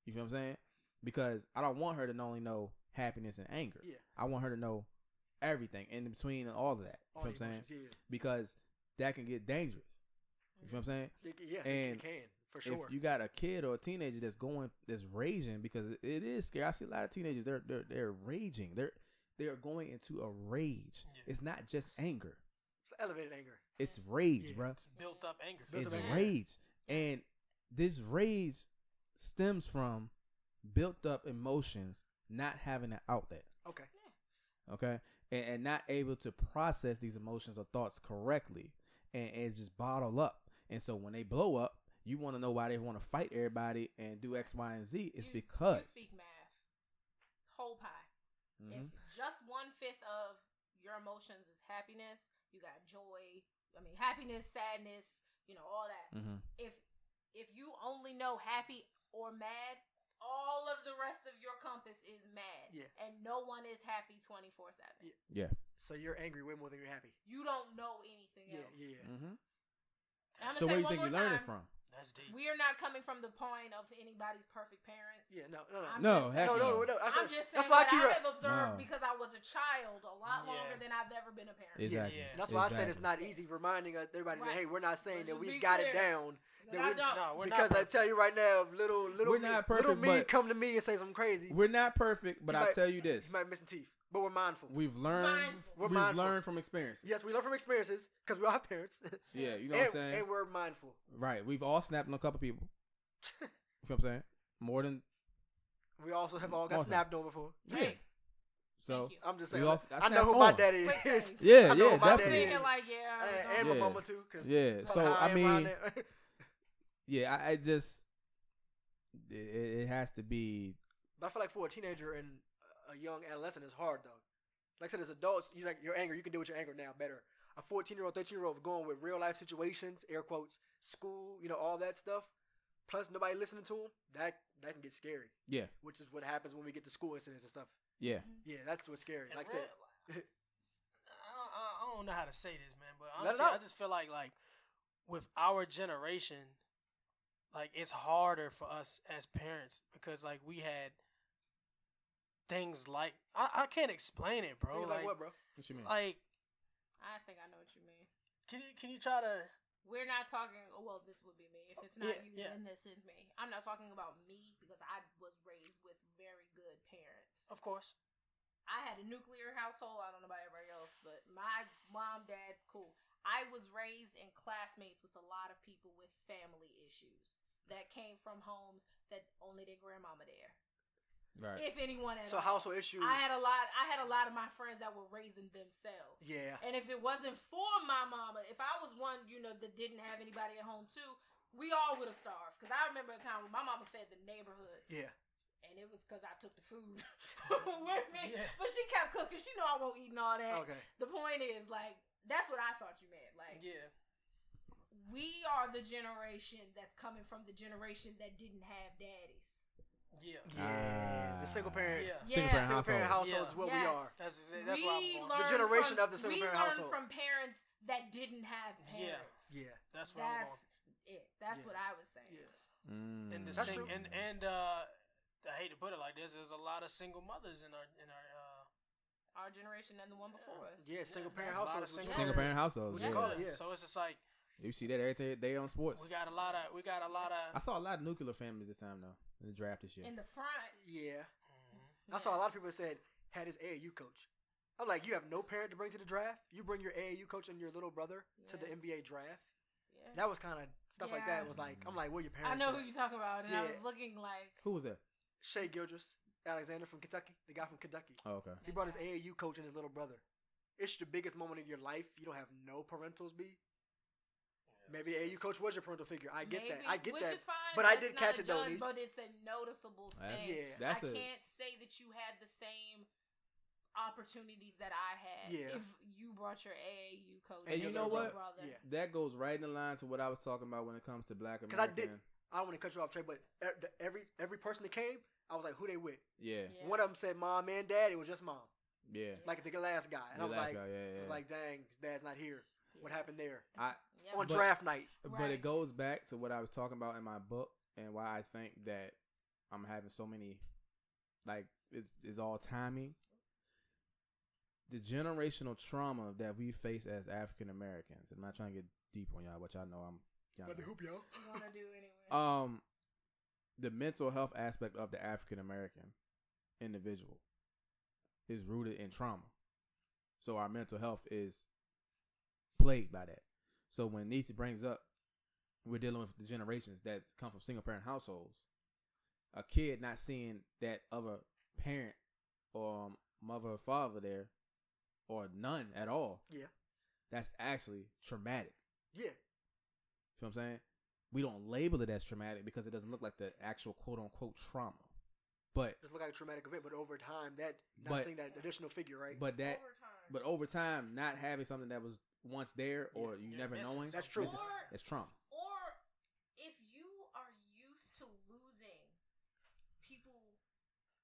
Speaker 1: You feel what I'm saying? Because I don't want her to only know happiness and anger.
Speaker 3: Yeah.
Speaker 1: I want her to know everything in between and all of that. You
Speaker 3: All
Speaker 1: feel what
Speaker 3: the
Speaker 1: I'm saying?
Speaker 3: emotions, Yeah.
Speaker 1: Because that can get dangerous. You feel what I'm saying?
Speaker 3: It, yes,
Speaker 1: And
Speaker 3: it can for sure.
Speaker 1: If you got a kid or a teenager that's going that's raging because it- it is scary. I see a lot of teenagers they're they're, they're raging. They're they're going into a rage.
Speaker 4: Yeah.
Speaker 1: It's not just anger.
Speaker 3: it's elevated anger.
Speaker 1: It's rage,
Speaker 3: Yeah.
Speaker 1: bruh.
Speaker 4: It's built up anger.
Speaker 3: Built
Speaker 1: It's
Speaker 3: up anger.
Speaker 1: rage. And this rage stems from built up emotions not having an outlet.
Speaker 3: Okay.
Speaker 1: Okay. And, and not able to process these emotions or thoughts correctly. And, and just bottle up. And so when they blow up, you want to know why they want to fight everybody and do X, Y, and Z. It's
Speaker 2: You-
Speaker 1: because
Speaker 2: you speak math. Whole pie.
Speaker 1: Mhm.
Speaker 2: If just one fifth of your emotions is happiness, you got joy. I mean, happiness, sadness, you know, all that.
Speaker 1: Mhm.
Speaker 2: If if you only know happy or mad, all of the rest of your compass is mad,
Speaker 3: Yeah.
Speaker 2: and no one is happy twenty four seven.
Speaker 3: Yeah.
Speaker 1: yeah,
Speaker 3: So you're angry way more than you're happy.
Speaker 2: You don't know anything
Speaker 3: Yeah,
Speaker 2: else.
Speaker 3: yeah.
Speaker 1: Mhm.
Speaker 2: And I'm gonna
Speaker 1: So
Speaker 2: say
Speaker 1: where you
Speaker 2: one
Speaker 1: think you
Speaker 2: more
Speaker 1: learn it
Speaker 2: time,
Speaker 1: from?
Speaker 4: That's deep.
Speaker 2: We are not coming from the point of anybody's perfect parents.
Speaker 3: Yeah, no, no, no.
Speaker 2: I'm
Speaker 1: No,
Speaker 2: just
Speaker 1: heck
Speaker 3: no,
Speaker 2: saying-
Speaker 3: no, no. I
Speaker 2: I'm
Speaker 3: said-
Speaker 2: just saying
Speaker 3: that's why I
Speaker 2: what
Speaker 3: keep.
Speaker 2: I
Speaker 3: re-
Speaker 2: have observed
Speaker 1: No.
Speaker 2: because I was a child a lot
Speaker 4: Yeah.
Speaker 2: longer than I've ever been a parent.
Speaker 1: Exactly.
Speaker 4: Yeah.
Speaker 3: That's why I said it's
Speaker 1: Exactly.
Speaker 3: not easy reminding us everybody
Speaker 2: Right.
Speaker 3: that hey, we're not
Speaker 2: Let's
Speaker 3: saying that
Speaker 2: just
Speaker 3: we
Speaker 2: be
Speaker 3: got it
Speaker 2: clear.
Speaker 3: down.
Speaker 2: Because
Speaker 3: That
Speaker 2: I
Speaker 3: we-
Speaker 2: don't.
Speaker 4: No, we're
Speaker 3: because
Speaker 4: not.
Speaker 3: I tell you right now, if little little
Speaker 1: We're
Speaker 3: me,
Speaker 1: not
Speaker 3: little
Speaker 1: perfect,
Speaker 3: me
Speaker 1: but-
Speaker 3: come to me and say something crazy.
Speaker 1: We're not perfect, but
Speaker 3: You
Speaker 1: I
Speaker 3: might-
Speaker 1: tell you this:
Speaker 3: You might miss some teeth, but we're mindful.
Speaker 1: we've learned,
Speaker 2: Mindful.
Speaker 3: We're
Speaker 1: we've
Speaker 3: mindful.
Speaker 1: learned from experience.
Speaker 3: yes, we learn from experiences because we all have parents.
Speaker 1: Yeah, you know
Speaker 3: and,
Speaker 1: what I'm saying.
Speaker 3: And we're mindful.
Speaker 1: Right. We've all snapped on a couple people. you feel what I'm saying? More than
Speaker 3: We also have all got
Speaker 1: Awesome.
Speaker 3: snapped on before.
Speaker 1: yeah.
Speaker 2: Hey,
Speaker 1: So
Speaker 2: Thank you.
Speaker 3: I'm just
Speaker 1: We
Speaker 3: saying.
Speaker 1: all-
Speaker 3: I
Speaker 1: I
Speaker 3: know who
Speaker 1: snapped
Speaker 3: my
Speaker 1: on.
Speaker 3: daddy
Speaker 2: Wait,
Speaker 3: is.
Speaker 2: wait.
Speaker 1: yeah, yeah,
Speaker 3: I know my daddy
Speaker 1: definitely.
Speaker 3: is.
Speaker 2: thinking like, uh, yeah, I
Speaker 3: And,
Speaker 2: don't-
Speaker 3: and my
Speaker 1: Yeah.
Speaker 3: mama too. 'cause
Speaker 1: Yeah,
Speaker 3: fuck
Speaker 1: so,
Speaker 3: how
Speaker 1: I
Speaker 3: am around
Speaker 1: mean-
Speaker 3: that.
Speaker 1: Yeah, I, I just it, it has to be
Speaker 3: but I feel like for a teenager and a young adolescent, it's hard though. Like I said, as adults, you like your anger. You can deal with your anger now better. A 14 year old, 13 year old going with real life situations, air quotes, school, you know, all that stuff. Plus nobody listening to them. That that can get scary,
Speaker 1: yeah,
Speaker 3: which is what happens when we get to school incidents and stuff.
Speaker 1: yeah.
Speaker 3: Yeah, that's what's scary.
Speaker 4: And
Speaker 3: Like I
Speaker 4: real-
Speaker 3: said,
Speaker 4: I don't- I I don't know how to say this, man, but
Speaker 3: it
Speaker 4: honestly, I
Speaker 3: out.
Speaker 4: just feel like like with our generation, like it's harder for us as parents because like we had things like I, I can't explain it, bro.
Speaker 3: things like,
Speaker 4: Like,
Speaker 3: what, bro?
Speaker 1: What
Speaker 2: Hmm.
Speaker 1: you mean?
Speaker 4: like
Speaker 2: I think I know what you mean.
Speaker 4: can you can you try to
Speaker 2: We're not talking. oh, Well, this would be me. If it's not
Speaker 4: Yeah,
Speaker 2: you,
Speaker 4: yeah.
Speaker 2: then this is me. I'm not talking about me because I was raised with very good parents.
Speaker 4: of course.
Speaker 2: I had a nuclear household. I don't know about everybody else, but my mom, dad, cool. I was raised in classmates with a lot of people with family issues that came from homes that only their grandmama there,
Speaker 1: Right.
Speaker 2: if anyone at
Speaker 3: So
Speaker 2: all.
Speaker 3: household issues.
Speaker 2: I had a lot. I had a lot of my friends that were raising themselves.
Speaker 3: yeah,
Speaker 2: And if it wasn't for my mama, if I was one, you know, that didn't have anybody at home too, we all would have starved. Because I remember a time when my mama fed the neighborhood.
Speaker 3: yeah.
Speaker 2: and it was because I took the food with me.
Speaker 4: Yeah.
Speaker 2: But she kept cooking. She know I won't eat and all that.
Speaker 4: Okay.
Speaker 2: The point is, like, that's what I thought you meant. Like,
Speaker 4: Yeah.
Speaker 2: we are the generation that's coming from the generation that didn't have daddies.
Speaker 4: Yeah.
Speaker 3: Yeah, the single parent,
Speaker 4: Yeah.
Speaker 1: Single
Speaker 2: Yeah.
Speaker 1: parent
Speaker 3: single parent
Speaker 1: Ah. household.
Speaker 4: Yeah.
Speaker 3: households is what we
Speaker 2: Yes.
Speaker 3: are.
Speaker 4: That's just it. That's
Speaker 2: we
Speaker 4: why I'm going.
Speaker 2: learned
Speaker 3: The generation
Speaker 2: from-
Speaker 3: of the single
Speaker 2: we
Speaker 3: parent
Speaker 2: learned
Speaker 3: household.
Speaker 2: from parents that didn't have
Speaker 4: Yeah.
Speaker 2: parents.
Speaker 3: Yeah,
Speaker 4: That's where I'm
Speaker 2: That's Hmm. it. That's
Speaker 4: Yeah.
Speaker 2: what I was saying.
Speaker 4: going. Yeah.
Speaker 1: Mm.
Speaker 4: and the
Speaker 3: That's
Speaker 4: sing-
Speaker 3: true.
Speaker 4: and and uh, I hate to put it like this. There's a lot of single mothers in our in our uh,
Speaker 2: Our generation and the one before us.
Speaker 3: yeah, single parent
Speaker 4: That's a lot of
Speaker 3: households. is what you
Speaker 1: single
Speaker 3: are.
Speaker 1: parent household. Oh,
Speaker 3: What
Speaker 1: Yeah.
Speaker 3: you
Speaker 1: You,
Speaker 3: call it? Oh, Yeah.
Speaker 4: So it's just like
Speaker 1: see that every day on sports.
Speaker 4: we got a lot of we got a lot
Speaker 1: I
Speaker 4: of.
Speaker 1: saw a lot of nuclear families this time though in the draft this year.
Speaker 2: In the front.
Speaker 3: Yeah,
Speaker 4: mm-hmm.
Speaker 3: I saw a lot of people that said had his AAU coach. I'm like, you have no parent to bring to the draft. You bring your AAU coach and your little brother to the
Speaker 2: Yeah.
Speaker 3: NBA draft.
Speaker 2: Yeah.
Speaker 3: That was kind of stuff like that.
Speaker 2: Yeah.
Speaker 3: Was like, I'm like, where your
Speaker 2: I
Speaker 3: parents?
Speaker 2: know
Speaker 3: at?
Speaker 2: who you're talking about, and I
Speaker 3: Yeah.
Speaker 2: was looking like
Speaker 1: Who was that?
Speaker 3: Shea Gildress, Alexander from Kentucky, the guy from Kentucky.
Speaker 1: Oh, okay.
Speaker 3: He brought his AAU coach and his little brother. It's your biggest moment in your life. You don't have no parentals, B. Maybe AAU coach was your parental figure. I get that.
Speaker 2: maybe,
Speaker 3: I get
Speaker 2: which
Speaker 3: that.
Speaker 2: is fine,
Speaker 3: But I
Speaker 2: that's
Speaker 3: did
Speaker 2: not
Speaker 3: catch
Speaker 2: a
Speaker 3: it, though,
Speaker 2: judge,
Speaker 3: Lise.
Speaker 2: But it's a noticeable
Speaker 1: That's,
Speaker 2: thing.
Speaker 3: Yeah.
Speaker 1: that's
Speaker 2: I
Speaker 1: a-
Speaker 2: can't say that you had the same opportunities that I had
Speaker 3: Yeah.
Speaker 2: if you brought your AAU coach
Speaker 1: And
Speaker 3: you
Speaker 2: your
Speaker 3: know
Speaker 2: little
Speaker 1: what?
Speaker 2: brother.
Speaker 3: Yeah.
Speaker 1: that goes right in the line to what I was talking about when it comes to black American.
Speaker 3: I did- I don't want to cut you off, Trey, but e- the- every every person that came, I was like, who they with?
Speaker 1: Yeah,
Speaker 2: Yeah.
Speaker 3: One of them said mom and dad. It was just mom.
Speaker 1: yeah.
Speaker 3: Like the last guy, and
Speaker 1: The
Speaker 3: I was
Speaker 1: last
Speaker 3: like,
Speaker 1: guy, yeah,
Speaker 3: I
Speaker 1: yeah.
Speaker 3: was like, dang, his dad's not here. What
Speaker 2: Yeah.
Speaker 3: happened there
Speaker 1: I-
Speaker 2: Yeah.
Speaker 3: on
Speaker 1: But-
Speaker 3: draft night?
Speaker 1: But
Speaker 2: Right.
Speaker 1: it goes back to what I was talking about in my book and why I think that I'm having so many, like, it's, it's all timing. The generational trauma that we face as African Americans. I'm not trying to get deep on y'all, which I know I'm. Y'all know.
Speaker 3: hoop, y'all.
Speaker 2: You wanna do anyway.
Speaker 1: um the mental health aspect of the African American individual is rooted in trauma. So our mental health is plagued by that. So when Nisi brings up we're dealing with the generations that come from single parent households, a kid not seeing that other parent or um, mother or father there or none at all.
Speaker 3: Yeah.
Speaker 1: That's actually traumatic.
Speaker 3: Yeah,
Speaker 1: You know what I'm saying? We don't label it as traumatic because it doesn't look like the actual quote unquote trauma. But
Speaker 3: just look like a traumatic event, but over time, that not
Speaker 1: But-
Speaker 3: seeing that additional figure, right?
Speaker 1: but that
Speaker 2: Overtime.
Speaker 1: but over time not having something that was once there or you
Speaker 4: you're
Speaker 1: never
Speaker 4: missing
Speaker 1: knowing
Speaker 3: That's
Speaker 4: something.
Speaker 3: true.
Speaker 1: Listen,
Speaker 2: Or-
Speaker 1: it's trauma.
Speaker 2: or if you are used to losing people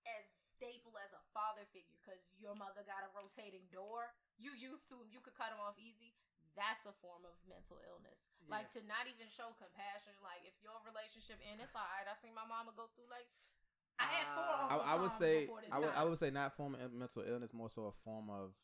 Speaker 2: as staple as a father figure because your mother got a rotating door you used to 'em, you could cut them off easy that's a form of mental illness like to not even show compassion like if your relationship and it's all right i seen my mama go through like i had four
Speaker 3: Ah.
Speaker 1: I,
Speaker 2: Uncle
Speaker 1: I would
Speaker 2: Toms
Speaker 1: say
Speaker 2: before this
Speaker 1: I would, I
Speaker 2: time.
Speaker 1: would say not form of mental illness, more so a form of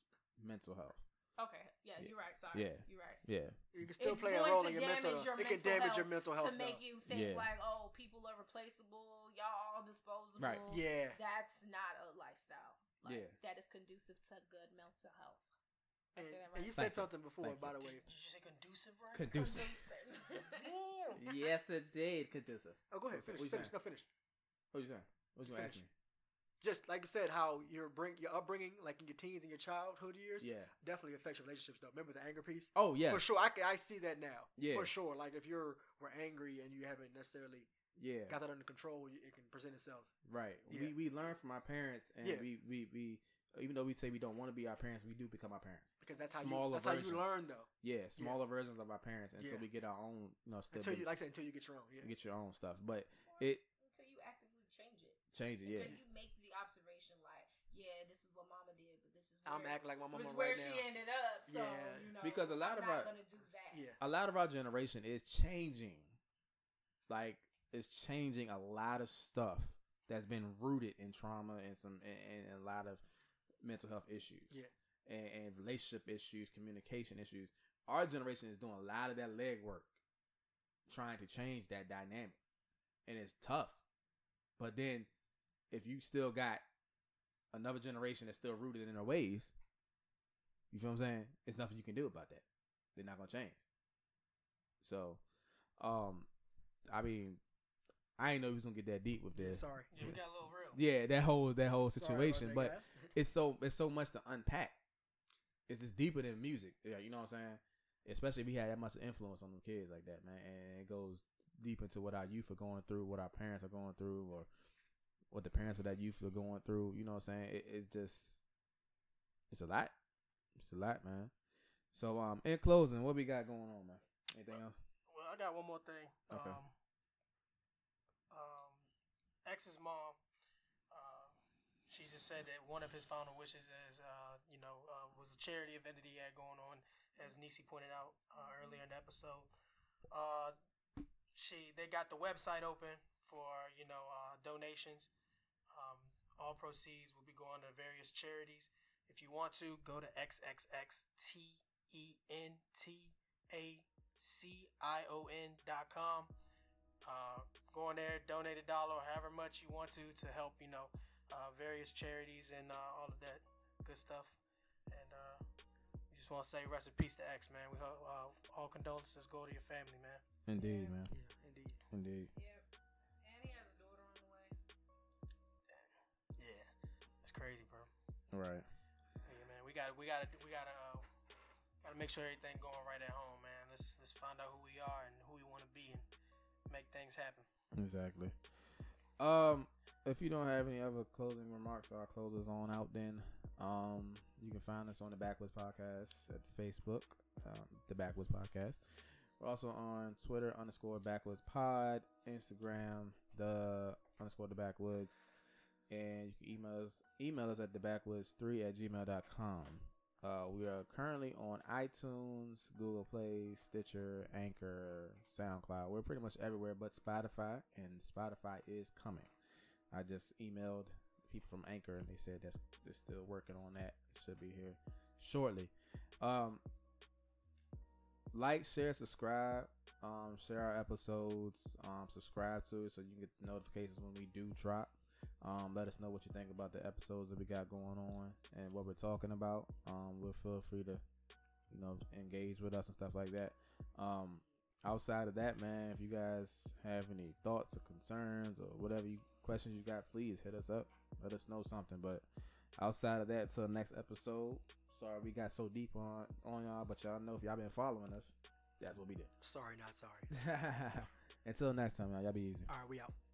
Speaker 1: mental health.
Speaker 2: okay yeah you're right sorry
Speaker 1: Yeah.
Speaker 2: you're right
Speaker 1: Yeah.
Speaker 3: you can still
Speaker 2: it's
Speaker 3: play a
Speaker 2: going
Speaker 3: role
Speaker 2: to
Speaker 3: in your mental.
Speaker 2: damage your
Speaker 3: it can
Speaker 2: mental
Speaker 3: damage your
Speaker 2: health
Speaker 3: mental health.
Speaker 2: to make
Speaker 3: though.
Speaker 2: you think
Speaker 1: Yeah.
Speaker 2: like oh people are replaceable y'all all disposable
Speaker 1: Right.
Speaker 3: yeah,
Speaker 2: that's not a lifestyle like,
Speaker 1: Yeah.
Speaker 2: that is conducive to good mental health. I
Speaker 3: and,
Speaker 2: say that
Speaker 3: and
Speaker 2: right.
Speaker 3: you
Speaker 1: Thank
Speaker 3: said
Speaker 1: you.
Speaker 3: something before,
Speaker 1: Thank
Speaker 3: by
Speaker 1: you.
Speaker 3: the way.
Speaker 4: Did you say conducive, right?
Speaker 1: Conducive.
Speaker 4: Damn.
Speaker 6: yes, it did, Cadusa.
Speaker 3: Oh, go ahead,
Speaker 1: What you saying?
Speaker 3: finish, finish, no, finish.
Speaker 1: What you saying? What you gonna ask me?
Speaker 3: Just like you said, how your bring your upbringing, like in your teens and your childhood years,
Speaker 1: Yeah.
Speaker 3: definitely affects your relationships. Though, remember the anger piece?
Speaker 1: Oh yeah.
Speaker 3: For sure, I, can- I see that now.
Speaker 1: Yeah.
Speaker 3: For sure, like if you're were angry and you haven't necessarily
Speaker 1: Yeah.
Speaker 3: got that under control, you- it can present itself.
Speaker 1: Right.
Speaker 3: Yeah.
Speaker 1: We we learn from our parents, and
Speaker 3: Yeah.
Speaker 1: we we we even though we say we don't want to be our parents, we do become our parents.
Speaker 3: because that's how you
Speaker 1: Smaller
Speaker 3: that's how
Speaker 1: versions.
Speaker 3: you learn though.
Speaker 1: Yeah, smaller versions of our parents until
Speaker 3: Yeah.
Speaker 1: we get our own, you know, stuff.
Speaker 3: Until you like I said, until you get your own. Yeah.
Speaker 1: get your own stuff, but it
Speaker 2: Until you actively change it.
Speaker 1: changes. Yeah,
Speaker 2: Until you make the observation like, yeah, this is what mama did, but this is where,
Speaker 3: I'm acting like my
Speaker 2: this
Speaker 3: mama
Speaker 2: is where
Speaker 3: right
Speaker 2: she
Speaker 3: now.
Speaker 2: ended up. So
Speaker 3: Yeah.
Speaker 2: you know
Speaker 1: Because a lot
Speaker 2: I'm
Speaker 1: of
Speaker 2: not
Speaker 1: our-
Speaker 2: gonna do that.
Speaker 3: Yeah.
Speaker 1: a lot of our generation is changing. Like it's changing a lot of stuff that's been rooted in trauma and some and, and a lot of mental health issues.
Speaker 3: Yeah.
Speaker 1: and, and relationship issues, communication issues. Our generation is doing a lot of that legwork, trying to change that dynamic, and it's tough. But then, if you still got another generation that's still rooted in their ways, you feel what I'm saying? It's nothing you can do about that. They're not gonna change. So, um, I mean, I didn't know he was gonna get that deep with this.
Speaker 3: Sorry.
Speaker 4: Yeah, we got a little real.
Speaker 1: Yeah, that whole that whole
Speaker 3: Sorry about
Speaker 1: situation,
Speaker 3: that,
Speaker 1: but
Speaker 3: guys.
Speaker 1: it's so it's so much to unpack. It's just deeper than music. Yeah, you know what I'm saying? Especially if we had that much influence on them kids like that, man. And it goes deep into what our youth are going through, what our parents are going through, or what the parents of that youth are going through. You know what I'm saying? It, it's just, it's a lot. It's a lot, man. So, um, in closing, what we got going on, man? Anything else?
Speaker 4: Well, I got one more thing.
Speaker 1: Okay.
Speaker 4: Um, um, X's mom, uh, she just said that one of his final wishes is, uh, you know, uh, was a charity event that he had going on, as Nisi pointed out uh, earlier in the episode. Uh, she they got the website open for you know uh, donations. Um, all proceeds will be going to various charities. If you want to, go to E xxxtentacon dot com. Uh, go on there, donate a dollar, or however much you want to, to help you know uh, various charities and uh, all of that good stuff. And uh, we just want to say rest in peace to X, man. We hope uh, all condolences go to your family, man.
Speaker 1: Indeed, man.
Speaker 4: Yeah, indeed.
Speaker 1: Indeed.
Speaker 2: Yep. And he has a daughter on the way.
Speaker 4: Yeah, that's crazy, bro.
Speaker 1: Right.
Speaker 4: Yeah, man, we got to we got to we got to uh, got to make sure everything going right at home, man. Let's let's find out who we are and who we want to be and make things happen.
Speaker 1: Exactly. Um, if you don't have any other closing remarks, I'll close this on out then. Um, you can find us on the Backwoods Podcast at Facebook, um, the Backwoods Podcast. We're also on Twitter underscore Backwoods Pod, Instagram the underscore the Backwoods, and you can email us email us at the Backwoods three at gmail.com. Uh, we are currently on iTunes, Google Play, Stitcher, Anchor, SoundCloud. We're pretty much everywhere but Spotify, and Spotify is coming. I just emailed people from Anchor, and they said that's they're still working on that. It should be here shortly. Um, like, share, subscribe. Um, share our episodes. Um, subscribe to it so you can get notifications when we do drop. Um, let us know what you think about the episodes that we got going on and what we're talking about. Um, we'll feel free to, you know, engage with us and stuff like that. Um, outside of that, man, if you guys have any thoughts or concerns or whatever you questions you got, please hit us up. Let us know something. But outside of that, till next episode. Sorry we got so deep on on y'all, but y'all know if y'all been following us, that's what we did.
Speaker 3: Sorry, not sorry.
Speaker 1: Until next time, y'all, y'all be easy.
Speaker 3: All right, we out.